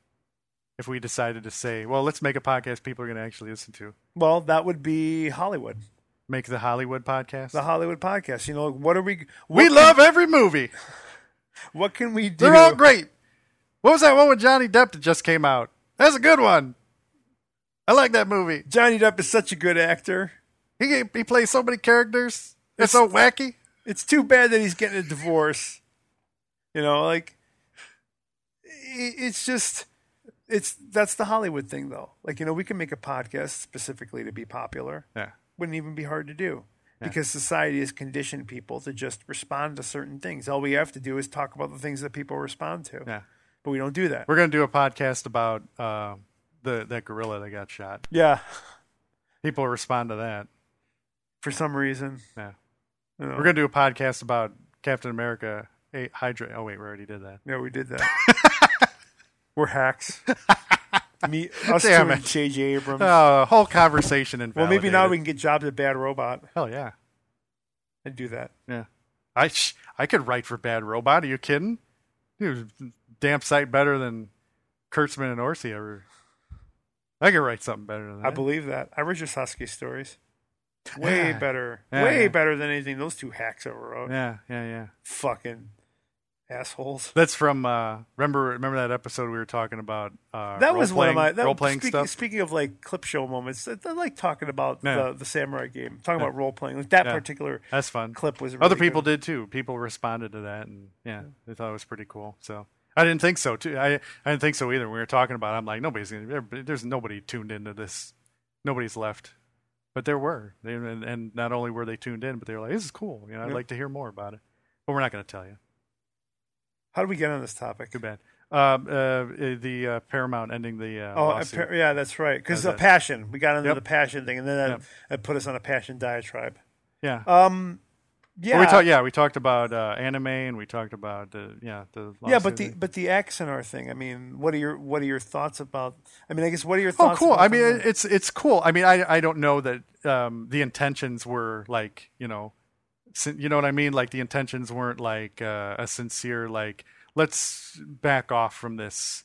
Speaker 1: if we decided to say, well, let's make a podcast people are going to actually listen to?
Speaker 2: Well, that would be Hollywood,
Speaker 1: Make the Hollywood podcast.
Speaker 2: the Hollywood podcast. You know, what are we? What
Speaker 1: we
Speaker 2: can-
Speaker 1: love every movie.
Speaker 2: What can we do?
Speaker 1: They're all great. What was that one with Johnny Depp that just came out? That's a good one. I like that movie.
Speaker 2: Johnny Depp is such a good actor.
Speaker 1: He he plays so many characters. They're so wacky.
Speaker 2: It's too bad that he's getting a divorce. You know, like i- it's just it's that's the Hollywood thing though. Like, you know, we can make a podcast specifically to be popular.
Speaker 1: Yeah.
Speaker 2: wouldn't even be hard to do because society has conditioned people to just respond to certain things. All we have to do is talk about the things that people respond to.
Speaker 1: Yeah.
Speaker 2: But we don't do that.
Speaker 1: We're gonna do a podcast about uh, the that gorilla that got shot.
Speaker 2: yeah.
Speaker 1: People respond to that.
Speaker 2: (laughs) For some reason.
Speaker 1: Yeah.
Speaker 2: you know.
Speaker 1: We're gonna do a podcast about Captain America. Hey, Hydra. Oh wait, we already did that.
Speaker 2: Yeah, we did that.
Speaker 1: (laughs)
Speaker 2: We're hacks. Me, us
Speaker 1: Damn
Speaker 2: two
Speaker 1: it.
Speaker 2: and JJ Abrams.
Speaker 1: Uh, whole conversation and
Speaker 2: well, maybe now we can get jobs at Bad Robot
Speaker 1: Hell yeah.
Speaker 2: and do that.
Speaker 1: Yeah. I sh- I could write for Bad Robot. Are you kidding? He was damn sight better than Kurtzman and Orsi ever. I could write something better than that.
Speaker 2: I believe that. I read your Sasuke stories. Way
Speaker 1: Yeah.
Speaker 2: better.
Speaker 1: Yeah,
Speaker 2: way
Speaker 1: yeah.
Speaker 2: better than anything those two hacks ever wrote.
Speaker 1: yeah, yeah, yeah.
Speaker 2: Fucking assholes.
Speaker 1: That's from uh, remember remember that episode we were talking about uh,
Speaker 2: that was one
Speaker 1: role-playing-
Speaker 2: of my that,
Speaker 1: role-playing
Speaker 2: speaking,
Speaker 1: stuff.
Speaker 2: Speaking of like clip show moments, I, I like talking about
Speaker 1: Yeah.
Speaker 2: the, the samurai game, talking about role playing. Like that
Speaker 1: Yeah.
Speaker 2: particular
Speaker 1: That's fun.
Speaker 2: clip was really
Speaker 1: Other people did too. People responded to that, and yeah, they thought it was pretty cool. So I didn't think so too. I I didn't think so either. When we were talking about, it, I'm like, nobody's gonna. everybody- There's nobody tuned into this. Nobody's left, but there were. They, and, and not only were they tuned in, but they were like, this is cool. You know, I'd
Speaker 2: Yeah.
Speaker 1: like to hear more about it. But we're not gonna tell you.
Speaker 2: How do we get on this topic?
Speaker 1: Too bad. Um, uh, uh, the uh, Paramount ending the uh,
Speaker 2: Oh,
Speaker 1: lawsuit.
Speaker 2: appar- yeah, that's right. Because
Speaker 1: How's
Speaker 2: a
Speaker 1: that?
Speaker 2: passion, we got into
Speaker 1: Yep.
Speaker 2: the passion thing, and then that,
Speaker 1: Yep.
Speaker 2: that put us on a passion diatribe.
Speaker 1: yeah.
Speaker 2: Um,
Speaker 1: But
Speaker 2: Oh, Yeah,
Speaker 1: We talked. Yeah, we talked about uh, anime, and we talked about the yeah the
Speaker 2: yeah, but the
Speaker 1: lawsuit.
Speaker 2: but the Axonar thing. I mean, what are your what are your thoughts about? I mean, I guess what are your
Speaker 1: oh
Speaker 2: thoughts?
Speaker 1: cool.
Speaker 2: about
Speaker 1: I mean,
Speaker 2: the-
Speaker 1: it- it's it's cool. I mean, I I don't know that um, the intentions were like you know, sin- you know what I mean. Like the intentions weren't like uh, a sincere like let's back off from this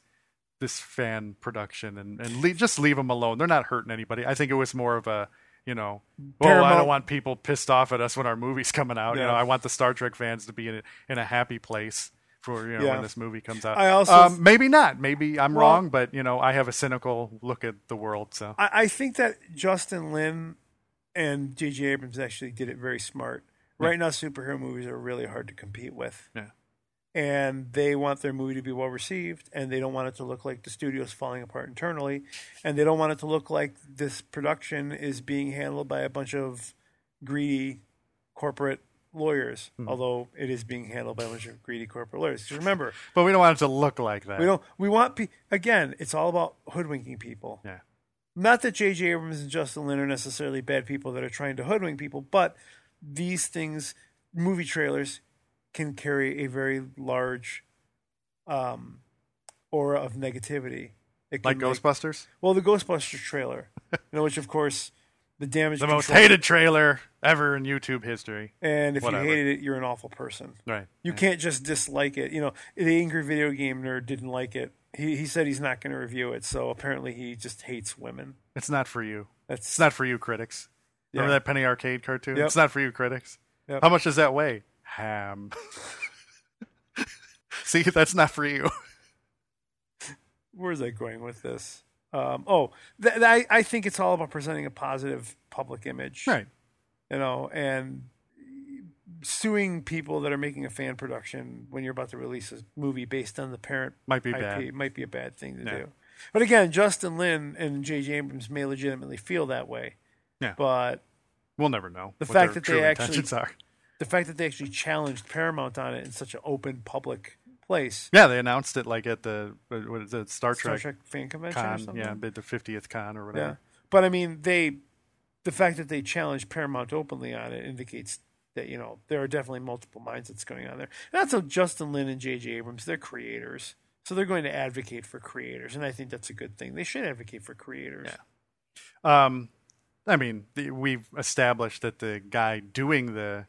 Speaker 1: this fan production and and le- just leave them alone. They're not hurting anybody. I think it was more of a you know. Well, I
Speaker 2: Paramount-
Speaker 1: don't want people pissed off at us when our movie's (laughs) coming out. You
Speaker 2: Yeah.
Speaker 1: know, I want the Star Trek fans to be in a, in a happy place for you know
Speaker 2: Yeah.
Speaker 1: when this movie comes out.
Speaker 2: I also-
Speaker 1: um, maybe not. Maybe I'm
Speaker 2: Well-
Speaker 1: wrong, but you know, I have a cynical look at the world. So
Speaker 2: I, I think that Justin Lin and J.J. Abrams actually did it very smart. Right now, superhero movies are really hard to compete with.
Speaker 1: Yeah.
Speaker 2: And they want their movie to be well received, and they don't want it to look like the studio's falling apart internally, and they don't want it to look like this production is being handled by a bunch of greedy corporate lawyers.
Speaker 1: Hmm.
Speaker 2: Although it is being handled by a bunch of greedy corporate lawyers. 'Cause remember,
Speaker 1: but we don't want it to look like that.
Speaker 2: we don't. We want pe- again. It's all about hoodwinking people.
Speaker 1: Yeah.
Speaker 2: Not that J.J. Abrams and Justin Lin are necessarily bad people that are trying to hoodwink people, but these things, movie trailers, can carry a very large um, aura of negativity. It
Speaker 1: Like
Speaker 2: can make-
Speaker 1: Ghostbusters,
Speaker 2: Well, the Ghostbusters trailer, you know, which of course the damage
Speaker 1: the most
Speaker 2: control-
Speaker 1: hated trailer ever in YouTube history.
Speaker 2: And if
Speaker 1: whatever.
Speaker 2: you hated it, you're an awful person.
Speaker 1: Right.
Speaker 2: You can't just dislike it. You know, the angry video game nerd didn't like it. He he said he's not going to review it, so apparently he just hates women.
Speaker 1: It's not for you.
Speaker 2: That's
Speaker 1: It's not for you, critics. Remember
Speaker 2: Yeah.
Speaker 1: that Penny Arcade cartoon?
Speaker 2: Yep.
Speaker 1: It's not for you, critics.
Speaker 2: Yep.
Speaker 1: How much does that weigh? Ham. (laughs) See, that's not for
Speaker 2: (laughs)
Speaker 1: you.
Speaker 2: where's that going with this? Um, oh, th- th- I I think it's all about presenting a positive public image, You know, and suing people that are making a fan production when you're about to release a movie based on the parent
Speaker 1: Might be
Speaker 2: IP
Speaker 1: bad.
Speaker 2: might be a bad thing to
Speaker 1: Yeah.
Speaker 2: do. But again, Justin Lin and J.J. Abrams may legitimately feel that way.
Speaker 1: Yeah.
Speaker 2: But
Speaker 1: We'll never know.
Speaker 2: The
Speaker 1: what
Speaker 2: fact
Speaker 1: their
Speaker 2: that they
Speaker 1: true
Speaker 2: actually-
Speaker 1: intentions are.
Speaker 2: the fact that they actually challenged Paramount on it in such an open public place.
Speaker 1: Yeah, they announced it like at the what what is it, Star
Speaker 2: Star
Speaker 1: Trek,
Speaker 2: Trek fan convention or
Speaker 1: con?
Speaker 2: something.
Speaker 1: Yeah, but the fiftieth con or
Speaker 2: Yeah.
Speaker 1: whatever.
Speaker 2: But I mean they the fact that they challenged Paramount openly on it indicates that, you know, there are definitely multiple minds that's going on there. And that's how Justin Lin and JJ Abrams, they're creators. So they're going to advocate for creators, and I think that's a good thing. They should advocate for creators.
Speaker 1: Yeah. Um, I mean, the, we've established that the guy doing the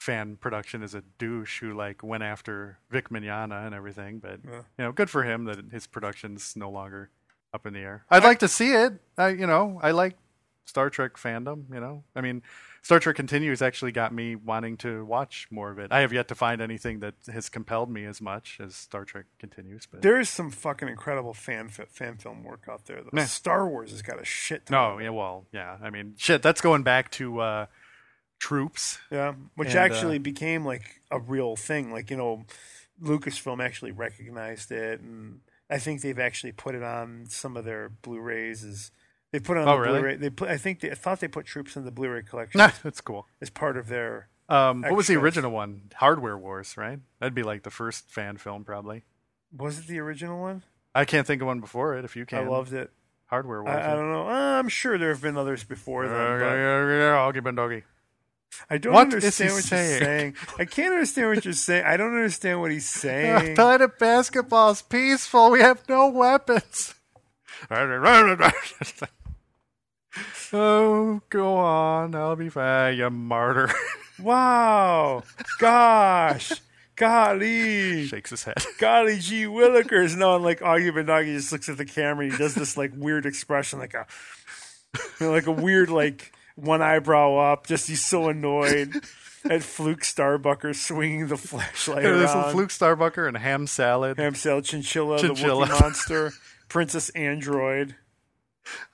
Speaker 1: fan production is a douche who like went after Vic Mignogna and everything. But
Speaker 2: Yeah.
Speaker 1: you know, good for him that his production's no longer up in the air. I'd like to see it. I, you know, I like Star Trek fandom. You know, I mean, Star Trek Continues actually got me wanting to watch more of it. I have yet to find anything that has compelled me as much as Star Trek Continues. But
Speaker 2: There is some fucking incredible fan fi- fan film work out there. Though.
Speaker 1: Yeah.
Speaker 2: Star Wars has got a shit. ton
Speaker 1: no, yeah, well, yeah. I mean, shit. That's going back to uh, troops.
Speaker 2: Yeah, which
Speaker 1: And, uh,
Speaker 2: actually became like a real thing. Like you know, Lucasfilm actually recognized it, and I think they've actually put it on some of their Blu-rays. Is they put it on
Speaker 1: Oh,
Speaker 2: the
Speaker 1: really?
Speaker 2: Blu-ray? They put, I think they I thought they put Troops in the Blu-ray (laughs) collection
Speaker 1: Nah, (laughs) that's cool.
Speaker 2: as part of their.
Speaker 1: Um, what was the
Speaker 2: Extras.
Speaker 1: original one? Hardware Wars, right? That'd be like the first fan film, probably.
Speaker 2: Was it the original one?
Speaker 1: I can't think of one before it. If you can,
Speaker 2: I loved it.
Speaker 1: Hardware Wars.
Speaker 2: I, I don't know. Uh, I'm sure there have been others before then. but
Speaker 1: Oggy Bendoggy.
Speaker 2: I don't
Speaker 1: Uh, What is he
Speaker 2: understand what you're
Speaker 1: saying?
Speaker 2: saying. I can't understand what you're saying. I don't understand what he's
Speaker 1: (laughs)
Speaker 2: saying.
Speaker 1: Planet basketball's peaceful. We have no weapons. (laughs) oh, go on. I'll be fine, you martyr. (laughs)
Speaker 2: Wow! Gosh! Golly!
Speaker 1: Shakes his head. (laughs)
Speaker 2: golly gee willikers no and like augie Benagi just looks at the camera and he does this like weird expression like a you know, like a weird like one eyebrow up just he's so annoyed at fluke starbucker swinging the flashlight
Speaker 1: There's
Speaker 2: around
Speaker 1: a Fluke Starbucker and ham salad.
Speaker 2: ham cell chinchilla,
Speaker 1: Chinchilla.
Speaker 2: the Wookiee monster princess android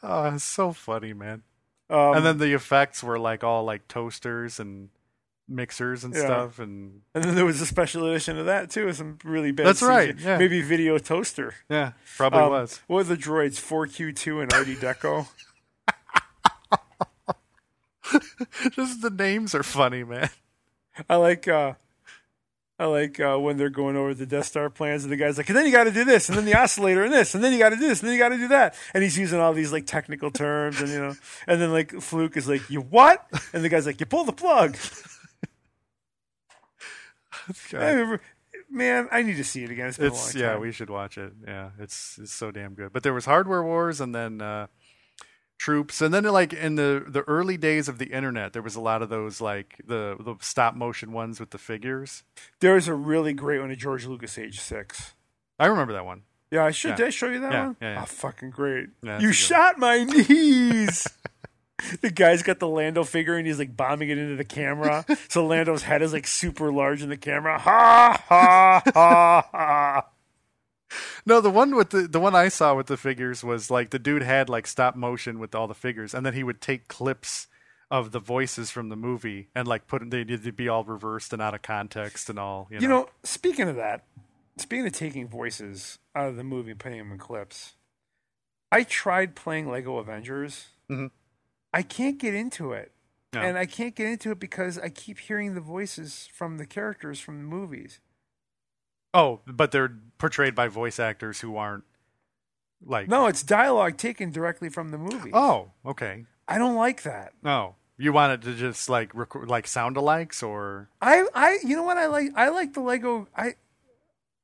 Speaker 1: Oh, it's so funny, man.
Speaker 2: um,
Speaker 1: and then the effects were like all like toasters and mixers and
Speaker 2: Yeah.
Speaker 1: stuff and
Speaker 2: and then there was a special edition of that too some really bad
Speaker 1: That's right,
Speaker 2: CGI.
Speaker 1: yeah.
Speaker 2: maybe video toaster
Speaker 1: yeah probably
Speaker 2: Um,
Speaker 1: was (laughs)
Speaker 2: what were the droids 4q2 and art deco
Speaker 1: just the names are funny man (laughs)
Speaker 2: I like uh I like uh when they're going over the Death Star plans and the guy's like, and then you gotta do this, and then the oscillator and this, and then you gotta do this, and then you gotta do that. And he's using all these like technical terms and you know and then like Fluke is like, You what? And the guy's like, You pull the plug.
Speaker 1: God.
Speaker 2: Man, I need to see it again. It's been
Speaker 1: It's
Speaker 2: a long time.
Speaker 1: yeah, we should watch it. Yeah, it's it's so damn good. But there was Hardware Wars and then uh Troops and then like in the the early days of the internet, there was a lot of those like the the stop motion ones with the figures.
Speaker 2: There is a really great one at George Lucas Age Six.
Speaker 1: I remember that one.
Speaker 2: Yeah, I should.
Speaker 1: Yeah.
Speaker 2: Did I show you that
Speaker 1: Yeah,
Speaker 2: one?
Speaker 1: yeah, yeah.
Speaker 2: Oh, fucking great!
Speaker 1: Yeah, that's a
Speaker 2: you
Speaker 1: good
Speaker 2: shot my
Speaker 1: (laughs)
Speaker 2: knees. the guy's got the Lando figure and he's like bombing it into
Speaker 1: (laughs)
Speaker 2: the camera. so Lando's head is like super large in the camera. Ha ha ha ha.
Speaker 1: No, the one with the the one I saw with the figures was like the dude had like stop motion with all the figures, and then he would take clips of the voices from the movie and like put they would be all reversed and out of context and all. (laughs) You know,
Speaker 2: You know, speaking of that, speaking of taking voices out of the movie and putting them in clips, I tried playing Lego Avengers.
Speaker 1: Mhm.
Speaker 2: I can't get into it.
Speaker 1: No.
Speaker 2: And I can't get into it because I keep hearing the voices from the characters from the movies.
Speaker 1: oh, but they're portrayed by voice actors who aren't like.
Speaker 2: No, it's dialogue taken directly from the movie.
Speaker 1: Oh, okay.
Speaker 2: I don't like that.
Speaker 1: No, you want it to just like record like sound alikes or
Speaker 2: I, I, you know what I like? I like the Lego. I,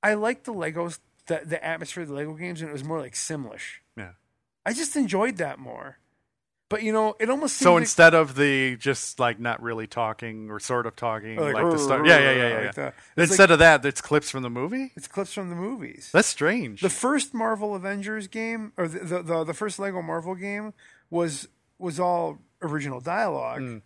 Speaker 2: I like the Legos. The the atmosphere of the Lego games, and it was more like Simlish.
Speaker 1: yeah.
Speaker 2: I just enjoyed that more. But you know, it almost seemed
Speaker 1: So
Speaker 2: like-
Speaker 1: instead of the just like not really talking or sort of talking,
Speaker 2: Or
Speaker 1: like,
Speaker 2: Oh, like,
Speaker 1: the stuff,
Speaker 2: "Rrr,
Speaker 1: yeah, yeah, yeah, yeah.
Speaker 2: like
Speaker 1: yeah.
Speaker 2: that. It's like-
Speaker 1: Instead of that, it's clips from the movie.
Speaker 2: it's clips from the movies.
Speaker 1: That's strange.
Speaker 2: The first Marvel Avengers game, or the the, the, the first Lego Marvel game, was was all original dialogue,
Speaker 1: Hmm.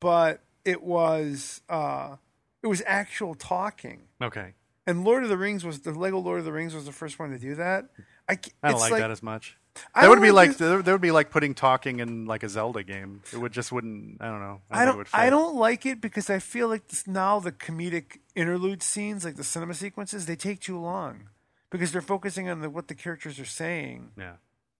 Speaker 2: but it was uh, it was actual talking.
Speaker 1: okay,
Speaker 2: And Lord of the Rings was the Lego Lord of the Rings was the first one to do that. I, c-
Speaker 1: I don't
Speaker 2: it's
Speaker 1: like,
Speaker 2: like
Speaker 1: that as much. That
Speaker 2: I don't
Speaker 1: would be like
Speaker 2: like
Speaker 1: that would be like putting talking in like a Zelda game. It would just wouldn't. I don't know.
Speaker 2: I
Speaker 1: think it
Speaker 2: don't.
Speaker 1: would
Speaker 2: I
Speaker 1: fit.
Speaker 2: don't like it because I feel like this, now the comedic interlude scenes, like the cinema sequences, they take too long because they're focusing on the, what the characters are saying.
Speaker 1: Yeah.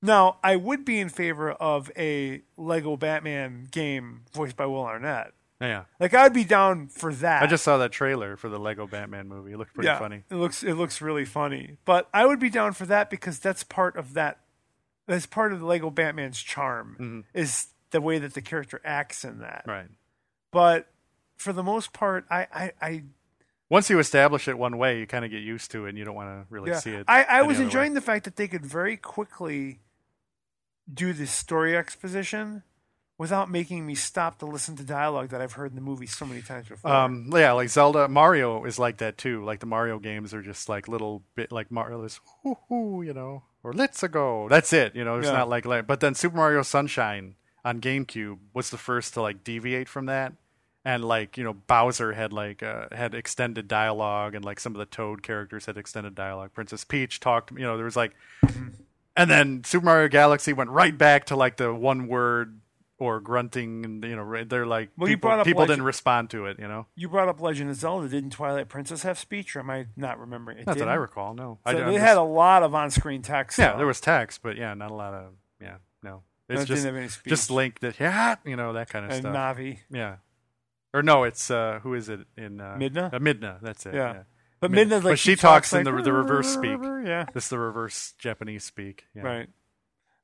Speaker 2: Now, I would be in favor of a Lego Batman game voiced by Will Arnett.
Speaker 1: Yeah.
Speaker 2: Like I'd be down for that.
Speaker 1: I just saw that trailer for the Lego Batman movie. It looked pretty
Speaker 2: Ah. yeah,
Speaker 1: funny.
Speaker 2: It looks it looks really funny. But I would be down for that because that's part of that. That's part of the Lego Batman's charm is the way that the character acts in that.
Speaker 1: Mm-hmm. Right.
Speaker 2: But for the most part, I I, I
Speaker 1: Once you establish it one way, you kind of get used to it, and you don't want to really
Speaker 2: yeah.
Speaker 1: see it.
Speaker 2: I, I
Speaker 1: any
Speaker 2: was
Speaker 1: other way.
Speaker 2: enjoying the fact that they could very quickly do this story exposition without making me stop to listen to dialogue that I've heard in the movie so many times before.
Speaker 1: Um, yeah, like Zelda, Mario is like that too. Like the Mario games are just like little bit like Mario is hoo hoo, you know, or let's go. That's it, you know. It's
Speaker 2: Yeah.
Speaker 1: not like like. But then Super Mario Sunshine on GameCube was the first to like deviate from that, and like you know Bowser had like uh, had extended dialogue, and like some of the Toad characters had extended dialogue. Princess Peach talked, you know, there was like and then Super Mario Galaxy went right back to like the one word or grunting, and you know right- they're like
Speaker 2: Well, you
Speaker 1: people,
Speaker 2: brought up
Speaker 1: people
Speaker 2: Legend-
Speaker 1: didn't respond to it. You know,
Speaker 2: you brought up Legend of Zelda. Didn't Twilight Princess have speech, or am I not remembering? It
Speaker 1: not that I
Speaker 2: didn't?
Speaker 1: recall. No,
Speaker 2: So
Speaker 1: I,
Speaker 2: they
Speaker 1: I'm
Speaker 2: had
Speaker 1: just-
Speaker 2: a lot of on-screen text.
Speaker 1: yeah,
Speaker 2: though.
Speaker 1: there was text, but yeah, not a lot of yeah, no. It's
Speaker 2: That didn't
Speaker 1: just
Speaker 2: have any speech.
Speaker 1: just Link that yeah, you know that kind of
Speaker 2: and
Speaker 1: stuff.
Speaker 2: Navi.
Speaker 1: yeah, or no, it's uh, who is it in uh,
Speaker 2: Midna?
Speaker 1: Uh, Midna, that's it.
Speaker 2: Yeah.
Speaker 1: yeah.
Speaker 2: But
Speaker 1: Mid-
Speaker 2: Midna's like
Speaker 1: but she talks in
Speaker 2: like,
Speaker 1: the- the reverse speak.
Speaker 2: (laughs) Yeah,
Speaker 1: This is the reverse Japanese speak. Yeah.
Speaker 2: right.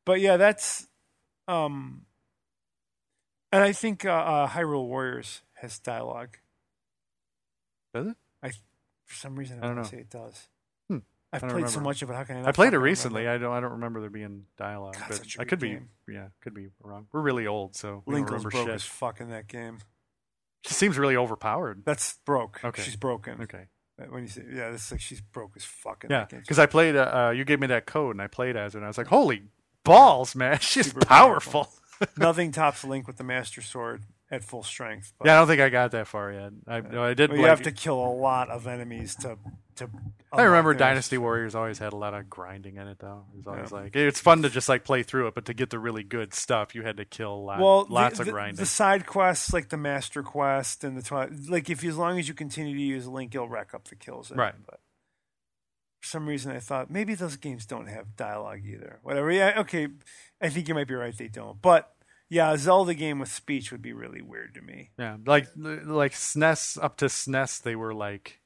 Speaker 2: But yeah, that's um, and I think uh, uh, Hyrule Warriors has dialogue.
Speaker 1: Does it?
Speaker 2: I for some reason
Speaker 1: I
Speaker 2: I,
Speaker 1: don't
Speaker 2: want
Speaker 1: know.
Speaker 2: to say it does.
Speaker 1: Hmm.
Speaker 2: I've
Speaker 1: I
Speaker 2: played
Speaker 1: don't
Speaker 2: so
Speaker 1: remember.
Speaker 2: much of it. How can I? Not
Speaker 1: I played it
Speaker 2: fucking remember?
Speaker 1: recently. I don't. I don't remember there being dialogue,
Speaker 2: God,
Speaker 1: but
Speaker 2: such a
Speaker 1: I
Speaker 2: good
Speaker 1: could
Speaker 2: game.
Speaker 1: be. Yeah, could be wrong. We're really old, so we
Speaker 2: Link
Speaker 1: don't
Speaker 2: was
Speaker 1: remember
Speaker 2: broke
Speaker 1: shit.
Speaker 2: as fuck in that game.
Speaker 1: She seems really overpowered.
Speaker 2: That's broke.
Speaker 1: Okay.
Speaker 2: She's broken.
Speaker 1: Okay.
Speaker 2: Uh, When you say yeah, that's like she's broke as fuck in
Speaker 1: Yeah,
Speaker 2: that game.
Speaker 1: because I played. Uh, uh, you gave me that code, and I played as her, and I was like, "Holy balls, man! (laughs) She's
Speaker 2: Super
Speaker 1: powerful."
Speaker 2: (laughs) Nothing tops Link with the Master Sword at full strength. But
Speaker 1: yeah, I don't think I got that far yet. I, no, I did.
Speaker 2: but you
Speaker 1: like-
Speaker 2: have to kill a lot of enemies to to.
Speaker 1: I remember
Speaker 2: unlock their-
Speaker 1: Dynasty Warriors always had a lot of grinding in it, though. It was always like it's fun to just like play through it, but to get the really good stuff, you had to kill lot,
Speaker 2: Well, the-
Speaker 1: lots
Speaker 2: the,
Speaker 1: of grinding.
Speaker 2: The side quests, like the Master Quest and the Twilight, like if you, as long as you continue to use Link, you'll rack up the kills. in it,
Speaker 1: Right.
Speaker 2: But for some reason, I thought maybe those games don't have dialogue either. Whatever. Yeah. Okay. I think you might be right. They don't. But yeah, a Zelda game with speech would be really weird to me.
Speaker 1: Yeah, like like SNES up to SNES, they were like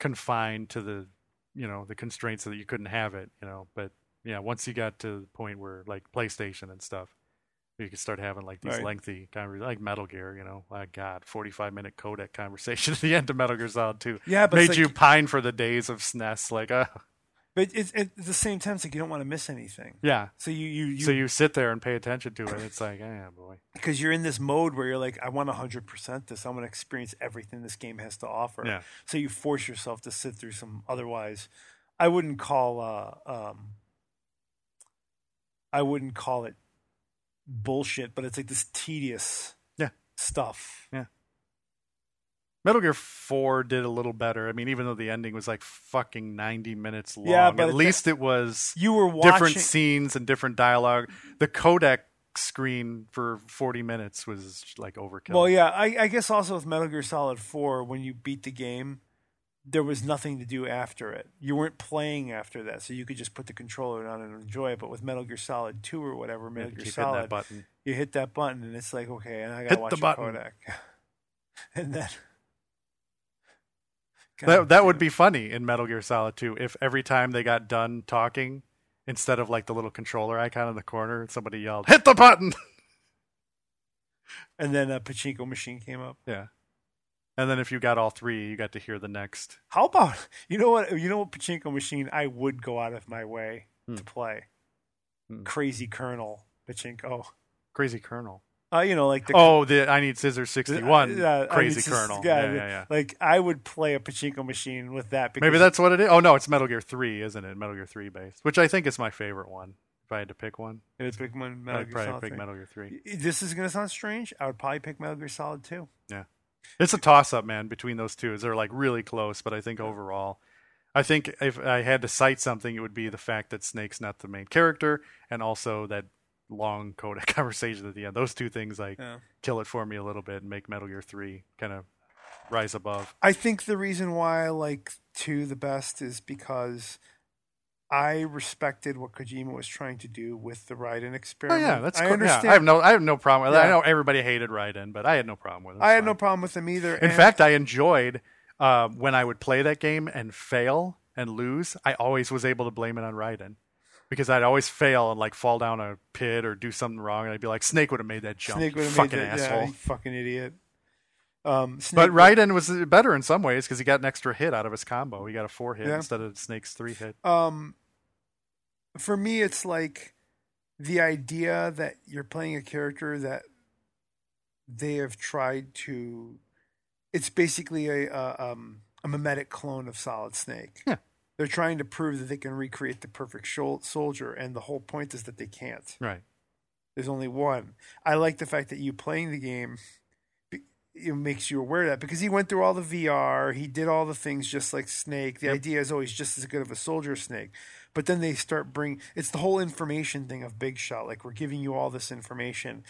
Speaker 1: confined to the you know the constraints so that you couldn't have it, you know. But yeah, once you got to the point where like PlayStation and stuff, You could start having like these
Speaker 2: Right.
Speaker 1: lengthy conversations, like Metal Gear. You know, my God, forty-five minute codec conversation at the end of Metal Gear Solid Two.
Speaker 2: Yeah, but
Speaker 1: made
Speaker 2: it's like-
Speaker 1: you pine for the days of SNES. Like, uh,
Speaker 2: But it's, at the same time, it's like you don't want to miss anything.
Speaker 1: yeah.
Speaker 2: So you you
Speaker 1: so
Speaker 2: you
Speaker 1: you sit there and pay attention to it. It's like, yeah, boy.
Speaker 2: because you, are in this mode where you're like, I want 100 percent this. I want to experience everything this game has to offer.
Speaker 1: Yeah.
Speaker 2: So you force yourself to sit through some. Otherwise, I wouldn't call uh um. I wouldn't call it bullshit, but it's like this tedious
Speaker 1: Yeah.
Speaker 2: stuff.
Speaker 1: Metal Gear Four did a little better. I mean, even though the ending was like fucking ninety minutes long,
Speaker 2: Yeah, but
Speaker 1: at
Speaker 2: it-
Speaker 1: least it was
Speaker 2: You were watching.
Speaker 1: different scenes and different dialogue. The codec screen for forty minutes was like overkill.
Speaker 2: Well, yeah, I, I guess also with Metal Gear Solid Four, when you beat the game, there was nothing to do after it. You weren't playing after that, so you could just put the controller down and enjoy it. But with Metal Gear Solid Two or whatever,
Speaker 1: You
Speaker 2: Metal
Speaker 1: had to
Speaker 2: Gear
Speaker 1: keep hitting
Speaker 2: Solid,
Speaker 1: that button.
Speaker 2: you hit that button, and it's like, okay, and I gotta
Speaker 1: Hit the
Speaker 2: watch the
Speaker 1: button.
Speaker 2: Kodak, (laughs) and then
Speaker 1: That that would be funny in Metal Gear Solid 2 if every time they got done talking, instead of like the little controller icon in the corner, somebody yelled, "Hit the button!" (laughs)
Speaker 2: and then a pachinko machine came up.
Speaker 1: Yeah. And then if you got all three, you got to hear the next.
Speaker 2: How about you know what you know what pachinko machine I would go out of my way to play?
Speaker 1: Hmm.
Speaker 2: Crazy Colonel pachinko.
Speaker 1: Crazy Colonel.
Speaker 2: Uh, you know, like the
Speaker 1: oh, the I need scissors
Speaker 2: Uh,
Speaker 1: sixty one.
Speaker 2: uh, I mean,
Speaker 1: Crazy
Speaker 2: it's just-
Speaker 1: Colonel.
Speaker 2: yeah,
Speaker 1: Yeah, yeah, yeah.
Speaker 2: Like I would play a pachinko machine with that. Because
Speaker 1: Maybe that's what it is. Oh no, it's Metal Gear Three, isn't it? Metal Gear Three based, which I think is my favorite one. If I had to pick one,
Speaker 2: It is Pokemon Metal
Speaker 1: I'd
Speaker 2: Gear
Speaker 1: probably
Speaker 2: Solid
Speaker 1: pick
Speaker 2: three.
Speaker 1: Metal Gear Three.
Speaker 2: Y- This is gonna sound strange. I would probably pick Metal Gear Solid too.
Speaker 1: It's a toss up, man, between those two. They're like really close, but I think overall, I think if I had to cite something, it would be the fact that Snake's not the main character, and also that long (laughs) codec conversation at the end. Those two things like
Speaker 2: Yeah.
Speaker 1: kill it for me a little bit and make Metal Gear Three kind of rise above.
Speaker 2: I think the reason why I like two the best is because I respected what Kojima was trying to do with the Raiden
Speaker 1: Oh
Speaker 2: experiment.
Speaker 1: yeah, that's
Speaker 2: I
Speaker 1: cool.
Speaker 2: understand.
Speaker 1: Yeah, I have no, I have no problem. with it. I
Speaker 2: Yeah.
Speaker 1: know everybody hated Raiden, but I had no problem with it.
Speaker 2: I had
Speaker 1: It's
Speaker 2: no
Speaker 1: fine.
Speaker 2: problem with them either.
Speaker 1: In
Speaker 2: and-
Speaker 1: fact, I enjoyed uh, when I would play that game and fail and lose. I always was able to blame it on Raiden because I'd always fail and like fall down a pit or do something wrong, and I'd be like, "Snake would have made that jump,
Speaker 2: Snake
Speaker 1: you
Speaker 2: would have made
Speaker 1: fucking
Speaker 2: that.
Speaker 1: asshole."
Speaker 2: Yeah, you fucking idiot. Um,
Speaker 1: But
Speaker 2: Snake-
Speaker 1: Raiden was uh, better in some ways because he got an extra hit out of his combo. He got a four hit
Speaker 2: Yeah.
Speaker 1: instead of Snake's three hit.
Speaker 2: um for me it's like the idea that you're playing a character that they have tried to it's basically a uh, um a mimetic clone of solid snake
Speaker 1: Yeah.
Speaker 2: they're trying to prove that they can recreate the perfect shol- soldier and the whole point is that they can't
Speaker 1: Right.
Speaker 2: there's only one i like the fact that you playing the game be- it makes you aware of that because he went through all the VR, he did all the things just like Snake. The
Speaker 1: Yep.
Speaker 2: idea is always just as good of a soldier as Snake, but then they start bring it's the whole information thing of Big Shot. Like we're giving you all this information.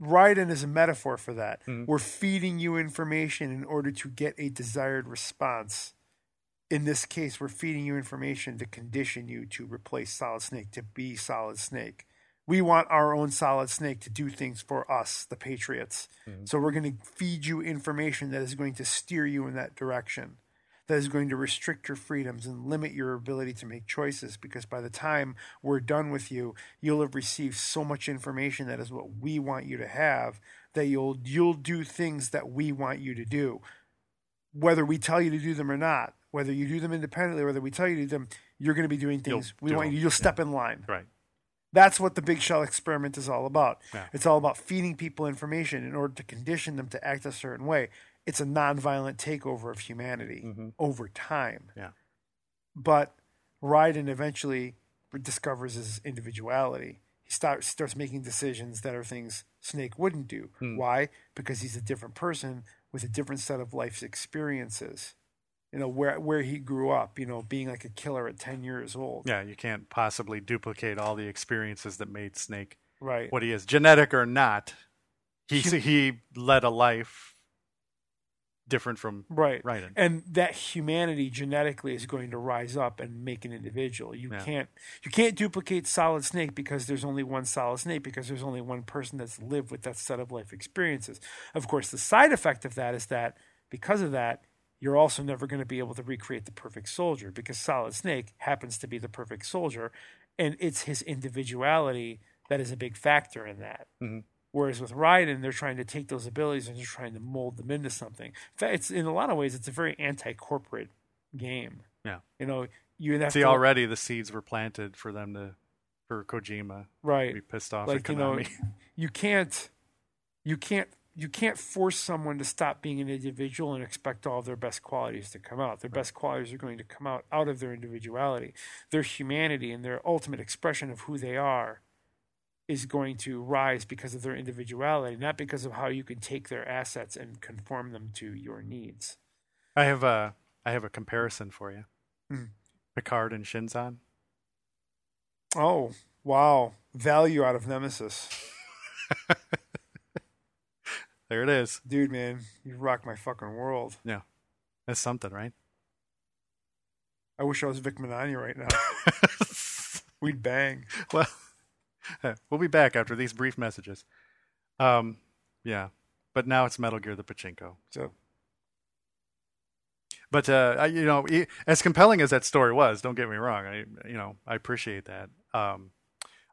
Speaker 2: Raiden is a metaphor for that.
Speaker 1: Mhm.
Speaker 2: We're feeding you information in order to get a desired response. In this case, we're feeding you information to condition you to replace Solid Snake to be Solid Snake. We want our own Solid Snake to do things for us, the Patriots.
Speaker 1: Mm-hmm.
Speaker 2: So we're going to feed you information that is going to steer you in that direction, that is going to restrict your freedoms and limit your ability to make choices. Because by the time we're done with you, you'll have received so much information that is what we want you to have that you'll you'll do things that we want you to do, whether we tell you to do them or not. Whether you do them independently, whether we tell you to do them, you're going to be doing
Speaker 1: You'll
Speaker 2: things we
Speaker 1: do
Speaker 2: want
Speaker 1: them,
Speaker 2: you. You'll step in line.
Speaker 1: Right.
Speaker 2: That's what the big shell experiment is all about.
Speaker 1: Yeah.
Speaker 2: It's all about feeding people information in order to condition them to act a certain way. It's a nonviolent takeover of humanity
Speaker 1: Mm-hmm.
Speaker 2: over time.
Speaker 1: Yeah.
Speaker 2: But Ryden eventually discovers his individuality. He starts starts making decisions that are things Snake wouldn't do.
Speaker 1: Hmm.
Speaker 2: Why? Because he's a different person with a different set of life's experiences. You know where where he grew up. You know, being like a killer at ten years old.
Speaker 1: Yeah, you can't possibly duplicate all the experiences that made Snake
Speaker 2: Right.
Speaker 1: what he is, genetic or not, he he led a life different from
Speaker 2: Right.
Speaker 1: Raiden.
Speaker 2: And that humanity genetically is going to rise up and make an individual. You
Speaker 1: Yeah.
Speaker 2: can't you can't duplicate solid snake because there's only one solid snake because there's only one person that's lived with that set of life experiences. Of course, the side effect of that is that because of that, you're also never going to be able to recreate the perfect soldier because solid snake happens to be the perfect soldier and it's his individuality that is a big factor in that.
Speaker 1: Mhm.
Speaker 2: Whereas with Raiden, they're trying to take those abilities and they're trying to mold them into something. In fact, it's in a lot of ways, it's a very anti-corporate game.
Speaker 1: Yeah.
Speaker 2: you know, you have
Speaker 1: See,
Speaker 2: to
Speaker 1: already the seeds were planted for them to, for Kojima to
Speaker 2: right.
Speaker 1: be pissed off
Speaker 2: like
Speaker 1: at
Speaker 2: you know (laughs)
Speaker 1: Konami. (laughs)
Speaker 2: you can't you can't you can't force someone to stop being an individual and expect all of their best qualities to come out. Their best qualities are going to come out out of their individuality. Their humanity and their ultimate expression of who they are is going to rise because of their individuality, not because of how you can take their assets and conform them to your needs.
Speaker 1: I have a, I have a comparison for you.
Speaker 2: Hmm.
Speaker 1: Picard and Shinzon.
Speaker 2: Oh, wow. Value out of Nemesis.
Speaker 1: There it is.
Speaker 2: Dude, man, you rock my fucking world.
Speaker 1: That's something, right? (laughs)
Speaker 2: I wish I was Vic Manani right now. We'd bang.
Speaker 1: well, we'll be back after these brief messages. Um, yeah, but now it's Metal Gear the Pachinko.
Speaker 2: So
Speaker 1: But uh, I- you know, e- as compelling as that story was, don't get me wrong. I you know I appreciate that. Um,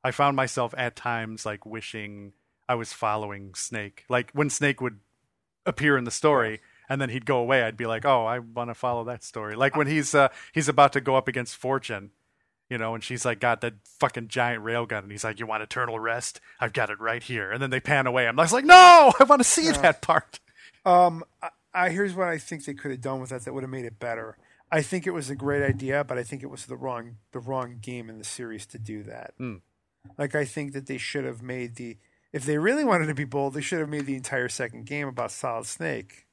Speaker 1: I found myself at times like wishing I was following Snake. Like when Snake would appear in the story. And then he'd go away. I'd be like, "Oh, I want to follow that story." Like when he's uh, he's about to go up against Fortune, you know, and she's like, "Got that fucking giant railgun," and he's like, "You want eternal rest? I've got it right here." And then they pan away. I'm just like, "No, (laughs) I want to see
Speaker 2: Yeah.
Speaker 1: that part."
Speaker 2: Um, I, I here's what I think they could have done with that that would have made it better. I think it was a great idea, but I think it was the wrong the wrong game in the series to do that.
Speaker 1: Hmm.
Speaker 2: Like I think that they should have made the if they really wanted to be bold, they should have made the entire second game about Solid Snake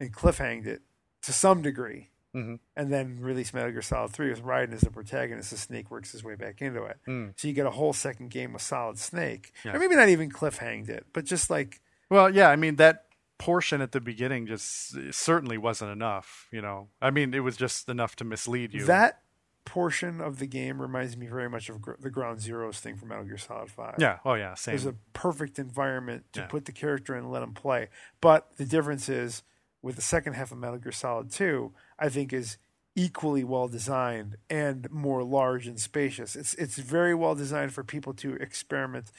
Speaker 2: and cliffhanged it to some degree.
Speaker 1: Mhm.
Speaker 2: And then release Metal Gear Solid 3 with Raiden as the protagonist. The snake works his way back into it. So you get a whole second game with Solid Snake.
Speaker 1: Hmm. Yeah.
Speaker 2: Or maybe not even cliffhanged it, but just like
Speaker 1: Well, yeah, I mean that portion at the beginning just certainly wasn't enough. You know, I mean it was just enough to mislead you.
Speaker 2: That portion of the game reminds me very much of gr- the Ground Zeroes thing from Metal Gear Solid Five.
Speaker 1: yeah, oh yeah, same.
Speaker 2: there's a perfect environment to
Speaker 1: Yeah.
Speaker 2: put the character in and let him play. But the difference is with the second half of Metal Gear Solid Two, I think is equally well designed and more large and spacious. It's it's very well designed for people to experiment.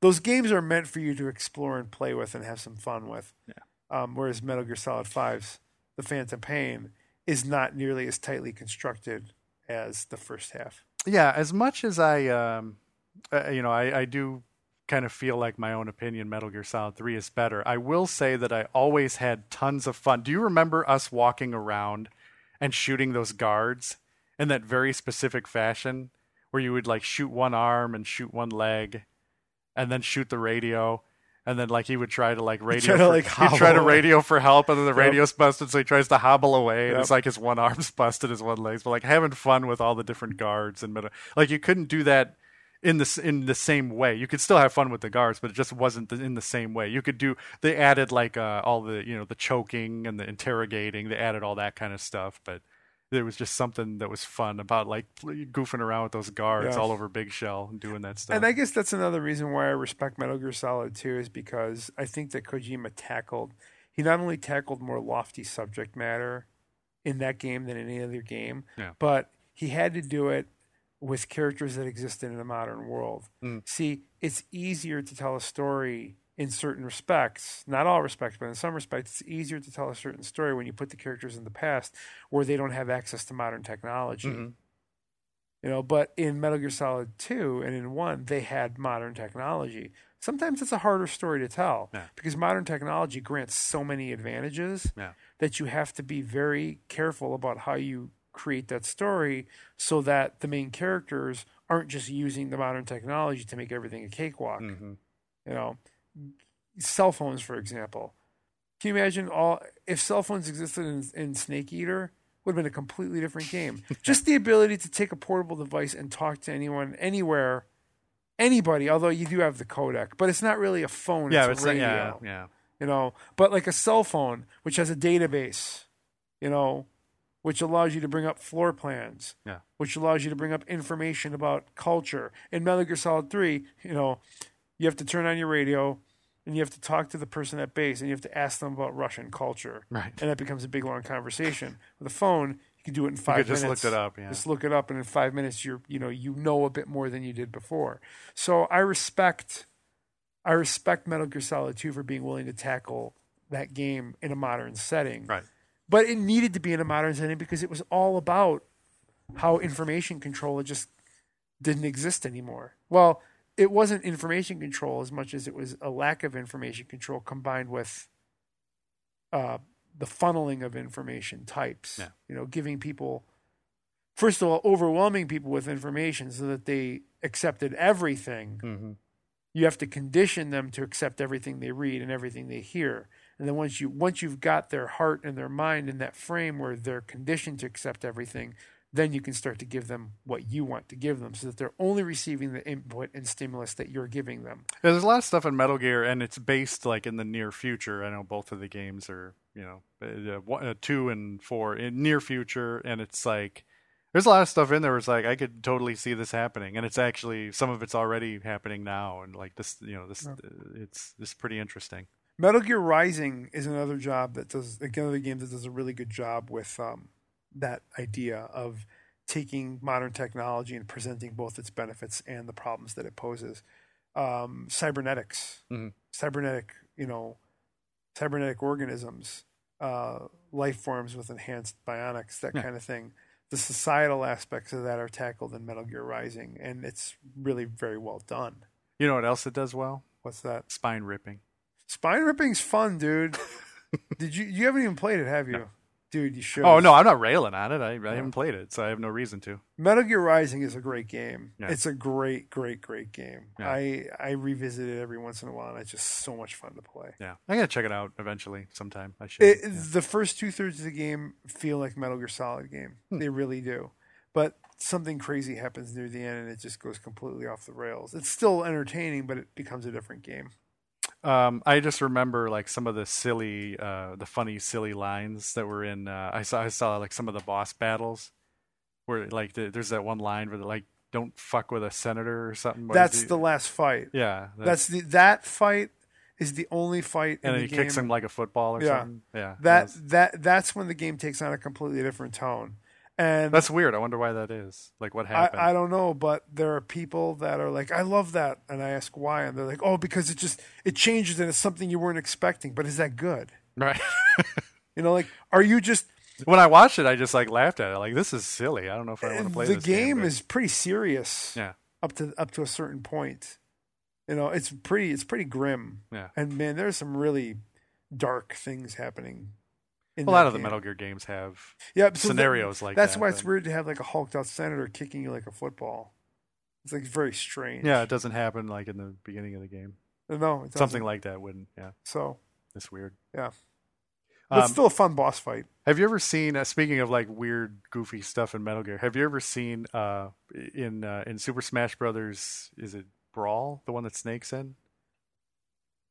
Speaker 2: Those games are meant for you to explore and play with and have some fun with.
Speaker 1: Yeah.
Speaker 2: Um, whereas Metal Gear Solid 5's The Phantom Pain is not nearly as tightly constructed as the first half.
Speaker 1: yeah, as much as I, um, uh, you know, I, I do kind of feel like my own opinion. Metal Gear Solid Three is better. I will say that I always had tons of fun. Do you remember us walking around and shooting those guards in that very specific fashion, where you would like shoot one arm and shoot one leg, and then shoot the radio. And then, like he would try to like radio,
Speaker 2: try to,
Speaker 1: for-
Speaker 2: like,
Speaker 1: he'd try to
Speaker 2: hobble.
Speaker 1: radio for help, and then the
Speaker 2: Yep.
Speaker 1: radio's busted, so he tries to hobble away, and
Speaker 2: Yep.
Speaker 1: it's like his one arm's (laughs) busted, his one leg's, but like having fun with all the different guards and middle. Like you couldn't do that in the s- in the same way. You could still have fun with the guards, but it just wasn't the, in the same way. You could do they added like uh, all the you know the choking and the interrogating. They added all that kind of stuff, but there was just something that was fun about like goofing around with those guards
Speaker 2: Yeah.
Speaker 1: all over Big Shell and doing that stuff.
Speaker 2: And I guess that's another reason why I respect Metal Gear Solid 2 is because I think that Kojima tackled, he not only tackled more lofty subject matter in that game than any other game,
Speaker 1: Yeah.
Speaker 2: but he had to do it with characters that existed in the modern world.
Speaker 1: Mm.
Speaker 2: See, it's easier to tell a story in certain respects, not all respects, but in some respects, it's easier to tell a certain story when you put the characters in the past where they don't have access to modern technology.
Speaker 1: Mhm.
Speaker 2: You know, but in Metal Gear Solid 2 and in 1, they had modern technology. Sometimes it's a harder story to tell
Speaker 1: Yeah.
Speaker 2: because modern technology grants so many advantages
Speaker 1: Yeah.
Speaker 2: that you have to be very careful about how you create that story so that the main characters aren't just using the modern technology to make everything a cakewalk.
Speaker 1: Mhm.
Speaker 2: You know, cell phones, for example. Can you imagine all if cell phones existed in, in Snake Eater? Would have been a completely different
Speaker 1: (laughs)
Speaker 2: game. Just the ability to take a portable device and talk to anyone, anywhere, anybody. Although you do have the codec, but it's not really a phone.
Speaker 1: Yeah,
Speaker 2: it's,
Speaker 1: it's
Speaker 2: a
Speaker 1: like,
Speaker 2: radio
Speaker 1: yeah, yeah.
Speaker 2: you know but like a cell phone which has a database you know which allows you to bring up floor plans
Speaker 1: Yeah.
Speaker 2: which allows you to bring up information about culture in metal gear solid 3 you know you have to turn on your radio and you have to talk to the person at base and you have to ask them about russian culture
Speaker 1: Right.
Speaker 2: and that becomes a big long conversation with a phone can do it in five
Speaker 1: could just
Speaker 2: minutes.
Speaker 1: looked it up, yeah.
Speaker 2: Just look it up, and in five minutes, you're you know you know a bit more than you did before. So I respect, I respect Metal Gear Solid Two for being willing to tackle that game in a modern setting.
Speaker 1: Right.
Speaker 2: But it needed to be in a modern setting because it was all about how information control it just didn't exist anymore. Well, it wasn't information control as much as it was a lack of information control combined with uh, the funneling of information types.
Speaker 1: Yeah.
Speaker 2: You know, giving people, first of all, overwhelming people with information so that they accepted everything
Speaker 1: Mhm.
Speaker 2: you have to condition them to accept everything they read and everything they hear and then once you once you've got their heart and their mind in that frame where they're conditioned to accept everything then you can start to give them what you want to give them so that they're only receiving the input and stimulus that you're giving them
Speaker 1: Yeah, there's a lot of stuff in Metal Gear, and it's based like in the near future. I know both of the games are, you know, uh, one, uh, two and four in near future, and it's like there's a lot of stuff in there. It's like I could totally see this happening, and it's actually some of it's already happening now, and like this, you know, this uh, it's it's pretty interesting.
Speaker 2: Metal Gear Rising is another job that does another game that does a really good job with um, that idea of taking modern technology and presenting both its benefits and the problems that it poses. Um, cybernetics,
Speaker 1: Mhm.
Speaker 2: cybernetic, you know, cybernetic organisms, uh, life forms with enhanced bionics, that
Speaker 1: Yeah.
Speaker 2: kind of thing. The societal aspects of that are tackled in Metal Gear Rising, and it's really very well done.
Speaker 1: You know what else it does well?
Speaker 2: What's that?
Speaker 1: Spine ripping.
Speaker 2: Spine ripping's fun,
Speaker 1: (laughs)
Speaker 2: dude. Did you you haven't even played it, have you? Dude, you should.
Speaker 1: Oh no, I'm not railing on it. I, I haven't played it, so I have no reason to.
Speaker 2: Metal Gear Rising is a great game.
Speaker 1: Yeah.
Speaker 2: It's a great, great, great game.
Speaker 1: Yeah.
Speaker 2: I I revisit it every once in a while, and it's just so much fun to play.
Speaker 1: Yeah, I gotta check it out eventually sometime. I should.
Speaker 2: It,
Speaker 1: yeah.
Speaker 2: The first two thirds of the game feel like Metal Gear Solid game.
Speaker 1: Hmm.
Speaker 2: They really do, but something crazy happens near the end, and it just goes completely off the rails. It's still entertaining, but it becomes a different game.
Speaker 1: Um, I just remember like some of the silly, uh, the funny, silly lines that were in. Uh, I saw, I saw like some of the boss battles, where like the, there's that one line where they're like, "Don't fuck with a senator" or something. What is
Speaker 2: That's
Speaker 1: he-
Speaker 2: the last fight.
Speaker 1: yeah.
Speaker 2: That's the that fight is the only fight.
Speaker 1: and then
Speaker 2: in the
Speaker 1: he
Speaker 2: game.
Speaker 1: kicks him like a football or
Speaker 2: Yeah.
Speaker 1: something. Yeah,
Speaker 2: that
Speaker 1: that's,
Speaker 2: that that's when the game takes on a completely different tone. And
Speaker 1: that's weird. I wonder why that is. Like, what
Speaker 2: I,
Speaker 1: happened?
Speaker 2: I don't know, but there are people that are like, I love that, and I ask why, and they're like, Oh, because it just it changes and it's something you weren't expecting. But is that good?
Speaker 1: right. (laughs)
Speaker 2: You know, like, are you just
Speaker 1: when I watched it, I just like laughed at it. Like, this is silly. I don't know if I want to play
Speaker 2: eh, Uh, the
Speaker 1: this
Speaker 2: game
Speaker 1: but-
Speaker 2: is pretty serious
Speaker 1: yeah,
Speaker 2: up to up to a certain point. You know, it's pretty it's pretty grim,
Speaker 1: yeah.
Speaker 2: and man, there's some really dark things happening. In
Speaker 1: A lot
Speaker 2: that
Speaker 1: of the
Speaker 2: game.
Speaker 1: Metal Gear games have
Speaker 2: yeah, so that-
Speaker 1: scenarios like
Speaker 2: That's
Speaker 1: that,
Speaker 2: why it's
Speaker 1: but-
Speaker 2: weird to have like a hulked out senator kicking you like a football. It's like very strange. Uh,
Speaker 1: Yeah, it doesn't happen like in the beginning of the game.
Speaker 2: no, it
Speaker 1: Something
Speaker 2: doesn't.
Speaker 1: like that wouldn't. Yeah,
Speaker 2: so.
Speaker 1: it's weird.
Speaker 2: Yeah, but
Speaker 1: Um,
Speaker 2: it's still a fun boss fight.
Speaker 1: have you ever seen? Uh, speaking of like weird, goofy stuff in Metal Gear, have you ever seen uh, in uh, in Super Smash Brothers? Is it Brawl, the one that Snake's in?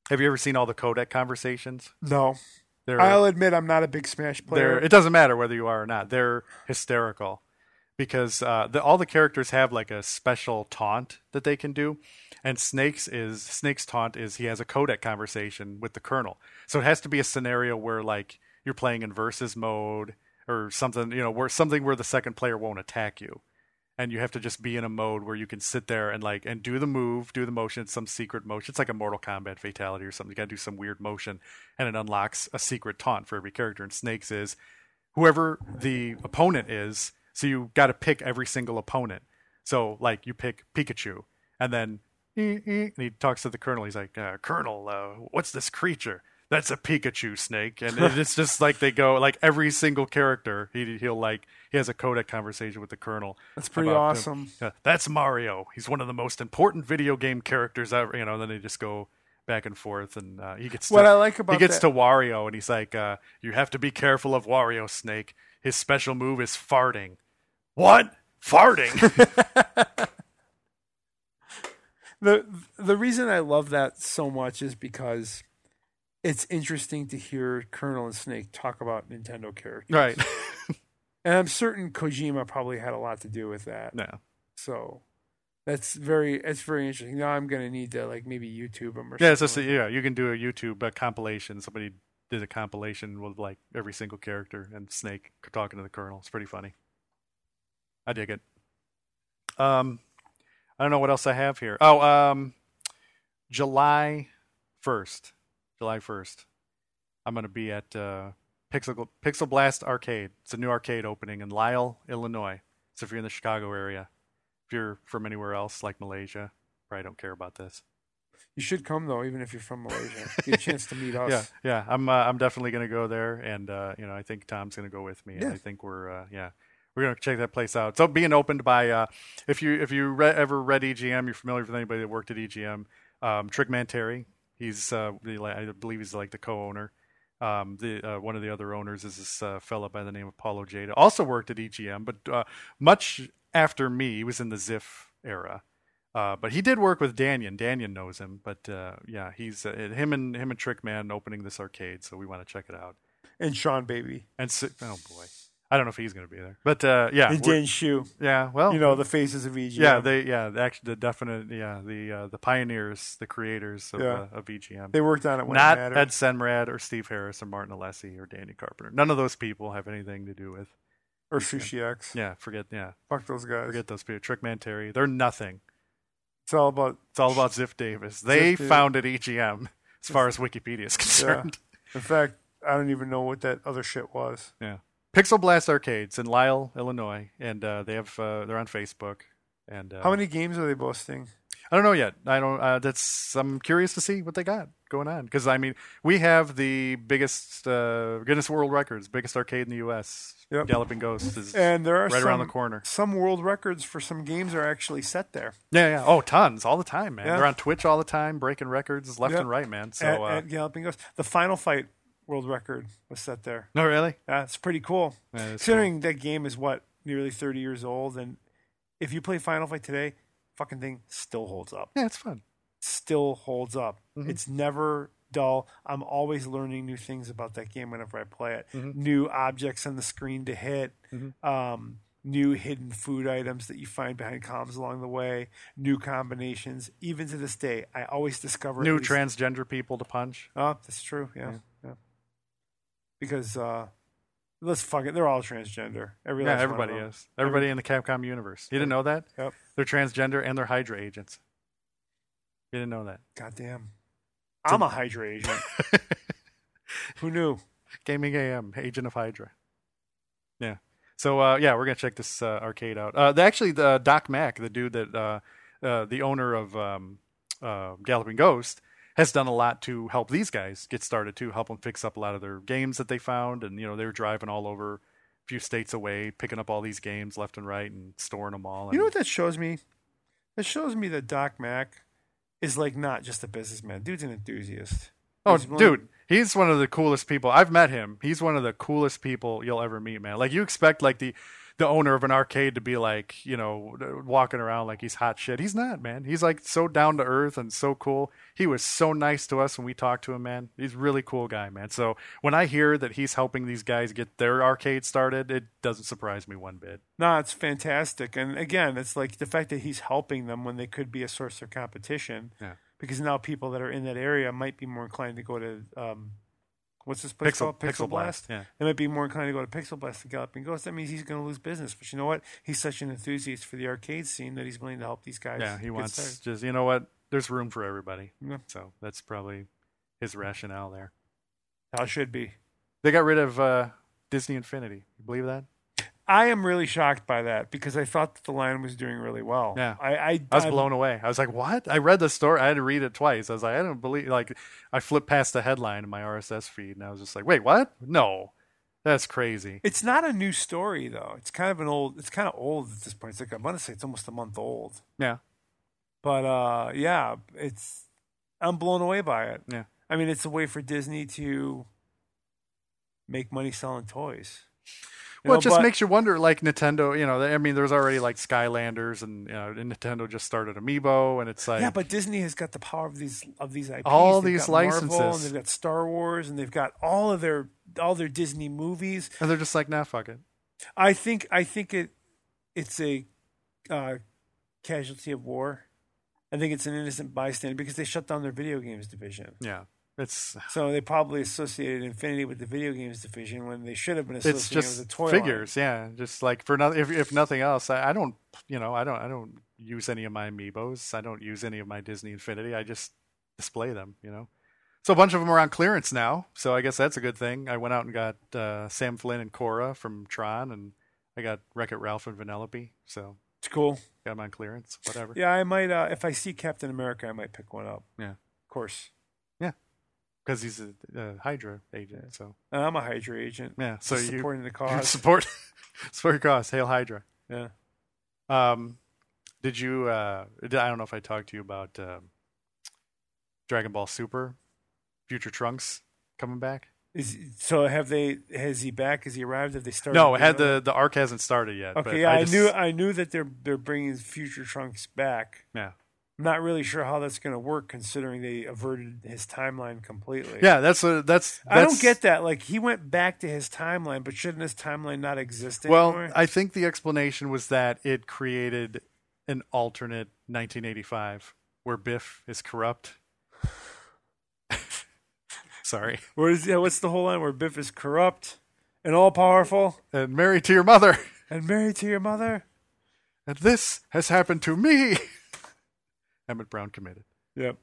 Speaker 1: Have you ever seen all the codec conversations?
Speaker 2: No,
Speaker 1: They're,
Speaker 2: I'll admit I'm not a big Smash
Speaker 1: they're
Speaker 2: player.
Speaker 1: it doesn't matter whether you are or not. They're hysterical because uh, the, all the characters have like a special taunt that they can do, and Snake's is Snake's taunt is he has a codec conversation with the Colonel. So it has to be a scenario where like you're playing in versus mode or something, you know, where something where the second player won't attack you. And you have to just be in a mode where you can sit there and like and do the move, do the motion, some secret motion. It's like a Mortal Kombat fatality or something. You gotta do some weird motion and it unlocks a secret taunt for every character. And Snake's is whoever the opponent is. So you got to pick every single opponent. So like you pick Pikachu, and then "Eh, eh," and he talks to the colonel. He's like, uh, "Colonel, uh, what's this creature?" That's a Pikachu snake, and it- it's just like they go like every single character. He he'll like he has a codec conversation with the colonel.
Speaker 2: That's pretty
Speaker 1: about, uh,
Speaker 2: awesome.
Speaker 1: uh, that's Mario. He's one of the most important video game characters ever. You know, then they just go back and forth, and uh, he gets
Speaker 2: What
Speaker 1: to,
Speaker 2: I like about
Speaker 1: he gets
Speaker 2: that-
Speaker 1: to Wario, and he's like, uh, "You have to be careful of Wario Snake. His special move is farting." What
Speaker 2: (laughs)
Speaker 1: farting?
Speaker 2: the The reason I love that so much is because it's interesting to hear Colonel and Snake talk about Nintendo characters,
Speaker 1: right?
Speaker 2: and I'm certain Kojima probably had a lot to do with
Speaker 1: (laughs)
Speaker 2: that.
Speaker 1: no.
Speaker 2: So that's very that's very interesting. Now I'm gonna need to like maybe YouTube them or
Speaker 1: Yeah, it's
Speaker 2: something.
Speaker 1: just yeah. You can do a YouTube uh, compilation. Somebody did a compilation with like every single character and Snake talking to the Colonel. It's pretty funny. I dig it. Um, I don't know what else I have here. Oh, um, July first, July first, I'm gonna be at uh, Pixel Pixel Blast Arcade. It's a new arcade opening in Lisle, Illinois. So if you're in the Chicago area, if you're from anywhere else like Malaysia, probably don't care about this.
Speaker 2: You should come though, even if you're
Speaker 1: (laughs)
Speaker 2: from Malaysia. Get a chance to meet us.
Speaker 1: Yeah, yeah. I'm uh, I'm definitely gonna go there, and uh, you know I think Tom's gonna go with me. And
Speaker 2: Yeah.
Speaker 1: I think we're uh, yeah we're gonna check that place out. So being opened by uh, if you if you re- ever read EGM, you're familiar with anybody that worked at EGM. Um, Trickman Terry, he's uh, the, la- I believe he's like the co-owner. Um, the uh, one of the other owners is this uh, fella by the name of Paulo Jada, also worked at EGM, but uh, much after me, he was in the Ziff era. Uh, but he did work with Danyon. Danyon knows him, but uh, yeah, he's uh, him and him and Trickman opening this arcade, so we want to check it out.
Speaker 2: And Sean Baby.
Speaker 1: And so, oh boy, I don't know if he's going to be there, but uh, yeah,
Speaker 2: and
Speaker 1: we're-
Speaker 2: Dan Shu.
Speaker 1: yeah, well,
Speaker 2: You know, the faces of E EGM.
Speaker 1: yeah, they yeah, actually the definite yeah the uh, the pioneers, the creators of
Speaker 2: Yeah.
Speaker 1: uh, of EGM.
Speaker 2: They worked on it when
Speaker 1: not
Speaker 2: it mattered.
Speaker 1: Ed Senrad or Steve Harris or Martin Alessi or Danny Carpenter. None of those people have anything to do with.
Speaker 2: or Sushi X.
Speaker 1: Yeah, forget yeah,
Speaker 2: Fuck those guys.
Speaker 1: forget those people. Trickman Terry, they're nothing.
Speaker 2: It's all about
Speaker 1: It's all about Ziff Davis. They
Speaker 2: Ziff Davis.
Speaker 1: founded EGM, as far as Wikipedia is (laughs) concerned.
Speaker 2: in fact, I don't even know what that other shit was.
Speaker 1: Yeah. Pixel Blast Arcades in Lisle, Illinois, and uh, they have uh, they're on Facebook. And uh,
Speaker 2: How many games are they boasting?
Speaker 1: I don't know yet. I don't. Uh, that's. I'm curious to see what they got going on because I mean, we have the biggest uh, Guinness World Records, biggest arcade in the U.S.
Speaker 2: Yep.
Speaker 1: Galloping Ghost is
Speaker 2: And there are
Speaker 1: right around the
Speaker 2: some-
Speaker 1: corner.
Speaker 2: Some world records for some games are actually set there
Speaker 1: Yeah, yeah. Oh, tons all the time, man.
Speaker 2: Yeah.
Speaker 1: They're on Twitch all the time, breaking records left
Speaker 2: Yep.
Speaker 1: and right, man. So,
Speaker 2: at,
Speaker 1: uh,
Speaker 2: at Galloping Ghost. The Final Fight world record was set there.
Speaker 1: no, really.
Speaker 2: That's Uh, pretty cool.
Speaker 1: Yeah, that's
Speaker 2: Considering that game is what nearly 30 years old, and if you play Final Fight today, fucking thing still holds up.
Speaker 1: Yeah, it's fun.
Speaker 2: Still holds up.
Speaker 1: Mm-hmm.
Speaker 2: It's never dull. I'm always learning new things about that game whenever I play it.
Speaker 1: Mm-hmm.
Speaker 2: New objects on the screen to hit. Um, new hidden food items that you find behind comms along the way. New combinations. Even to this day, I always discover
Speaker 1: New
Speaker 2: at least-
Speaker 1: transgender people to punch.
Speaker 2: Oh, that's true. Yeah. yeah. Because uh let's fuck it. They're all transgender. Every
Speaker 1: Yeah,
Speaker 2: last one of
Speaker 1: everybody
Speaker 2: them.
Speaker 1: is. Everybody in the Capcom universe. You didn't know that?
Speaker 2: Yep.
Speaker 1: They're transgender and they're Hydra agents. You didn't know
Speaker 2: Goddamn. I'm a Hydra agent.
Speaker 1: (laughs) that.
Speaker 2: Who knew?
Speaker 1: Gaming AM, agent of Hydra. Yeah. So uh, yeah, we're gonna check this uh, arcade out. Uh, the, actually, the Doc Mac, the dude that uh, uh, the owner of um, uh, Galloping Ghost, has done a lot to help these guys get started too, help them fix up a lot of their games that they found, and you know they were driving all over a few states away, picking up all these games left and right and storing them all.
Speaker 2: You know
Speaker 1: and-
Speaker 2: what that shows me? That shows me that Doc Mac is like not just a businessman. Dude's an enthusiast.
Speaker 1: Oh,
Speaker 2: He's willing-
Speaker 1: dude, he's one of the coolest people. I've met him. He's one of the coolest people you'll ever meet, man. Like you expect like the the owner of an arcade to be like, you know, walking around like he's hot shit. He's not, man. He's like so down to earth and so cool. He was so nice to us when we talked to him, man. He's a really cool guy, man. So when I hear that he's helping these guys get their arcade started, it doesn't surprise me one bit.
Speaker 2: No, it's fantastic. And again, it's like the fact that he's helping them when they could be a source of competition.
Speaker 1: Yeah.
Speaker 2: Because now people that are in that area might be more inclined to go to um, what's this place
Speaker 1: Pixel-
Speaker 2: called?
Speaker 1: Pixel Blast, yeah.
Speaker 2: They might be more inclined to go to Pixel Blast than Galloping Ghost. That means he's going to lose business. But you know what? He's such an enthusiast for the arcade scene that he's willing to help these guys.
Speaker 1: Yeah, he
Speaker 2: get
Speaker 1: wants
Speaker 2: started.
Speaker 1: just you know what? There's room for everybody.
Speaker 2: Yeah.
Speaker 1: So that's probably his rationale there.
Speaker 2: How it should be.
Speaker 1: They got rid of uh, Disney Infinity. You believe that?
Speaker 2: I am really shocked by that because I thought that the line was doing really well.
Speaker 1: Yeah.
Speaker 2: I I,
Speaker 1: I was
Speaker 2: I'm-
Speaker 1: blown away. I was like, "What?" I read the story. I had to read it twice. I was like, "I don't believe." Like, I flipped past the headline in my RSS feed, and I was just like, "Wait, what? No, that's crazy."
Speaker 2: It's not a new story though. It's kind of an old. It's kind of old at this point. It's like I'm gonna say it's almost a month old.
Speaker 1: Yeah,
Speaker 2: But uh, yeah, it's I'm blown away by it.
Speaker 1: yeah.
Speaker 2: I mean, it's a way for Disney to make money selling toys. You
Speaker 1: well,
Speaker 2: know,
Speaker 1: it just
Speaker 2: but-
Speaker 1: makes you wonder. Like Nintendo, you know, I mean, there's already like Skylanders, and you know, and Nintendo just started Amiibo, and it's like,
Speaker 2: yeah, but Disney has got the power of these of these IPs.
Speaker 1: All
Speaker 2: They've
Speaker 1: these
Speaker 2: got Marvel,
Speaker 1: licenses.
Speaker 2: and they've got Star Wars, and they've got all of their all their Disney movies.
Speaker 1: and they're just like, "Nah, fuck it."
Speaker 2: I think I think it it's a uh, casualty of war. I think it's an innocent bystander because they shut down their video games division.
Speaker 1: Yeah, It's
Speaker 2: So they probably associated Infinity with the video games division when they should have been associated
Speaker 1: it's just
Speaker 2: with the toy line.
Speaker 1: figures, yeah. Just like for nothing, if, if nothing else, I, I don't, you know, I don't, I don't use any of my amiibos. I don't use any of my Disney Infinity. I just display them, you know. So a bunch of them are on clearance now. So I guess that's a good thing. I went out and got uh, Sam Flynn and Cora from Tron, and I got Wreck It Ralph and Vanellope. So
Speaker 2: It's cool.
Speaker 1: got them on clearance. Whatever.
Speaker 2: Yeah, I might. Uh, if I see Captain America, I might pick one up.
Speaker 1: Yeah.
Speaker 2: of course.
Speaker 1: Because he's a, a Hydra agent. So
Speaker 2: And I'm a Hydra agent.
Speaker 1: yeah. So
Speaker 2: Just
Speaker 1: you (laughs)
Speaker 2: supporting the
Speaker 1: you
Speaker 2: cause.
Speaker 1: support support your cause. Hail Hydra.
Speaker 2: yeah.
Speaker 1: Um, did you? Uh, did- I don't know if I talked to you about um Dragon Ball Super, Future Trunks coming back.
Speaker 2: Is, so have they? Has he back? Has he arrived? Have they started?
Speaker 1: no, it had
Speaker 2: doing it?
Speaker 1: the the arc hasn't started yet. but
Speaker 2: Okay, yeah, I,
Speaker 1: just-
Speaker 2: knew. I knew that they're they're bringing future Trunks back.
Speaker 1: Yeah,
Speaker 2: I'm not really sure how that's going to work, considering they averted his timeline completely.
Speaker 1: yeah. That's a, that's, that's.
Speaker 2: I don't get that. Like he went back to his timeline, but shouldn't his timeline not exist
Speaker 1: Well,
Speaker 2: anymore?
Speaker 1: I think the explanation was that it created an alternate 1985 where Biff is corrupt. (laughs) Sorry,
Speaker 2: Where is yeah, what's the whole line where Biff is corrupt and all powerful
Speaker 1: and married to your mother.
Speaker 2: and married to your mother?
Speaker 1: And this has happened to me. (laughs) Emmett Brown committed.
Speaker 2: Yep.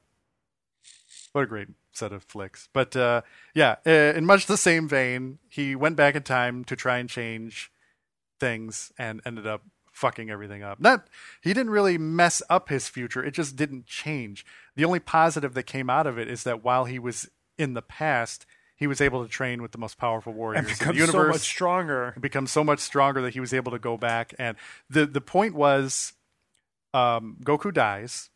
Speaker 1: What a great set of flicks. But uh, yeah, uh, in much the same vein, he went back in time to try and change things and ended up fucking everything up. Not he didn't really mess up his future. It just didn't change. The only positive that came out of it is that while he was in the past, he was able to train with the most powerful
Speaker 2: And
Speaker 1: warriors in the
Speaker 2: becomes
Speaker 1: universe
Speaker 2: so much stronger.
Speaker 1: become so much stronger that he was able to go back and the the point was um Goku dies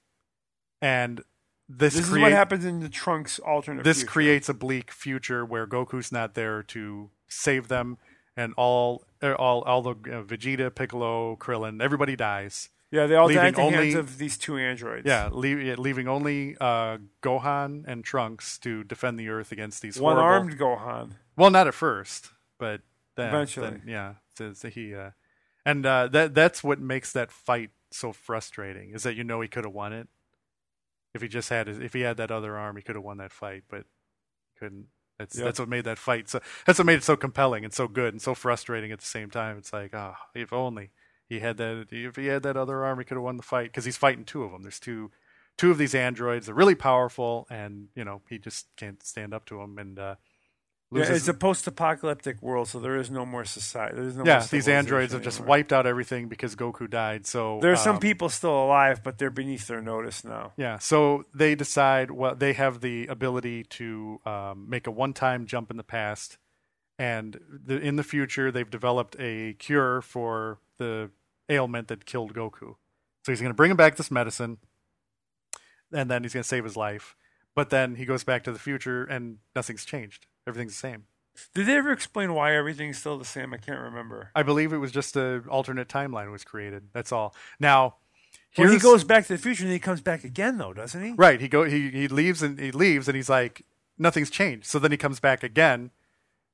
Speaker 1: and this,
Speaker 2: This is
Speaker 1: create-
Speaker 2: what happens in the Trunks alternate.
Speaker 1: this
Speaker 2: future.
Speaker 1: creates a bleak future where Goku's not there to save them and all er, all all the uh, Vegeta, Piccolo, Krillin, everybody dies.
Speaker 2: Yeah, they all die
Speaker 1: leaving
Speaker 2: at the
Speaker 1: only-
Speaker 2: hands of these two androids.
Speaker 1: Yeah, leave, leaving only uh, Gohan and Trunks to defend the Earth against these
Speaker 2: one
Speaker 1: horrible-
Speaker 2: armed Gohan.
Speaker 1: Well, not at first, but then,
Speaker 2: Eventually.
Speaker 1: then, yeah. So, so he uh, and uh, that that's what makes that fight so frustrating is that you know he could have won it if he just had his, if he had that other arm, he could have won that fight, but couldn't. That's
Speaker 2: Yep.
Speaker 1: that's what made that fight so that's what made it so compelling and so good and so frustrating at the same time. It's like ah, if only he had that if he had that other arm, he could have won the fight because he's fighting two of them. There's two two of these androids are really powerful and you know he just can't stand up to them and uh
Speaker 2: Yeah,
Speaker 1: loses
Speaker 2: it's a post-apocalyptic world, so there is no more society. There is no more
Speaker 1: yeah, these
Speaker 2: civilization
Speaker 1: androids have just
Speaker 2: anymore.
Speaker 1: wiped out everything because Goku died. So
Speaker 2: There are some
Speaker 1: um,
Speaker 2: people still alive, but they're beneath their notice now.
Speaker 1: Yeah, so they decide. Well, they have the ability to um, make a one-time jump in the past, and the, in the future, they've developed a cure for the ailment that killed Goku. So he's going to bring him back this medicine, and then he's going to save his life. But then he goes back to the future, and nothing's changed. Everything's the same.
Speaker 2: Did they ever explain why everything's still the same? I can't remember.
Speaker 1: I believe it was just an alternate timeline was created. That's all. Now,
Speaker 2: Well, he
Speaker 1: here's-
Speaker 2: goes back to the future and he comes back again, though, doesn't he?
Speaker 1: Right. He go he he leaves and he leaves and he's like nothing's changed. So then he comes back again.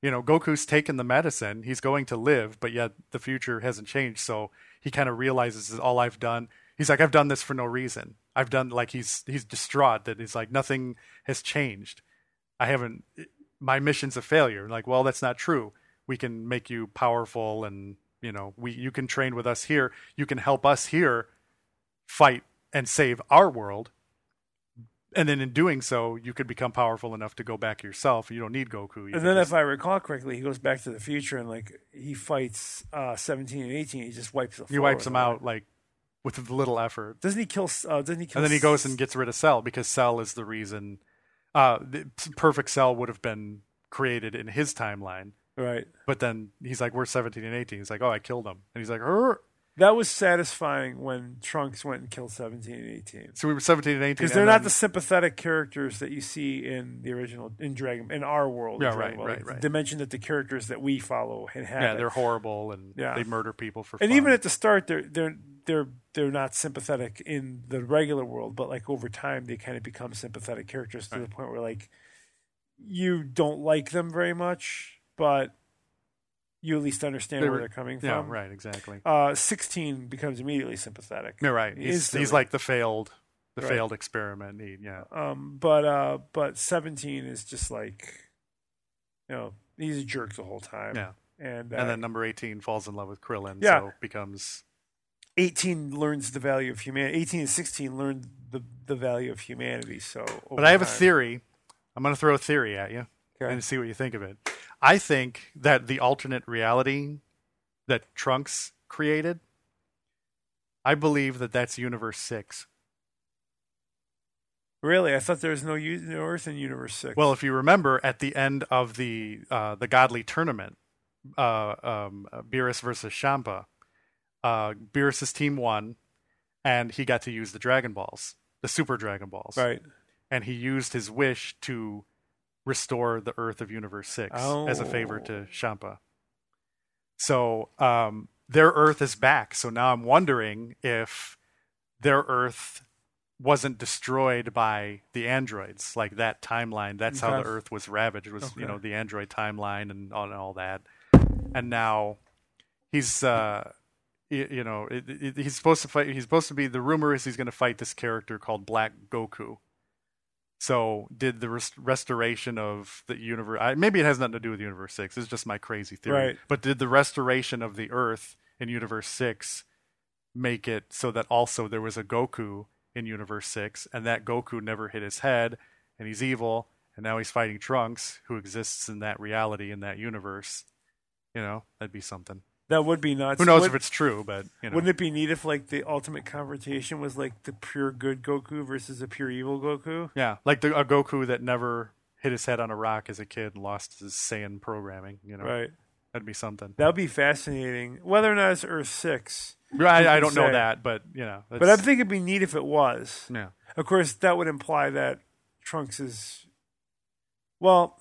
Speaker 1: You know, Goku's taken the medicine. He's going to live, but yet the future hasn't changed. So he kind of realizes is all I've done. He's like I've done this for no reason. I've done like he's he's distraught that he's like nothing has changed. I haven't my mission's a failure. Like, well, that's not true. We can make you powerful and, you know, we you can train with us here. You can help us here fight and save our world. And then in doing so, you could become powerful enough to go back yourself. You don't need Goku. You
Speaker 2: And
Speaker 1: can
Speaker 2: then,
Speaker 1: just-
Speaker 2: if I recall correctly, he goes back to the future and like he fights uh, seventeen and eighteen. He just wipes the.
Speaker 1: he wipes them out like with little effort.
Speaker 2: Doesn't he kill? Uh, doesn't he kill?
Speaker 1: and then he
Speaker 2: s-
Speaker 1: goes and gets rid of Cell because Cell is the reason uh the perfect Cell would have been created in his timeline.
Speaker 2: right.
Speaker 1: But then he's like, We're seventeen and eighteen. He's like, Oh, I killed him. And he's like, "Er."
Speaker 2: That was satisfying when Trunks went and killed seventeen and eighteen
Speaker 1: So we were 17 and 18.
Speaker 2: because
Speaker 1: and
Speaker 2: they're not
Speaker 1: then-
Speaker 2: the sympathetic characters that you see in the original in Dragon in our world. in
Speaker 1: Yeah, right,
Speaker 2: Dragon Ball.
Speaker 1: right,
Speaker 2: It's
Speaker 1: right.
Speaker 2: The dimension that the characters that we follow and have.
Speaker 1: Yeah, they're horrible and
Speaker 2: Yeah.
Speaker 1: they murder people for
Speaker 2: and
Speaker 1: fun.
Speaker 2: even at the start they're they're they're they're not sympathetic in the regular world but like over time they kind of become sympathetic characters to the point where like you don't like them very much but you at least understand
Speaker 1: They
Speaker 2: where
Speaker 1: were-
Speaker 2: they're coming
Speaker 1: yeah,
Speaker 2: from
Speaker 1: right, exactly.
Speaker 2: uh 16 becomes immediately sympathetic
Speaker 1: You're right. He's,
Speaker 2: Instantly.
Speaker 1: he's like the failed the
Speaker 2: Right.
Speaker 1: failed experiment need. Yeah,
Speaker 2: Um, but uh, but seventeen is just like, you know, he's a jerk the whole time.
Speaker 1: yeah.
Speaker 2: And, uh,
Speaker 1: And then number eighteen falls in love with Krillin,
Speaker 2: Yeah.
Speaker 1: so becomes
Speaker 2: 18 learns the value of humanity. 18 and 16 learned the, the value of humanity. So,
Speaker 1: But I have a theory. I'm going to throw a theory at you
Speaker 2: Oh, Okay.
Speaker 1: and see what you think of it. I think that the alternate reality that Trunks created, I believe that that's Universe 6.
Speaker 2: Really, I thought there was no, u- no Earth in Universe Six.
Speaker 1: Well, if you remember, at the end of the uh, the Godly Tournament, uh, um, Beerus versus Shampa, uh, Beerus's team won, and he got to use the Dragon Balls, the Super Dragon Balls,
Speaker 2: right.
Speaker 1: and he used his wish to restore the Earth of Universe Six as a favor
Speaker 2: Oh.
Speaker 1: to Shampa. So um, their Earth is back. So now I'm wondering if their Earth wasn't destroyed by the androids, like that timeline. That's how the
Speaker 2: Okay.
Speaker 1: Earth was ravaged. Was you
Speaker 2: Okay.
Speaker 1: know the android timeline and all, and all that. And now he's. Uh, y- you know, it, it, he's supposed to fight. He's supposed to be. The rumor is he's going to fight this character called Black Goku. So, did the rest- restoration of the universe? I, maybe it has nothing to do with Universe Six. It's just my crazy theory.
Speaker 2: Right.
Speaker 1: But did the restoration of the Earth in Universe Six make it so that also there was a Goku in Universe Six, and that Goku never hit his head, and he's evil, and now he's fighting Trunks, who exists in that reality in that universe? You know, that'd be something.
Speaker 2: That would be nuts.
Speaker 1: Who knows
Speaker 2: Would-
Speaker 1: if it's true, but you know.
Speaker 2: Wouldn't it be neat if like the ultimate confrontation was like the pure good Goku versus the pure evil Goku?
Speaker 1: Yeah, like the, a Goku that never hit his head on a rock as a kid and lost his Saiyan programming. You know,
Speaker 2: Right.
Speaker 1: that'd be something.
Speaker 2: That would be fascinating. Whether or not it's Earth Six,
Speaker 1: I, I don't know
Speaker 2: say.
Speaker 1: that, but you know, that's,
Speaker 2: but I think it'd be neat if it was.
Speaker 1: yeah,
Speaker 2: Of course, that would imply that Trunks is. Well,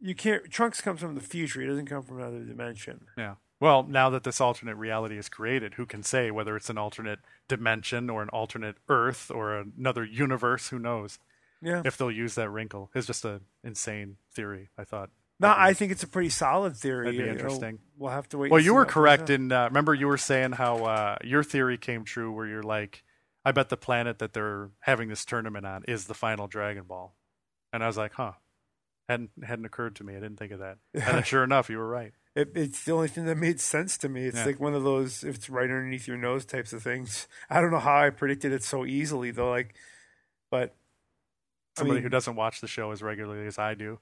Speaker 2: you can't. Trunks comes from the future. He doesn't come from another dimension.
Speaker 1: yeah. Well, now that this alternate reality is created, who can say whether it's an alternate dimension or an alternate Earth or another universe? Who knows
Speaker 2: Yeah.
Speaker 1: if they'll use that wrinkle? It's just an insane theory. I thought.
Speaker 2: no, I think it's a pretty solid theory.
Speaker 1: That'd be
Speaker 2: you know.
Speaker 1: interesting.
Speaker 2: we'll have to wait.
Speaker 1: Well,
Speaker 2: and see
Speaker 1: you were
Speaker 2: what comes
Speaker 1: correct
Speaker 2: out.
Speaker 1: in uh, remember you were saying how uh, your theory came true, where you're like, I bet the planet that they're having this tournament on is the final Dragon Ball, and I was like, huh, hadn't hadn't occurred to me. I didn't think of that,
Speaker 2: (laughs)
Speaker 1: and then sure enough, you were right.
Speaker 2: It, it's the only thing that made sense to me. It's
Speaker 1: Yeah.
Speaker 2: like one of those if it's right underneath your nose types of things. I don't know how I predicted it so easily though. Like, but I
Speaker 1: Somebody
Speaker 2: mean-
Speaker 1: who doesn't watch the show as regularly as I do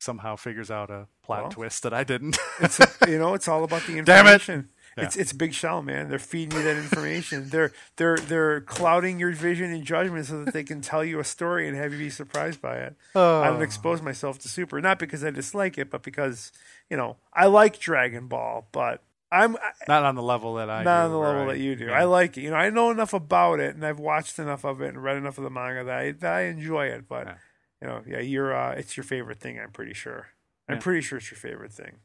Speaker 1: somehow figures out a plot
Speaker 2: Well.
Speaker 1: twist that I didn't. (laughs)
Speaker 2: it's you know, it's all about the
Speaker 1: Damn it.
Speaker 2: information.
Speaker 1: Yeah.
Speaker 2: It's it's big shell, man. They're feeding you that information. they're they're they're clouding your vision and judgment so that they can tell you a story and have you be surprised by it. I don't
Speaker 1: Oh.
Speaker 2: expose myself to super, not because I dislike it, but because you know I like Dragon Ball, but I'm
Speaker 1: Not on the level that I
Speaker 2: not
Speaker 1: do,
Speaker 2: on the
Speaker 1: where
Speaker 2: level
Speaker 1: I-
Speaker 2: that you do.
Speaker 1: yeah.
Speaker 2: I like it. You know, I know enough about it, and I've watched enough of it and read enough of the manga that I, that I enjoy it. But
Speaker 1: Yeah.
Speaker 2: you know, yeah, you're uh, it's your favorite thing. I'm pretty sure. I'm
Speaker 1: Yeah.
Speaker 2: pretty sure it's your favorite thing.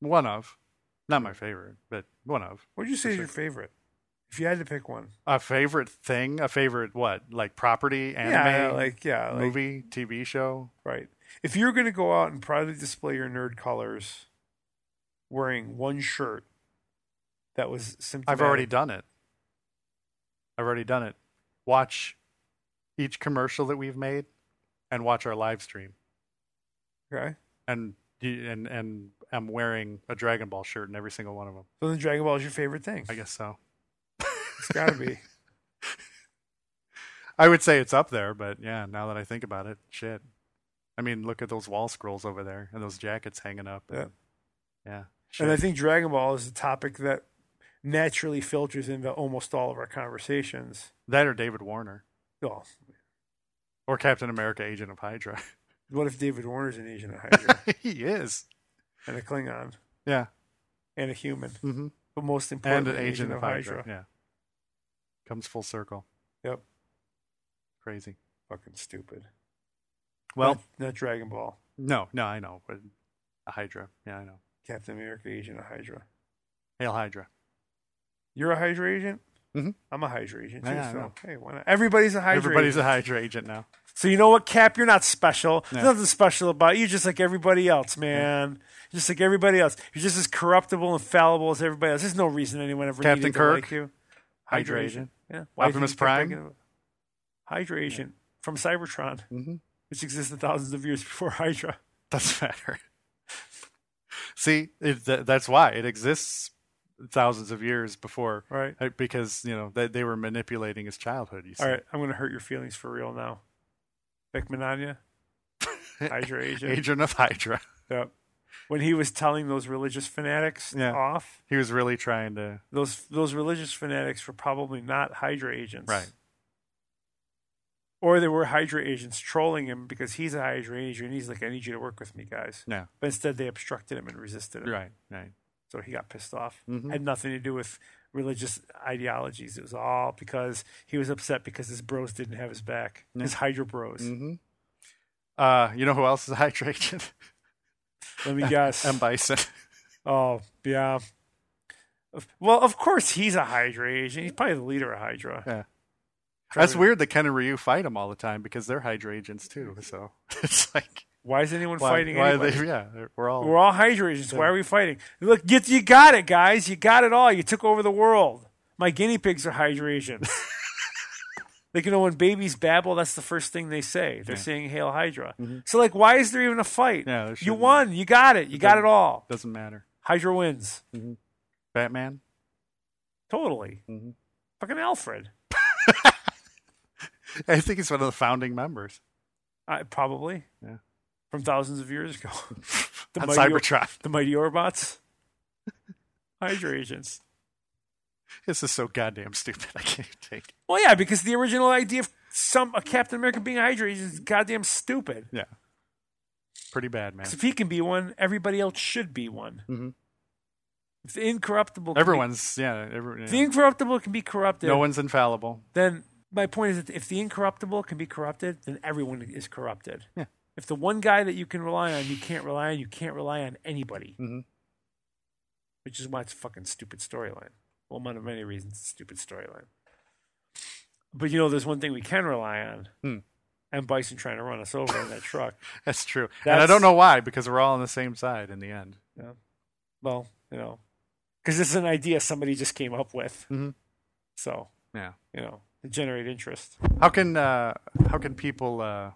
Speaker 1: one of, not my favorite, but one of.
Speaker 2: What would you
Speaker 1: For
Speaker 2: say is
Speaker 1: sure.
Speaker 2: your favorite? If you had to pick one,
Speaker 1: A favorite thing? A favorite what? Like property,
Speaker 2: yeah,
Speaker 1: anime,
Speaker 2: like yeah, like,
Speaker 1: movie, TV show?
Speaker 2: right. If you're gonna go out and proudly display your nerd colors, wearing one shirt that was symptomatic,
Speaker 1: I've already done it. I've already done it. Watch each commercial that we've made and watch our live stream.
Speaker 2: Okay,
Speaker 1: And you- and and I'm wearing a Dragon Ball shirt in every single one of them.
Speaker 2: so then Dragon Ball is your favorite thing.
Speaker 1: I guess so.
Speaker 2: It's gotta be.
Speaker 1: (laughs) I would say it's up there, but yeah, now that I think about it, shit. I mean, look at those wall scrolls over there and those jackets hanging up.
Speaker 2: Yeah.
Speaker 1: Yeah.
Speaker 2: And I
Speaker 1: shit.
Speaker 2: think Dragon Ball is a topic that naturally filters into almost all of our conversations.
Speaker 1: that or David Warner
Speaker 2: Well,
Speaker 1: or Captain America Agent of
Speaker 2: (laughs)
Speaker 1: Hydra.
Speaker 2: what if David Warner's an Asian and
Speaker 1: (laughs)
Speaker 2: a Hydra
Speaker 1: he is.
Speaker 2: and a Klingon
Speaker 1: Yeah.
Speaker 2: and a human,
Speaker 1: Mm-hmm.
Speaker 2: but most
Speaker 1: and
Speaker 2: importantly,
Speaker 1: an agent of Hydra. Yeah, comes full circle.
Speaker 2: Yep,
Speaker 1: Crazy.
Speaker 2: fucking stupid.
Speaker 1: Well,
Speaker 2: not, not Dragon Ball,
Speaker 1: no, no, I know, but a Hydra. Yeah, I know.
Speaker 2: Captain America, Agent of Hydra.
Speaker 1: Hail Hydra.
Speaker 2: You're a Hydra agent.
Speaker 1: Mhm.
Speaker 2: I'm a Hydra agent too.
Speaker 1: Yeah, I
Speaker 2: so
Speaker 1: know.
Speaker 2: hey, why not? Everybody's a Hydra.
Speaker 1: Everybody's
Speaker 2: agent.
Speaker 1: a Hydra agent now.
Speaker 2: So you know what, Cap? You're not special.
Speaker 1: No.
Speaker 2: There's nothing special about you. You're just like everybody else, man. You're Just like everybody else. You're just as corruptible and fallible as everybody else. There's no reason anyone ever
Speaker 1: Captain
Speaker 2: needed to
Speaker 1: Kirk.
Speaker 2: like you.
Speaker 1: Hydra agent.
Speaker 2: Yeah. do you
Speaker 1: Optimus
Speaker 2: keep
Speaker 1: Prime?
Speaker 2: thinking of- Hydra agent from Cybertron,
Speaker 1: Mm-hmm.
Speaker 2: which existed thousands of years before (laughs) Hydra.
Speaker 1: Doesn't (laughs) matter. See, it, th- that's why it exists thousands of years before,
Speaker 2: Right.
Speaker 1: uh, because you know they, they were manipulating his childhood. You see,
Speaker 2: All right. I'm going to hurt your feelings for real now.
Speaker 1: (laughs)
Speaker 2: Vic Manania, Hydra agent.
Speaker 1: agent of Hydra. (laughs)
Speaker 2: Yep. When he was telling those religious fanatics
Speaker 1: Yeah.
Speaker 2: off,
Speaker 1: He was really trying to.
Speaker 2: those those religious fanatics were probably not Hydra agents.
Speaker 1: Right.
Speaker 2: Or there were Hydra agents trolling him because he's a Hydra agent and he's like, I need you to work with me, guys.
Speaker 1: Yeah.
Speaker 2: But instead they obstructed him and resisted him.
Speaker 1: Right. Right.
Speaker 2: So he got pissed off.
Speaker 1: Mhm.
Speaker 2: Had nothing to do with religious ideologies. It was all because he was upset because his bros didn't have his back.
Speaker 1: Yeah.
Speaker 2: His Hydra bros.
Speaker 1: Mm-hmm. Uh, you know who else is a Hydra agent? (laughs)
Speaker 2: Let me guess.
Speaker 1: M. Bison.
Speaker 2: Oh yeah. Of- Well, of course he's a Hydra agent. He's probably the leader of Hydra.
Speaker 1: Yeah. That's
Speaker 2: Trevor-
Speaker 1: weird that Ken and Ryu fight him all the time because they're Hydra agents too. So (laughs) it's like
Speaker 2: Why is anyone
Speaker 1: why,
Speaker 2: fighting
Speaker 1: why are
Speaker 2: anybody?
Speaker 1: they? Yeah, they're- we're all
Speaker 2: We're all Hydra agents. Why are we fighting? Look, get you got it, guys. You got it all. You took over the world. My guinea pigs are Hydra
Speaker 1: (laughs)
Speaker 2: agents. like you know, when babies babble, that's the first thing they say. They're saying "Hail Hydra." So, like, why is there even a fight?
Speaker 1: Mm-hmm. Yeah, there
Speaker 2: you
Speaker 1: shouldn't be.
Speaker 2: won. You got it. You got it
Speaker 1: doesn't-
Speaker 2: all.
Speaker 1: doesn't matter.
Speaker 2: Hydra wins.
Speaker 1: Mm-hmm. Batman.
Speaker 2: Totally.
Speaker 1: Mhm.
Speaker 2: Fucking Alfred.
Speaker 1: I think he's one of the founding members
Speaker 2: I, probably.
Speaker 1: Yeah.
Speaker 2: From thousands of years ago. (laughs) the,
Speaker 1: on
Speaker 2: mighty Or-
Speaker 1: Cybertron.
Speaker 2: the mighty Orbots. (laughs) Hydra agents.
Speaker 1: This is so goddamn stupid. I can't even take. it.
Speaker 2: Well, yeah, because the original idea of some a Captain America being a Hydra agent is goddamn stupid.
Speaker 1: Yeah, pretty bad, man.
Speaker 2: 'Cause if he can be one, everybody else should be one.
Speaker 1: Mhm.
Speaker 2: If the incorruptible, can
Speaker 1: Everyone's yeah. Every,
Speaker 2: be, if the
Speaker 1: yeah.
Speaker 2: incorruptible can be corrupted,
Speaker 1: No one's infallible.
Speaker 2: then my point is that if the incorruptible can be corrupted, then everyone is corrupted.
Speaker 1: Yeah.
Speaker 2: If the one guy that you can rely on, you can't rely on, you can't rely on anybody.
Speaker 1: Mhm.
Speaker 2: Which is why it's a fucking stupid storyline. Well, one of many reasons it's a stupid storyline. But you know, there's one thing we can rely on.
Speaker 1: Hmm.
Speaker 2: And Bison trying to run us over in
Speaker 1: (laughs)
Speaker 2: that truck.
Speaker 1: That's true. and I
Speaker 2: That's-
Speaker 1: don't know why because we're all on the same side in the end.
Speaker 2: Well, you know, because this is an idea somebody just came up with.
Speaker 1: Mhm.
Speaker 2: So,
Speaker 1: Yeah.
Speaker 2: you know, to generate interest.
Speaker 1: How can uh, how can people uh,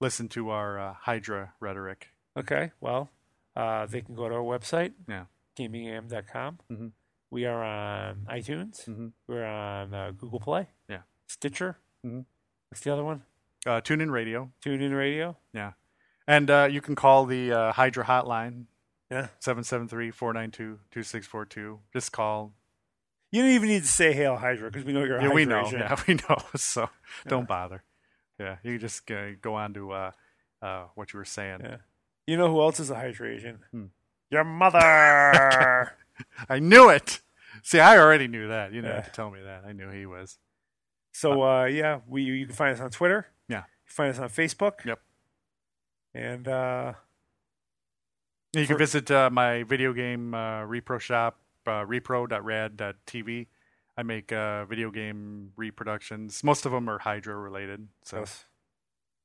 Speaker 1: listen to our uh, Hydra rhetoric?
Speaker 2: Okay. Well, uh, they can go to our website,
Speaker 1: Yeah.
Speaker 2: gamingam.com.
Speaker 1: Mhm.
Speaker 2: We are on iTunes.
Speaker 1: Mhm.
Speaker 2: We're on uh, Google Play.
Speaker 1: Yeah.
Speaker 2: Stitcher.
Speaker 1: Mhm.
Speaker 2: What's the other one?
Speaker 1: Uh, tune in radio.
Speaker 2: Tune in radio.
Speaker 1: Yeah. And uh, you can call the uh, Hydra hotline,
Speaker 2: Yeah.
Speaker 1: 773 492 2642. Just call.
Speaker 2: You don't even need to say Hail Hydra because we know you're a
Speaker 1: Yeah, we
Speaker 2: Hydra
Speaker 1: know.
Speaker 2: agent.
Speaker 1: Yeah, we know. (laughs) So don't bother. Yeah. You just uh, go on to uh, uh, what you were saying.
Speaker 2: Yeah. You know who else is a Hydra agent?
Speaker 1: Hmm. (laughs)
Speaker 2: Your mother.
Speaker 1: I knew it. See, I already knew that. You didn't have
Speaker 2: Yeah.
Speaker 1: to tell me that. I knew he was.
Speaker 2: so, uh, yeah, we you can find us on Twitter.
Speaker 1: Yeah.
Speaker 2: You can find us on Facebook.
Speaker 1: Yep.
Speaker 2: And uh,
Speaker 1: You can
Speaker 2: For-
Speaker 1: visit uh, my video game uh, repro shop, uh, repro.rad.tv. I make uh, video game reproductions. Most of them are Hydra related. So,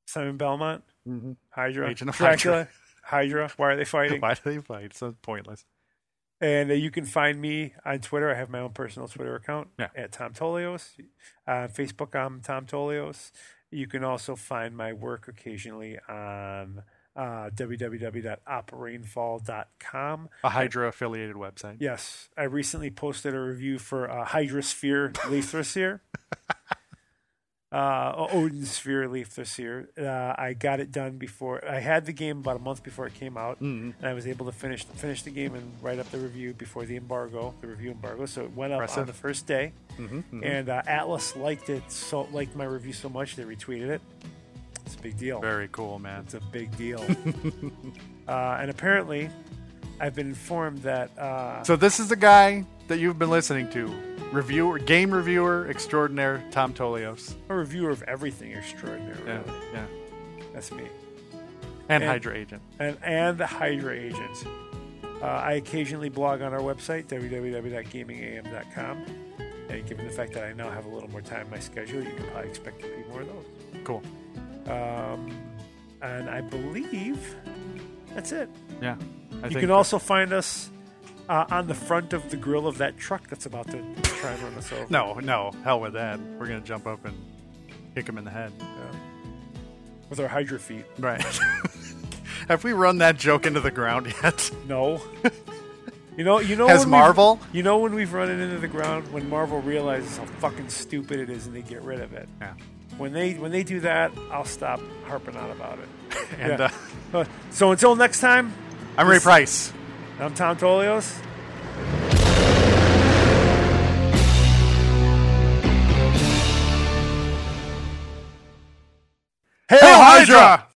Speaker 2: Simon Belmont,
Speaker 1: Mhm.
Speaker 2: Hydra,
Speaker 1: Agent of
Speaker 2: Mm-hmm. Dracula, Hydra. Why are they fighting?
Speaker 1: why do they fight? So pointless.
Speaker 2: And uh, you can find me on Twitter. I have my own personal Twitter account
Speaker 1: Yeah.
Speaker 2: at Tom Tolios. Uh, On Facebook, I'm Tom Tolios. You can also find my work occasionally on uh, www.operainfall.com.
Speaker 1: A Hydra affiliated website.
Speaker 2: Yes, I recently posted a review for uh, Hydrosphere
Speaker 1: (laughs)
Speaker 2: Leithraseer. Uh, O- Odin Sphere Leaf this year. Uh, I got it done before I had the game about a month before it came out,
Speaker 1: Mm-hmm.
Speaker 2: and I was able to finish finish the game and write up the review before the embargo, the review embargo. So it went up
Speaker 1: Impressive.
Speaker 2: on
Speaker 1: Mm-hmm,
Speaker 2: the first day, and uh, Atlas liked it so liked my review so much they retweeted it. It's a big deal.
Speaker 1: Very cool, man.
Speaker 2: It's a big
Speaker 1: (laughs)
Speaker 2: deal. uh, and apparently, I've been informed that uh,
Speaker 1: So this is the guy that you've been listening to, reviewer, game reviewer extraordinaire, Tom Tolios.
Speaker 2: a reviewer of everything extraordinary.
Speaker 1: Yeah,
Speaker 2: Really.
Speaker 1: yeah,
Speaker 2: That's me.
Speaker 1: and
Speaker 2: And-
Speaker 1: Hydra agent.
Speaker 2: and, and the Hydra agent. Uh, I occasionally blog on our website, www.gamingam.com. And given the fact that I now have a little more time in my schedule, you can probably expect to be more of those.
Speaker 1: Cool.
Speaker 2: Um, and I believe that's it.
Speaker 1: Yeah. I
Speaker 2: you
Speaker 1: think
Speaker 2: can also find us uh, on the front of the grill of that truck that's about to try and run us over.
Speaker 1: No, no, hell with that. We're gonna jump up and kick him in the head.
Speaker 2: With our Hydra feet.
Speaker 1: Right. (laughs) Have we run that joke into the ground yet?
Speaker 2: No. (laughs) You know, you know.
Speaker 1: Has
Speaker 2: when we've-
Speaker 1: Marvel?
Speaker 2: You know when we've run it into the ground when Marvel realizes how fucking stupid it is and they get rid of it.
Speaker 1: Yeah.
Speaker 2: When they when they do that, I'll stop harping on about it.
Speaker 1: And
Speaker 2: (laughs) Yeah.
Speaker 1: uh,
Speaker 2: Uh, so until next time,
Speaker 1: I'm Ray
Speaker 2: This-
Speaker 1: Price.
Speaker 2: I'm Tom Tolios.
Speaker 1: Hail Hydra!